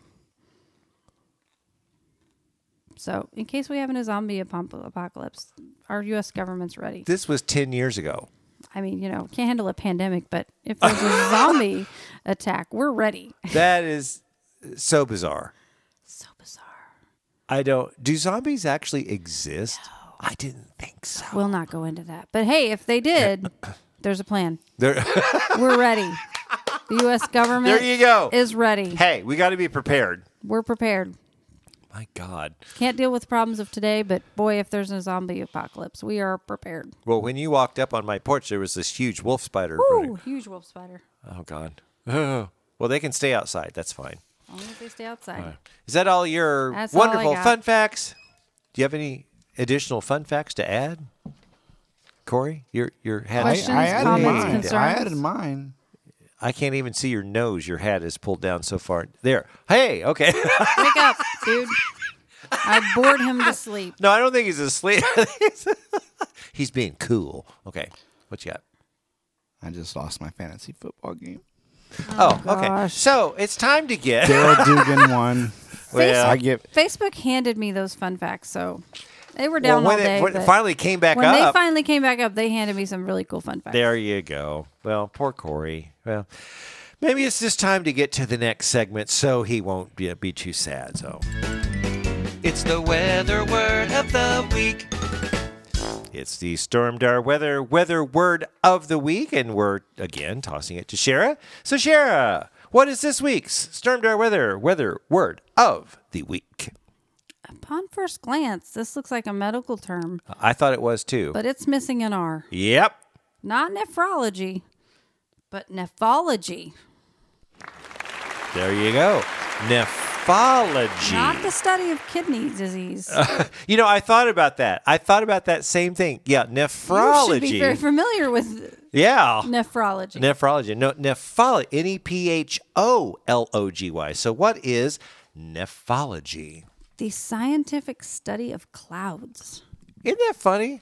[SPEAKER 3] So, in case we have a zombie apom- apocalypse, our U.S. government's ready.
[SPEAKER 1] This was ten years ago.
[SPEAKER 3] I mean, you know, can't handle a pandemic, but if there's a zombie attack, we're ready.
[SPEAKER 1] That is so bizarre.
[SPEAKER 3] so bizarre.
[SPEAKER 1] I don't. Do zombies actually exist? I didn't think so.
[SPEAKER 3] We'll not go into that. But hey, if they did, there's a plan.
[SPEAKER 1] There-
[SPEAKER 3] We're ready. The U.S. government
[SPEAKER 1] There you go.
[SPEAKER 3] is ready.
[SPEAKER 1] hey, we got to be prepared.
[SPEAKER 3] We're prepared.
[SPEAKER 1] My God.
[SPEAKER 3] Can't deal with problems of today, but boy, if there's a zombie apocalypse, we are prepared.
[SPEAKER 1] Well, when you walked up on my porch, there was this huge wolf spider.
[SPEAKER 3] Ooh,
[SPEAKER 1] running.
[SPEAKER 3] huge wolf spider.
[SPEAKER 1] Oh God. Oh. Well, they can stay outside. That's fine.
[SPEAKER 3] As long as they stay outside.
[SPEAKER 1] Is that all your
[SPEAKER 3] That's all I
[SPEAKER 1] wonderful
[SPEAKER 3] got.
[SPEAKER 1] fun facts? Do you have any additional fun facts to add, Corey? Your your hat.
[SPEAKER 3] Questions,
[SPEAKER 2] I added
[SPEAKER 3] comments,
[SPEAKER 2] mine.
[SPEAKER 3] concerns.
[SPEAKER 2] I added mine.
[SPEAKER 1] I can't even see your nose. Your hat is pulled down so far. There. Hey. Okay.
[SPEAKER 3] Wake up, dude. I bored him to sleep.
[SPEAKER 1] no, I don't think he's asleep. he's being cool. Okay. What you got?
[SPEAKER 2] I just lost my fantasy football game.
[SPEAKER 1] Oh, okay.
[SPEAKER 3] gosh.
[SPEAKER 1] So it's time to get.
[SPEAKER 2] Daryl Dugan won.
[SPEAKER 1] Well,
[SPEAKER 2] I give
[SPEAKER 3] Facebook handed me those fun facts, so they were down
[SPEAKER 1] well, when
[SPEAKER 3] all day.
[SPEAKER 1] it when it
[SPEAKER 3] but
[SPEAKER 1] finally came back
[SPEAKER 3] when
[SPEAKER 1] up,
[SPEAKER 3] they finally came back up, they handed me some really cool fun facts.
[SPEAKER 1] there you go. Well, poor Corey. Well, maybe it's just time to get to the next segment so he won't be, be too sad. So it's the weather word of the week. It's the Storm Dar weather weather word of the week, and we're again tossing it to Shara. So Shara, What is this week's Storm Door Weather Weather Word of the Week?
[SPEAKER 3] Upon first glance, this looks like a medical term,
[SPEAKER 1] I thought it was too.
[SPEAKER 3] but it's missing an R.
[SPEAKER 1] yep.
[SPEAKER 3] Not nephrology, but nephology.
[SPEAKER 1] There you go. Nephrology.
[SPEAKER 3] Not the study of kidney disease.
[SPEAKER 1] you know, I thought about that. I thought about that same thing. Yeah,
[SPEAKER 3] You should be
[SPEAKER 1] nephrology.
[SPEAKER 3] very familiar with
[SPEAKER 1] yeah.
[SPEAKER 3] nephrology.
[SPEAKER 1] Nephrology. No, nepholo N E P H O L O G Y. So, what is nephology?
[SPEAKER 3] the scientific study of clouds.
[SPEAKER 1] Isn't that funny?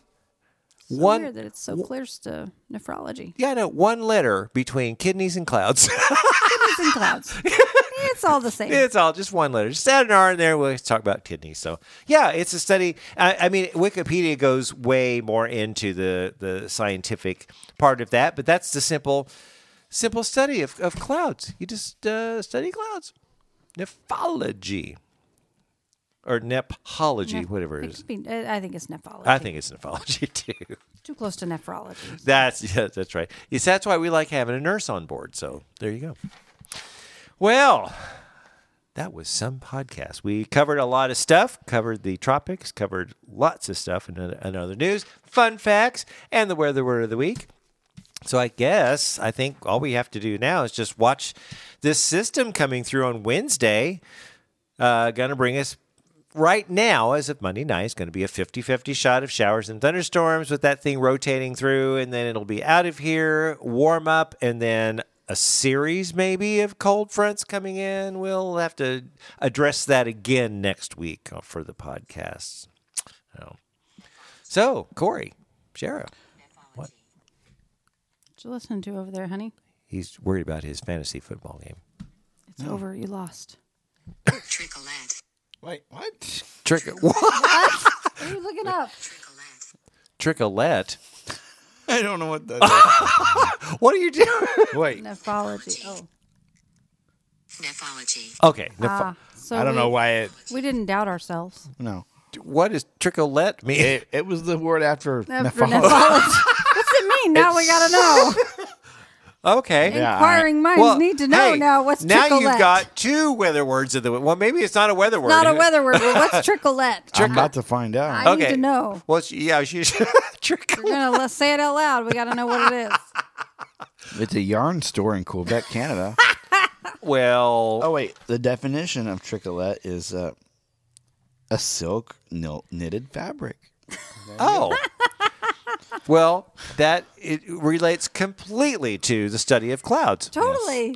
[SPEAKER 3] So
[SPEAKER 1] One-
[SPEAKER 3] weird that it's so close to nephrology.
[SPEAKER 1] Yeah, no, one letter between kidneys and clouds.
[SPEAKER 3] It's in clouds. it's all the same.
[SPEAKER 1] it's all just one letter. Just add an R in there. We'll talk about kidneys. So, yeah, it's a study. I, I mean, Wikipedia goes way more into the, the scientific part of that, but that's the simple simple study of, of clouds. You just uh, study clouds. Nephology. Or nepology, whatever it
[SPEAKER 3] It
[SPEAKER 1] is.
[SPEAKER 3] could be- I I think it's nephrology.
[SPEAKER 1] I think it's nephology too.
[SPEAKER 3] too close to nephrology.
[SPEAKER 1] That's yeah, that's right. Yes, that's why we like having a nurse on board. So there you go. Well, that was some podcast. We covered a lot of stuff. Covered the tropics. Covered lots of stuff and other- and other news, fun facts, and the weather word of the week. So I guess I think all we have to do now is just watch this system coming through on Wednesday. Uh, gonna bring us right now, as of Monday night, it's going to be a 50 50 shot of showers and thunderstorms with that thing rotating through, and then it'll be out of here, warm up, and then a series maybe of cold fronts coming in. We'll have to address that again next week for the podcast. So, so Corey, Shara,
[SPEAKER 3] What you listening to over there, honey?
[SPEAKER 1] he's worried about his fantasy football game.
[SPEAKER 3] It's over. You lost.
[SPEAKER 7] Tricolette.
[SPEAKER 2] Wait, what?
[SPEAKER 1] Trick,
[SPEAKER 3] What are you looking up?
[SPEAKER 7] Tricolette.
[SPEAKER 1] Trickolette.
[SPEAKER 2] I don't know what
[SPEAKER 6] Ah!
[SPEAKER 2] that
[SPEAKER 1] What are you doing?
[SPEAKER 2] is. Wait,
[SPEAKER 3] Nephrology. Oh,
[SPEAKER 7] Nephology.
[SPEAKER 1] Okay. now,
[SPEAKER 3] ah, so
[SPEAKER 6] I don't
[SPEAKER 3] we,
[SPEAKER 6] know why it.
[SPEAKER 3] We didn't doubt ourselves.
[SPEAKER 6] No,
[SPEAKER 1] What does trickolette mean?
[SPEAKER 6] it, it was the word after
[SPEAKER 3] After
[SPEAKER 6] nephrology.
[SPEAKER 3] nephrology. What's it mean? Now we gotta know.
[SPEAKER 1] okay.
[SPEAKER 3] Inquiring minds need to know
[SPEAKER 1] hey,
[SPEAKER 3] now. What's
[SPEAKER 1] now you've
[SPEAKER 3] tricolette?
[SPEAKER 1] got two weather words of the well maybe it's not a weather word
[SPEAKER 3] Not a weather word, but what's tricolette?
[SPEAKER 6] I'm about to find out.
[SPEAKER 3] I
[SPEAKER 1] okay
[SPEAKER 3] need to know.
[SPEAKER 1] well she, yeah she
[SPEAKER 3] We're
[SPEAKER 1] tricolette
[SPEAKER 3] gonna let's say it out loud. We gotta know what it is.
[SPEAKER 6] It's a yarn store in Quebec, Canada.
[SPEAKER 1] well
[SPEAKER 6] Oh wait, the definition of tricolette is uh, a silk nil- knitted fabric.
[SPEAKER 1] oh well that it relates completely to the study of clouds
[SPEAKER 3] Totally.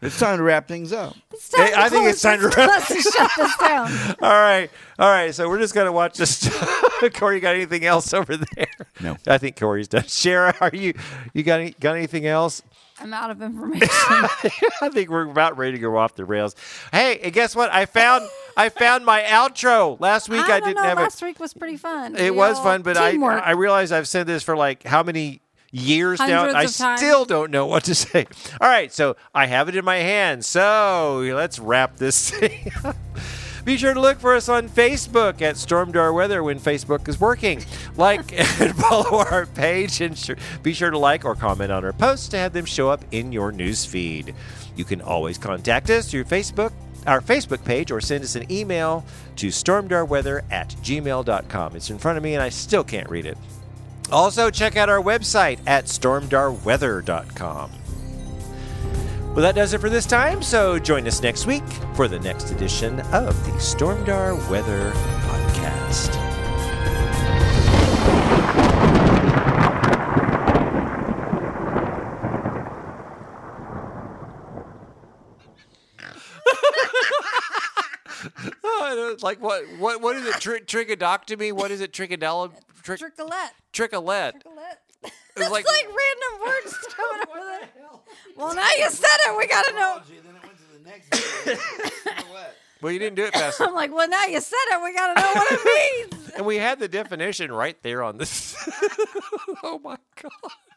[SPEAKER 6] It's time to wrap things up.
[SPEAKER 3] It's time
[SPEAKER 1] Hey,
[SPEAKER 3] to
[SPEAKER 1] I think
[SPEAKER 3] close
[SPEAKER 1] it's time
[SPEAKER 3] this
[SPEAKER 1] to wrap-
[SPEAKER 3] bus and shut this down.
[SPEAKER 1] all right all right so we're just gonna watch this corey you got anything else over there
[SPEAKER 6] No.
[SPEAKER 1] i think corey's done shara are you you got, any, got anything else
[SPEAKER 3] I'm out of information.
[SPEAKER 1] I think we're about ready to go off the rails. Hey, and guess what? I found I found my outro last week. I,
[SPEAKER 3] don't
[SPEAKER 1] didn't
[SPEAKER 3] know.
[SPEAKER 1] have
[SPEAKER 3] Last
[SPEAKER 1] it.
[SPEAKER 3] week was pretty fun.
[SPEAKER 1] It
[SPEAKER 3] We
[SPEAKER 1] was
[SPEAKER 3] all-
[SPEAKER 1] fun, but I
[SPEAKER 3] teamwork.
[SPEAKER 1] I realize I've said this for like how many years now, and I
[SPEAKER 3] Hundreds of
[SPEAKER 1] still
[SPEAKER 3] times.
[SPEAKER 1] don't know what to say. All right, so I have it in my hand. So let's wrap this thing up. Be sure to look for us on Facebook at Storm Door Weather when Facebook is working. Like and follow our page, and sure, be sure to like or comment on our posts to have them show up in your news feed. You can always contact us through Facebook, our Facebook page, or send us an email to stormdarweather at gmail.com. It's in front of me, and I still can't read it. Also, check out our website at stormdarweather.com. Well, that does it for this time, so join us next week for the next edition of the Stormdar Weather Podcast. Oh, Like what? What? What is it? Tri- trichodoctomy? What is it? Trichodel? Trick?
[SPEAKER 3] Tricolette.
[SPEAKER 1] Tricolette.
[SPEAKER 3] Colette.
[SPEAKER 1] It's
[SPEAKER 3] That's
[SPEAKER 1] like-
[SPEAKER 3] like, random words coming over there. Well, now you said it. We got to know.
[SPEAKER 1] Well, you didn't do it fast enough.
[SPEAKER 3] I'm like, well, now you said it. We got to know what it means.
[SPEAKER 1] And we had the definition right there on this. oh my God.